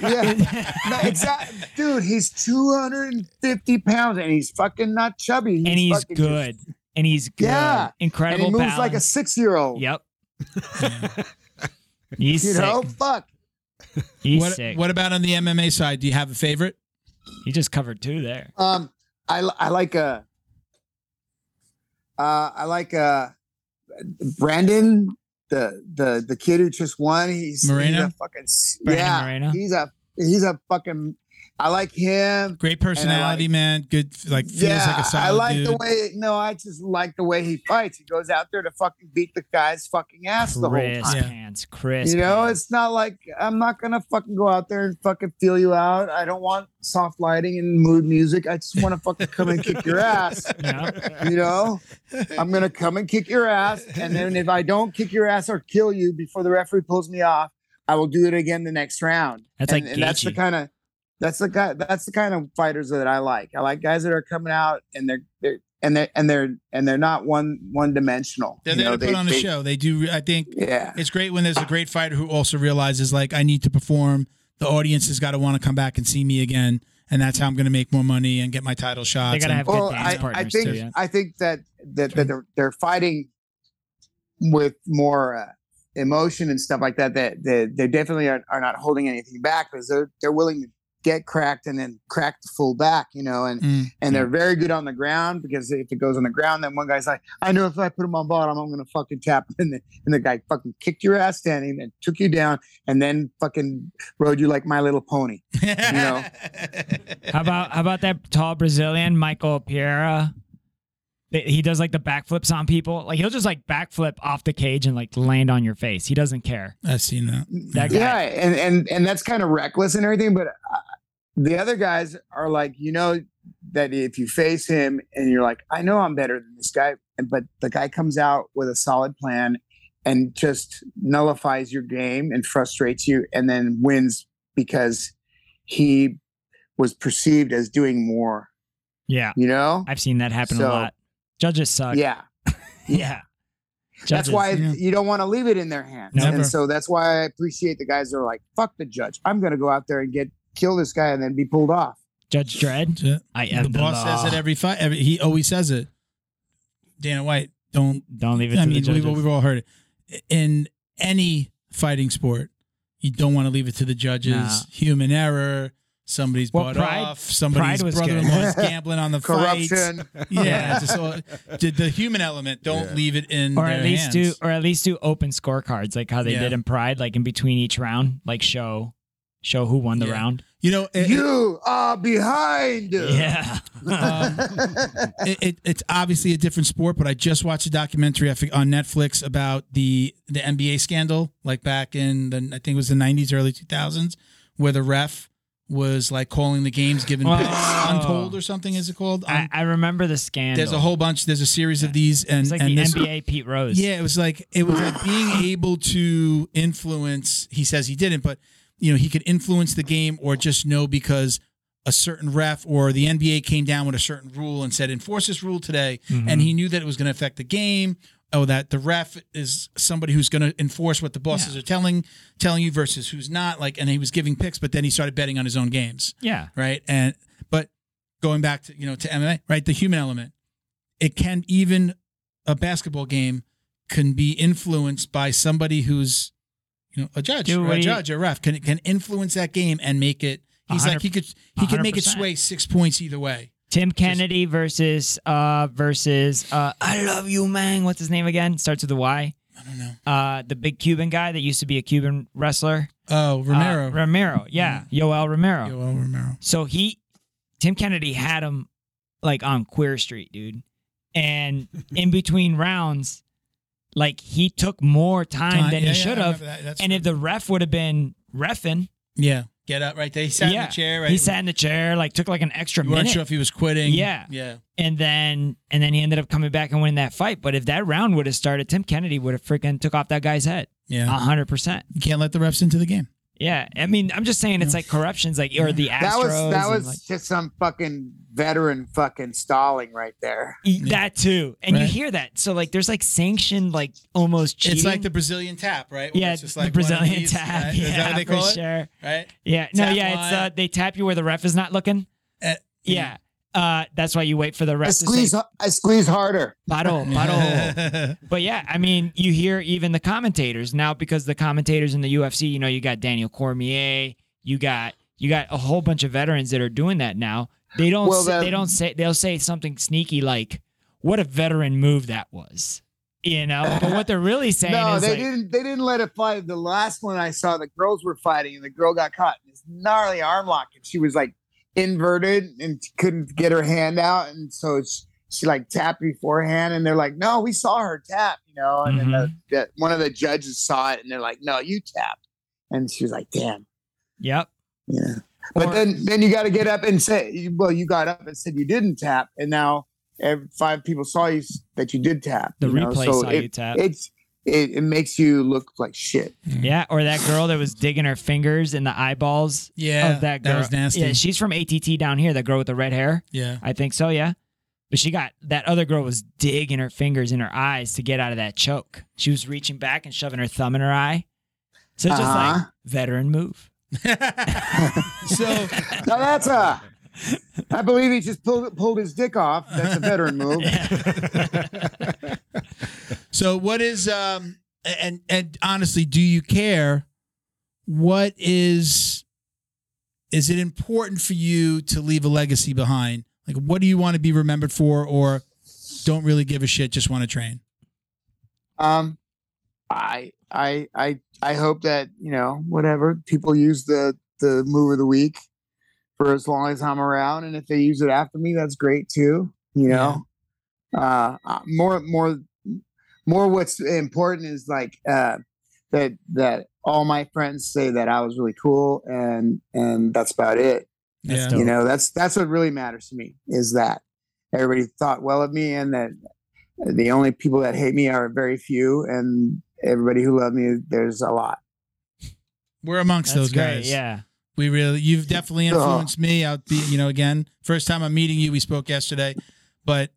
S5: Yeah, no, exactly, dude. He's 250 pounds and he's fucking not chubby.
S2: and he's
S5: fucking just-
S2: good. And he's good.
S5: Yeah. and
S2: Incredible
S5: he moves
S2: balance.
S5: like a six-year-old.
S2: Yep. he's
S5: you
S2: sick.
S5: know, fuck.
S2: He's
S3: what,
S2: sick.
S3: what about on the MMA side? Do you have a favorite?
S2: He just covered two there.
S5: Um, I li- I like uh Uh, I like uh, Brandon, the the the kid who just won. He's, he's
S3: Moreno?
S5: a fucking s-
S2: Brandon
S5: yeah.
S2: Moreno?
S5: He's a he's a fucking. I like him.
S3: Great personality, man. Good, like feels
S5: yeah,
S3: like a solid
S5: I like
S3: dude.
S5: the way. No, I just like the way he fights. He goes out there to fucking beat the guy's fucking ass the whole
S2: Chris
S5: time.
S3: Yeah.
S2: pants. Chris.
S5: You know,
S2: pants.
S5: it's not like I'm not gonna fucking go out there and fucking feel you out. I don't want soft lighting and mood music. I just want to fucking come and kick your ass. Um,
S2: Yeah.
S5: You know, I'm gonna come and kick your ass, and then if I don't kick your ass or kill you before the referee pulls me off, I will do it again the next round.
S2: That's
S5: and,
S2: like
S5: and that's the
S2: Gaethje.
S5: kind of that's the guy that's the kind of fighters that I like. I like guys that are coming out and they're they're and they're and they're and they're not one one dimensional.
S3: They're
S5: You
S3: there
S5: know,
S3: to put
S5: they-
S3: on a
S5: they-
S3: show. They do. I think
S5: Yeah.
S3: it's great when there's a great fighter who also realizes like I need to perform. The audience has got to want to come back and see me again, and that's how I'm going to make more money and get my title shots.
S2: gotta
S3: and-
S2: have good dance partners
S5: think,
S2: too, yeah.
S5: I think that that, that they're, they're fighting with more uh, emotion and stuff like that. That they, they definitely are, are not holding anything back because they're they're willing to get cracked and then crack the full back, you know, and
S3: Mm.
S5: and they're very good on the ground because if it goes on the ground, then one guy's like, I know if I put him on bottom, I'm gonna fucking tap him. And the, and the guy fucking kicked your ass standing and took you down and then fucking rode you like My Little Pony. know.
S2: How about how about that tall Brazilian Michael Piera? That- He does like the backflips on people. Like he'll just like backflip off the cage and like land on your face. He doesn't care.
S3: I've seen that.
S2: That guy.
S5: Yeah, and and and that's kind of reckless and everything, but uh, the other guys are like, you know, that if you face him and you're like, I know I'm better than this guy, and- but the guy comes out with a solid plan and just nullifies your game and frustrates you, and then wins because he was perceived as doing more.
S2: Yeah,
S5: You know?
S2: I've seen that happen a
S5: So-
S2: lot. Judges suck.
S5: yeah.
S2: yeah.
S5: That's
S2: Judges-
S5: why
S3: yeah.
S5: you don't want to leave it in their hands.
S3: Never.
S5: And so that's why I appreciate the guys that are like, fuck the judge. I'm going to go out there and get kill this guy and then be pulled off.
S2: Judge Dredd.
S3: Yeah.
S2: I am
S3: The boss says it every fight. Every, he always says it. Dana White, don't
S2: Don't leave it to
S3: I
S2: the
S3: mean,
S2: judges.
S3: we've, we've all heard it. In any fighting sport, you don't want to leave it to the judges.
S2: Nah.
S3: Human error. Somebody's
S2: Well,
S3: bought
S2: pride-
S3: off. Somebody's
S2: pride was good.
S3: brother-in-law's gambling on the fights.
S5: Corruption.
S3: Yeah, just all, the, the human element. Don't
S1: Yeah.
S3: leave it in.
S2: or
S3: their
S2: at least do
S3: hands.
S2: or at least do open scorecards like how they
S3: Yeah.
S2: did in Pride, like in between each round, like show show who won the
S3: Yeah.
S2: round.
S3: You know, it,
S5: you are behind.
S2: Yeah.
S3: um, it, it, it's obviously a different sport, but I just watched a documentary I think, on Netflix about the the NBA scandal, like back in the I think it was the '90s, early 2000s, where the ref was like calling the games, giving
S2: Oh.
S3: picks untold or something. Is it called?
S2: I,
S3: Un-
S2: I remember the scandal.
S3: there's a whole bunch. There's a series
S2: Yeah.
S3: of these, and
S2: it's like
S3: and
S2: the
S3: this,
S2: NBA Pete Rose.
S3: yeah, it was like it was like being able to influence. He says he didn't, but you know he could influence the game or just know because a certain ref or the NBA came down with a certain rule and said enforce this rule today,
S2: Mhm.
S3: and he knew that it was going to affect the game. Oh, that the ref is somebody who's going to enforce what the bosses are telling telling you versus who's not. Like, and he was giving picks, but then he started betting on his own games
S2: yeah.
S3: right? And but going back to you know to MMA, right? The human element. It can even a basketball game can be influenced by somebody who's you know a judge,
S2: Dude,
S3: or
S2: what
S3: a
S2: do you-
S3: judge, a ref can can influence that game and make it. He's
S2: A
S3: like
S2: hundred-
S3: he could he could make it
S2: 100%.
S3: sway six points either way.
S2: Tim Kennedy versus uh versus uh I love you man. What's his name again? Starts with a Y.
S3: I don't know.
S2: Uh the big Cuban guy that used to be a Cuban wrestler.
S3: Oh,
S2: Uh,
S3: Romero, Mm-hmm.
S2: Romero. Yeah. Yoel Romero.
S3: Yoel Romero.
S2: So he, Tim Kennedy had him like on Queer Street, dude. and in between rounds, like he took more time,
S3: Time.
S2: than
S3: Yeah,
S2: he
S3: yeah,
S2: should
S3: I
S2: have.
S3: remember that. That's
S2: And if the ref would have been refing,
S3: yeah, get up right there. He sat in
S2: yeah,
S3: the chair. Right,
S2: he sat in the chair, like took like an extra
S3: You weren't
S2: minute,
S3: sure if he was quitting.
S2: Yeah.
S3: yeah.
S2: and then and then he ended up coming back and winning that fight. But if that round would have started, Tim Kennedy would have freaking took off that guy's head,
S3: Yeah.
S2: hundred percent.
S3: you can't let the refs into the game.
S2: Yeah, I mean, I'm just saying it's like corruptions, like or the Astros.
S5: That was that
S2: and,
S5: was
S2: like-
S5: just some fucking veteran fucking stalling right there.
S2: E-
S3: Yeah.
S2: That too, and you
S3: Right.
S2: hear that. So like, there's like sanctioned, like almost cheating.
S3: It's like the Brazilian tap, right? Where
S2: yeah,
S3: it's just like
S2: the Brazilian
S3: one of these,
S2: tap.
S3: Right?
S2: Yeah,
S3: Is that what they
S2: for
S3: call it?
S2: sure.
S3: Right?
S2: Yeah, no,
S3: Tap
S2: yeah, it's
S3: line.
S2: uh, they tap you where the ref is not looking.
S3: Eh,
S2: yeah, uh, that's why you wait for the
S5: I
S2: ref to
S5: squeeze
S2: say
S5: I squeeze harder.
S2: bottle, bottle. But yeah, I mean, you hear even the commentators now because the commentators in the UFC, you know, you got Daniel Cormier, you got you got a whole bunch of veterans that are doing that now. They don't
S5: Well,
S2: say,
S5: then-
S2: they don't say they'll say something sneaky like, "What a veteran move that was," you know. But what they're really saying
S5: No,
S2: is
S5: they
S2: like,
S5: didn't. They didn't let it fly. The last one I saw, the girls were fighting, and the girl got caught in this gnarly arm lock, and she was like inverted and couldn't get her hand out, and so she, she like tapped beforehand, and they're like, "No, we saw her tap," you know. And then
S2: Mm-hmm.
S5: the, the, one of the judges saw it, and they're like, "No, you tapped," and she was like, "Damn,
S2: "Yep,
S5: yeah." But
S2: Or-
S5: then, then you got to get up and say, "Well, you got up and said you didn't tap," and now ev five people saw you s- that you did tap.
S2: the
S5: you know?
S2: replay
S5: So
S2: saw
S5: it-
S2: you tap."
S5: it's it, it makes you look like shit.
S2: yeah, or that girl that was digging her fingers in the eyeballs
S3: yeah.
S2: of Oh, that girl.
S3: was nasty.
S2: Yeah, she's from ATT down here. That girl with the red hair.
S3: yeah.
S2: I think so, yeah. But she got that other girl was digging her fingers in her eyes to get out of that choke. She was reaching back and shoving her thumb in her eye. So it's just like
S5: Uh-huh.
S2: veteran move.
S3: so
S5: Now that's a. I believe he just pulled pulled his dick off. That's a veteran move.
S3: so what is um and and honestly, do you care? What is is it important for you to leave a legacy behind? Like what do you want to be remembered for or don't really give a shit, just want to train?
S5: Um, I I I I hope that you know whatever people use the the move of the week for as long as I'm around, and if they use it after me, that's great too. You know, uh, uh, more more more. What's important is like uh, that that all my friends say that I was really cool, and and that's about it.
S2: That's
S3: yeah.
S2: dope.
S5: you know that's that's what really matters to me is that everybody thought well of me and that the only people that hate me are very few and everybody who love me there's a lot
S3: We're amongst
S2: That's
S3: those
S2: great.
S3: guys.
S2: Yeah.
S3: We really, you've definitely influenced me. I'll be, you know, again, first time I'm meeting you. We spoke yesterday, but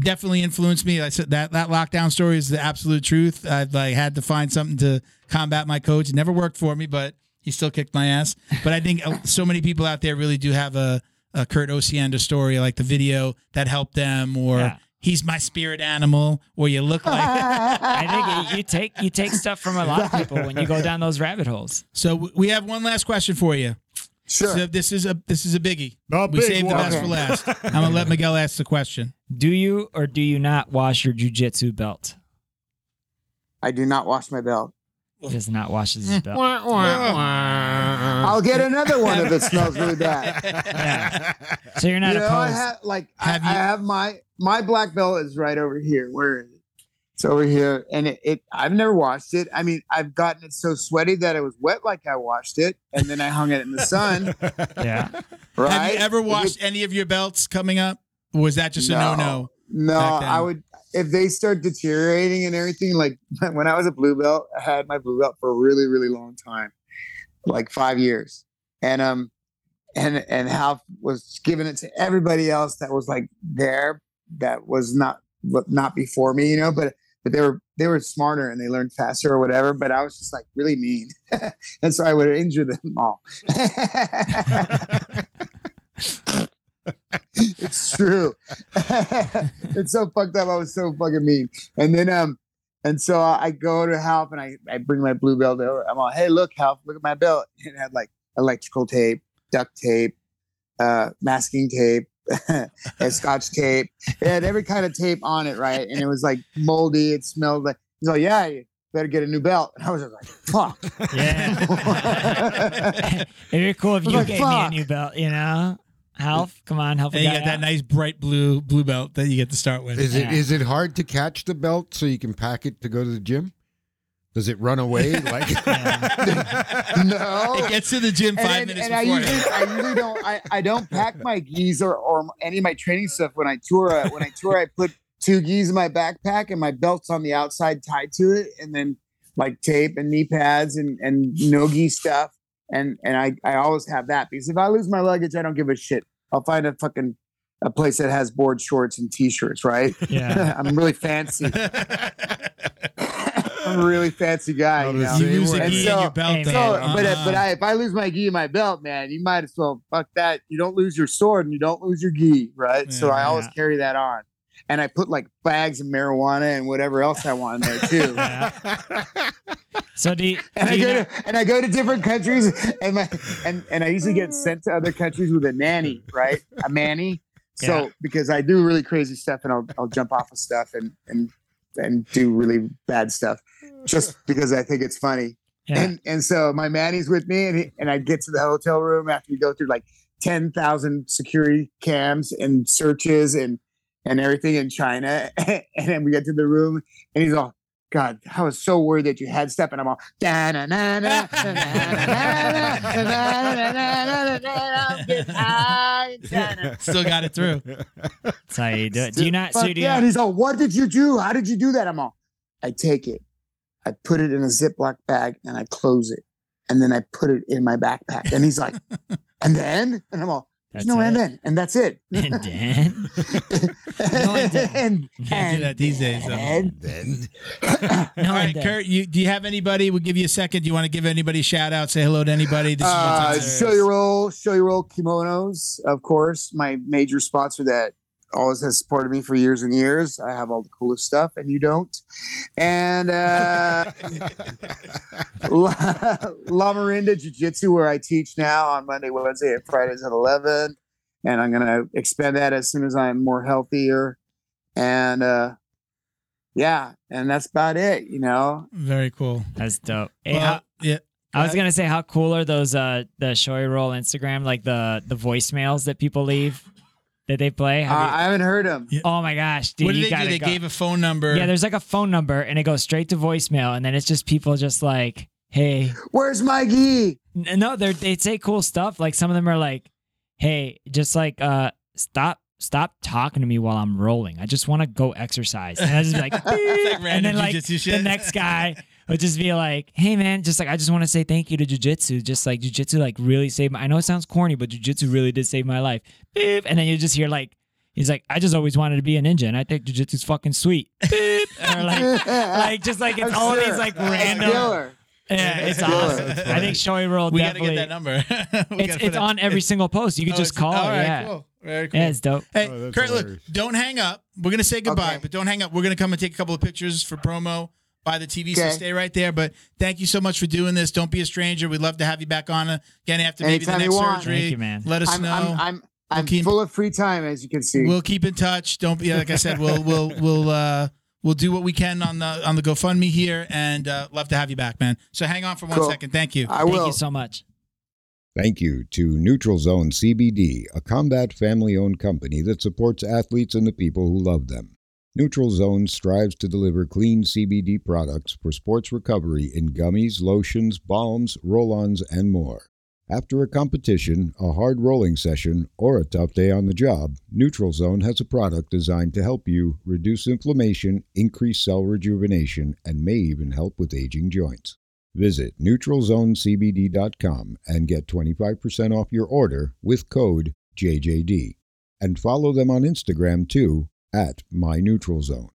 S3: definitely influenced me. I said that that lockdown story is the absolute truth. I've like had to find something to combat my coach. It never worked for me, but he still kicked my ass. But I think uh, so many people out there really do have a, a Kurt Osienda story, like the video that helped them, or
S2: Yeah.
S3: he's my spirit animal, or you look like.
S2: I think you, you take you take stuff from a lot of people when you go down those rabbit holes.
S3: so w- we have one last question for you.
S5: sure
S3: So this is a this is a biggie.
S4: The
S3: we
S4: big
S3: saved the
S4: one.
S3: best for last. I'm gonna let Miguel ask the question.
S2: Do you or do you not wash your jujitsu belt?
S5: i do not wash my belt
S2: He does not wash
S5: Mm.
S2: his belt. Oh.
S5: i'll get another one if it smells really bad
S2: Yeah. So you're not
S5: you know i
S2: opposed.
S5: have like I-
S3: Have
S5: I,
S3: you-
S5: have my my black belt is right over here where is it? it's over here and it, it i've never washed it i mean i've gotten it so sweaty that it was wet like i washed it and then i hung it in the sun
S2: yeah.
S5: right
S3: Have you ever
S5: If it-
S3: washed any of your belts coming up? Or was that just a no
S5: No.
S3: no?
S5: No,
S3: back then?
S5: I would if they start deteriorating and everything. Like when I was a blue belt, I had my blue belt for a really, really long time, like five years, and um, and and Hal was giving it to everybody else that was like there that was not but not before me, you know. But but they were they were smarter and they learned faster or whatever. But I was just like really mean, and so I would injure them all. it's true. it's so fucked up. I was so fucking mean. And then um, and so I I go to Half and I, I bring my blue belt over. I'm all, hey, look, Half, look at my belt. And it had like electrical tape, duct tape, uh, masking tape, and scotch tape. It had every kind of tape on it, right? And it was like moldy. It smelled like he's like, yeah, you better get a new belt. And I was just like, fuck.
S2: Yeah. It'd be cool if
S5: I
S2: you
S5: was like,
S2: gave me
S5: "Fuck."
S2: a new belt, you know? Half, come on, help. a
S3: And you
S2: guy
S3: got that
S2: out.
S3: nice bright blue blue belt that you get to start with.
S4: Is it
S2: Yeah.
S4: is it hard to catch the belt so you can pack it to go to the gym? Does it run away? Like
S5: No.
S3: It gets to the gym
S5: And
S3: five
S5: then-
S3: minutes
S5: and
S3: before.
S5: I usually, I usually don't. I, I don't pack my geese or, or any of my training stuff when I tour. Uh, when I tour, I put two geese in my backpack and my belt's on the outside tied to it, and then like tape and knee pads and and no gi stuff. And and I I always have that because if I lose my luggage, I don't give a shit. I'll find a fucking a place that has board shorts and t-shirts. Right?
S2: Yeah.
S5: I'm really fancy. I'm a really fancy guy.
S4: No,
S5: you
S4: this
S5: know?
S4: is-
S3: you use a
S5: And
S3: key in
S5: so-
S3: your belt.
S2: and
S5: So,
S3: though.
S5: but uh,
S3: Uh-uh.
S5: but I, if I lose my gi and my belt, man, you might as well fuck that. You don't lose your sword and you don't lose your gi, right? so I always
S2: Yeah.
S5: carry that on, and I put like bags of marijuana and whatever else I want in there too.
S2: So do you,
S5: and
S2: do
S5: I
S2: you
S5: go
S2: know-
S5: to and I go to different countries, and my and and I usually get sent to other countries with a nanny, right? A manny. So because I do really crazy stuff, and I'll I'll jump off of stuff and and and do really bad stuff, just because I think it's funny.
S2: yeah.
S5: And and so my Manny's with me, and he, and I get to the hotel room after we go through like ten thousand security cams and searches and and everything in China, and then we get to the room, and he's all. God, I was so worried that you had stuff, and I'm all da na na na na na na na na na na na na. I'm getting high in China.
S3: Still got it through.
S2: That's how you do it. Do you not?
S5: Fuck
S2: So do you
S5: yeah.
S2: not-
S5: And he's all, what did you do? How did you do that? I'm all, I take it, I put it in a Ziploc bag and I close it. And then I put it in my backpack. And he's like, and then? And I'm all,
S2: That's
S5: no, and
S2: it.
S5: then. And that's it.
S2: And then. and then.
S5: and,
S3: Can't do that these days, though.
S5: and-
S4: then
S2: No,
S3: All
S2: and
S3: right,
S2: then.
S3: Kurt, you, do you have anybody? We'll give you a second. Do you want to give anybody a shout out? Say hello to anybody. This is your
S5: Uh,
S3: time.
S5: show your roll, show your roll kimonos, of course. My major sponsor that always has supported me for years and years. I have all the coolest stuff, and you don't. And uh, La, La Marinda Jiu Jitsu, where I teach now on Monday, Wednesday, and Fridays at 11. And I'm going to expand that as soon as I'm more healthier. And uh, yeah, and that's about it, you know?
S3: Very cool.
S2: That's dope. Hey,
S3: Well,
S2: how-
S3: yeah.
S2: I was gonna say how cool are those uh the Showy Roll Instagram like the the voicemails that people leave that they play.
S5: Uh,
S2: Have you-
S5: I haven't heard him.
S2: oh my gosh, dude!
S3: what
S2: you
S3: did they do?
S2: gotta
S3: They
S2: go.
S3: gave a phone number.
S2: yeah, there's like a phone number and it goes straight to voicemail, and then it's just people just like, hey,
S5: Where's my gi?
S2: N- No, they they say cool stuff. Like some of them are like, "Hey, just like uh, stop stop talking to me while I'm rolling. I just want to go exercise." And I just be like,
S3: It's like
S2: and
S3: random
S2: then like
S3: jujitsu
S2: the
S3: shit.
S2: next guy would just be like, "Hey man, just like I just want to say thank you to jujitsu. Just like jujitsu, like really saved. My, I know it sounds corny, but jujitsu really did save my life." Beep. And then you just hear like. He's like, I just always wanted to be a ninja, and I think jujitsu's fucking sweet. Beep. Or like, like just like it's
S5: I'm
S2: all
S5: sure.
S2: these like
S5: That's
S2: random.
S5: killer.
S2: Yeah, it's
S5: Killer.
S2: awesome. I think Shoei Roll
S3: we got to
S2: definitely
S3: get that number. We
S2: it's
S3: gotta put
S2: it's
S3: it-
S2: on every single post. You can
S3: Oh,
S2: just
S3: it's-
S2: call.
S3: All right,
S2: yeah.
S3: cool. Very cool.
S2: yeah, it's dope.
S3: Hey,
S4: Oh, that's
S3: Kurt, look,
S4: hilarious.
S3: don't hang up. We're going to say goodbye,
S5: Okay.
S3: but don't hang up. We're going to come and take a couple of pictures for promo by the TV, so
S5: Okay.
S3: stay right there. But thank you so much for doing this. Don't be a stranger. We'd love to have you back on uh, again after maybe
S5: Anytime
S3: the
S5: you
S3: next
S5: want.
S3: surgery.
S2: Thank you, man.
S3: Let us
S5: I'm,
S3: know.
S5: I'm, I'm, I'm
S3: keep-
S5: full of free time, as you can see.
S3: We'll keep in touch. Don't be like I said. We'll we'll we'll uh, we'll do what we can on the on the GoFundMe here, and uh, love to have you back, man. So hang on for one second.
S5: Cool.
S3: Thank you.
S5: I
S2: Thank
S5: will.
S2: you so much.
S1: Thank you to Neutral Zone CBD, a combat family owned company that supports athletes and the people who love them. Neutral Zone strives to deliver clean CBD products for sports recovery in gummies, lotions, balms, roll ons, and more. After a competition, a hard rolling session, or a tough day on the job, Neutral Zone has a product designed to help you reduce inflammation, increase cell rejuvenation, and may even help with aging joints. Visit neutralzonecbd.com and get 25% off your order with code JJD. And follow them on Instagram too at MyNeutralZone.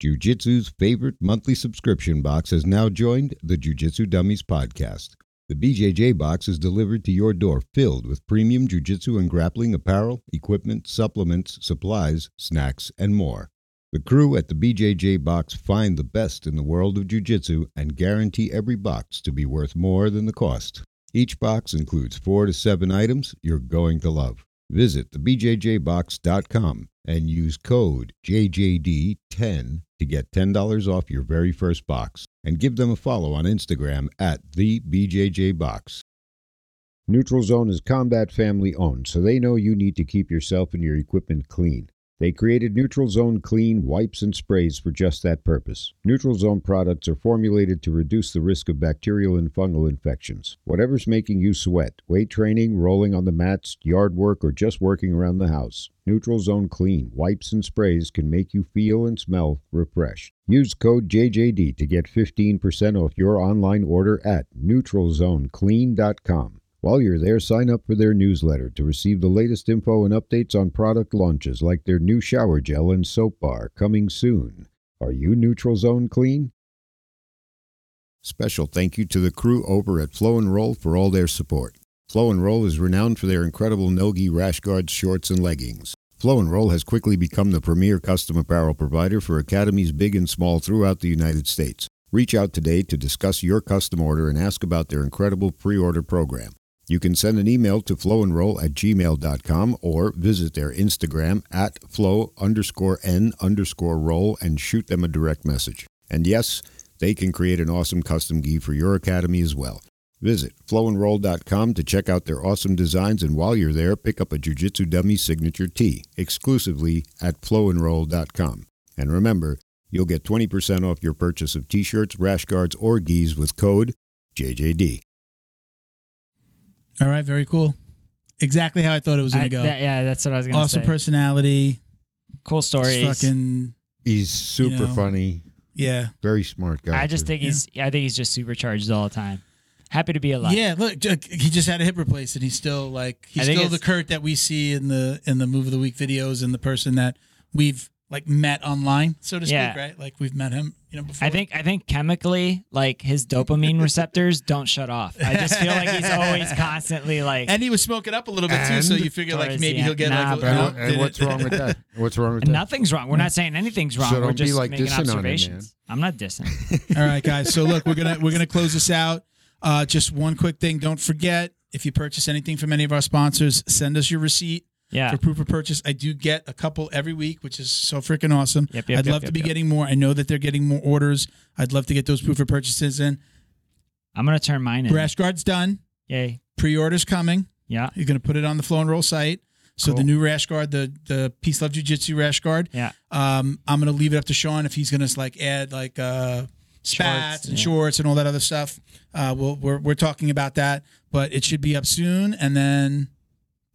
S1: Jiu Jitsu's favorite monthly subscription box has now joined the Jiu Jitsu Dummies podcast. The BJJ box is delivered to your door filled with premium jiu jitsu and grappling apparel, equipment, supplements, supplies, snacks, and more. The crew at the BJJ Box find the best in the world of jiu-jitsu and guarantee every box to be worth more than the cost. Each box includes 4 to 7 items you're going to love. Visit thebjjbox.com and use code JJD10 to get $10 off your very first box and give them a follow on Instagram at thebjjbox. Neutral Zone is combat family owned, so they know you need to keep yourself and your equipment clean. They created Neutral Zone Clean wipes and sprays for just that purpose. Neutral Zone products are formulated to reduce the risk of bacterial and fungal infections. Whatever's making you sweat, weight training, rolling on the mats, yard work, or just working around the house, Neutral Zone Clean wipes and sprays can make you feel and smell refreshed. Use code JJD to get 15% off your online order at neutralzoneclean.com. While you're there, sign up for their newsletter to receive the latest info and updates on product launches like their new shower gel and soap bar coming soon. Are you neutral zone clean? Special thank you to the crew over at Flow and Roll for all their support. Flow and Roll is renowned for their incredible Nogi rash guards, shorts, and leggings. Flow and Roll has quickly become the premier custom apparel provider for academies big and small throughout the United States. Reach out today to discuss your custom order and ask about their incredible pre order program. You can send an email to flowandroll at gmail.com or visit their Instagram at flow underscore n underscore roll and shoot them a direct message. And yes, they can create an awesome custom gi for your academy as well. Visit flowandroll.com to check out their awesome designs and while you're there, pick up a Jiu-Jitsu Dummy signature tee exclusively at flowandroll.com. And remember, you'll get 20% off your purchase of t-shirts, rash guards, or gis with code JJD.
S3: All right, very cool. Exactly how I thought it was going
S2: I-
S3: to go.
S2: that- yeah, that's what I was gonna
S3: awesome
S2: say.
S3: personality.
S2: cool
S3: just
S2: stories.
S3: Fucking
S4: He's super
S3: You know.
S4: funny,
S3: yeah,
S4: very smart guy.
S2: I just
S4: too.
S2: think he's. I think he's just supercharged all the time. Happy to be alive.
S3: yeah. Look, j- he just had a hip replaced, and he's still like he's
S2: I think
S3: still the
S2: it's-
S3: Kurt that we see in the in the move of the week videos, and the person that we've like met online, so to speak,
S2: Yeah.
S3: right? Like we've met him, you know, before.
S2: I think I think chemically, like his dopamine receptors don't shut off. I just feel like he's always constantly like.
S3: and he was smoking up a little bit too, so
S4: And-
S3: you figure like
S2: Towards
S3: maybe
S2: the
S3: he'll get
S4: And,
S2: end. Nah,
S3: like. A,
S2: bro.
S3: no,
S4: what-
S3: did
S4: and
S3: it-
S4: what's wrong with that? What's wrong with
S2: and
S4: that?
S2: nothing's wrong. We're not saying anything's wrong.
S4: So
S2: We're
S4: don't be,
S2: just
S4: like,
S2: making
S4: dissing on him,
S2: observations. I'm not dissing.
S3: All right, guys. So look, we're gonna we're gonna close this out. Uh, just one quick thing. Don't forget if you purchase anything from any of our sponsors, send us your receipt
S2: Yeah.
S3: for proof of purchase. I do get a couple every week, which is so freaking awesome.
S2: Yep, yep,
S3: I'd
S2: yep,
S3: love to
S2: yep,
S3: be
S2: yep.
S3: getting more. I know that they're getting more orders. I'd love to get those proof of purchases in.
S2: I'm gonna turn mine in.
S3: Brash guard's done.
S2: Yay.
S3: Pre-orders coming.
S2: Yeah.
S3: You're gonna put it on the flow and roll site. So the
S2: Cool.
S3: new rash guard, the the peace love jujitsu rash guard.
S2: Yeah.
S3: Um, I'm gonna leave it up to Sean if he's gonna like add like uh spats and
S2: yeah.
S3: shorts and all that other stuff. Uh, we'll, we're we're talking about that, but it should be up soon, and then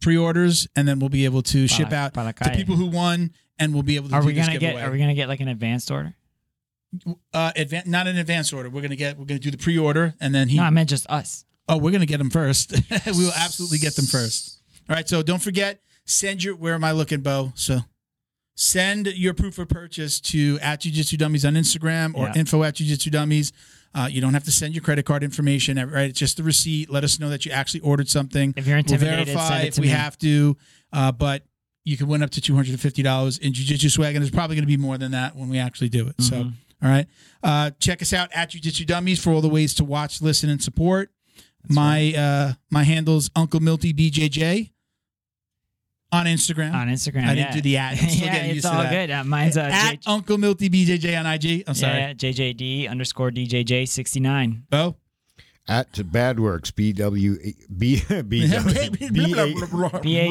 S3: pre-orders, and then we'll be able to ship
S2: Pala-
S3: out to
S2: Palakaya.
S3: people who won, and we'll be able to.
S2: Are
S3: do
S2: we
S3: this
S2: gonna get?
S3: giveaway.
S2: Are we gonna get like an advanced order?
S3: uh, advan- not in advance order. We're gonna get. We're gonna do the pre-order, and then he.
S2: No, I meant just us.
S3: Oh, we're gonna get them first. we will absolutely get them first. All right. So don't forget. Send your. Where am I looking, Bo? So. Send your proof of purchase to at Jujitsu Dummies on Instagram or
S2: Yeah.
S3: info at Jujitsu Dummies. Uh, you don't have to send your credit card information, right? It's just the receipt. Let us know that you actually ordered something.
S2: If you're
S3: We'll
S2: intimidated,
S3: verify
S2: send it
S3: if
S2: to
S3: we
S2: me.
S3: have to, uh, but you can win up to two hundred and fifty dollars in jujitsu swag, and there's probably going to be more than that when we actually do it. So,
S2: Mhm.
S3: all right, uh, check us out at Jujitsu Dummies for all the ways to watch, listen, and support. my uh, my handles Uncle Milty BJJ on Instagram.
S2: on Instagram.
S3: I didn't
S2: yeah.
S3: do the ad. I'm still
S2: yeah,
S3: getting
S2: it's
S3: used to
S2: all
S3: that.
S2: good. Uh, mine's uh,
S3: at
S2: J-
S3: Uncle Milty BJJ on IG. I'm sorry,
S2: yeah, JJD underscore DJJ sixty nine.
S3: Bo.
S4: At Bad Works, B W B B
S2: B A D
S4: B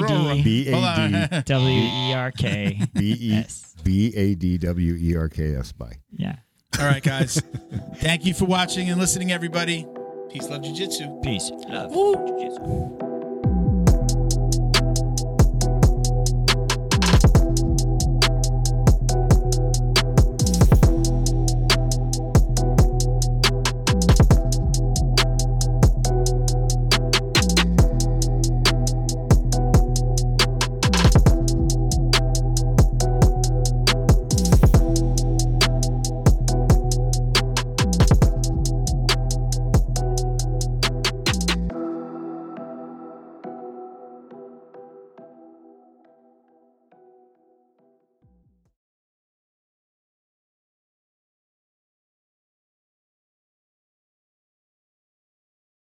S3: Hold
S4: A D
S3: on.
S2: W E R K
S4: B E
S2: S.
S4: B A D W E R K S by.
S2: Yeah.
S3: All right, guys. Thank you for watching and listening, everybody. Peace, love, jujitsu.
S2: Peace. Love. Jiu-Jitsu.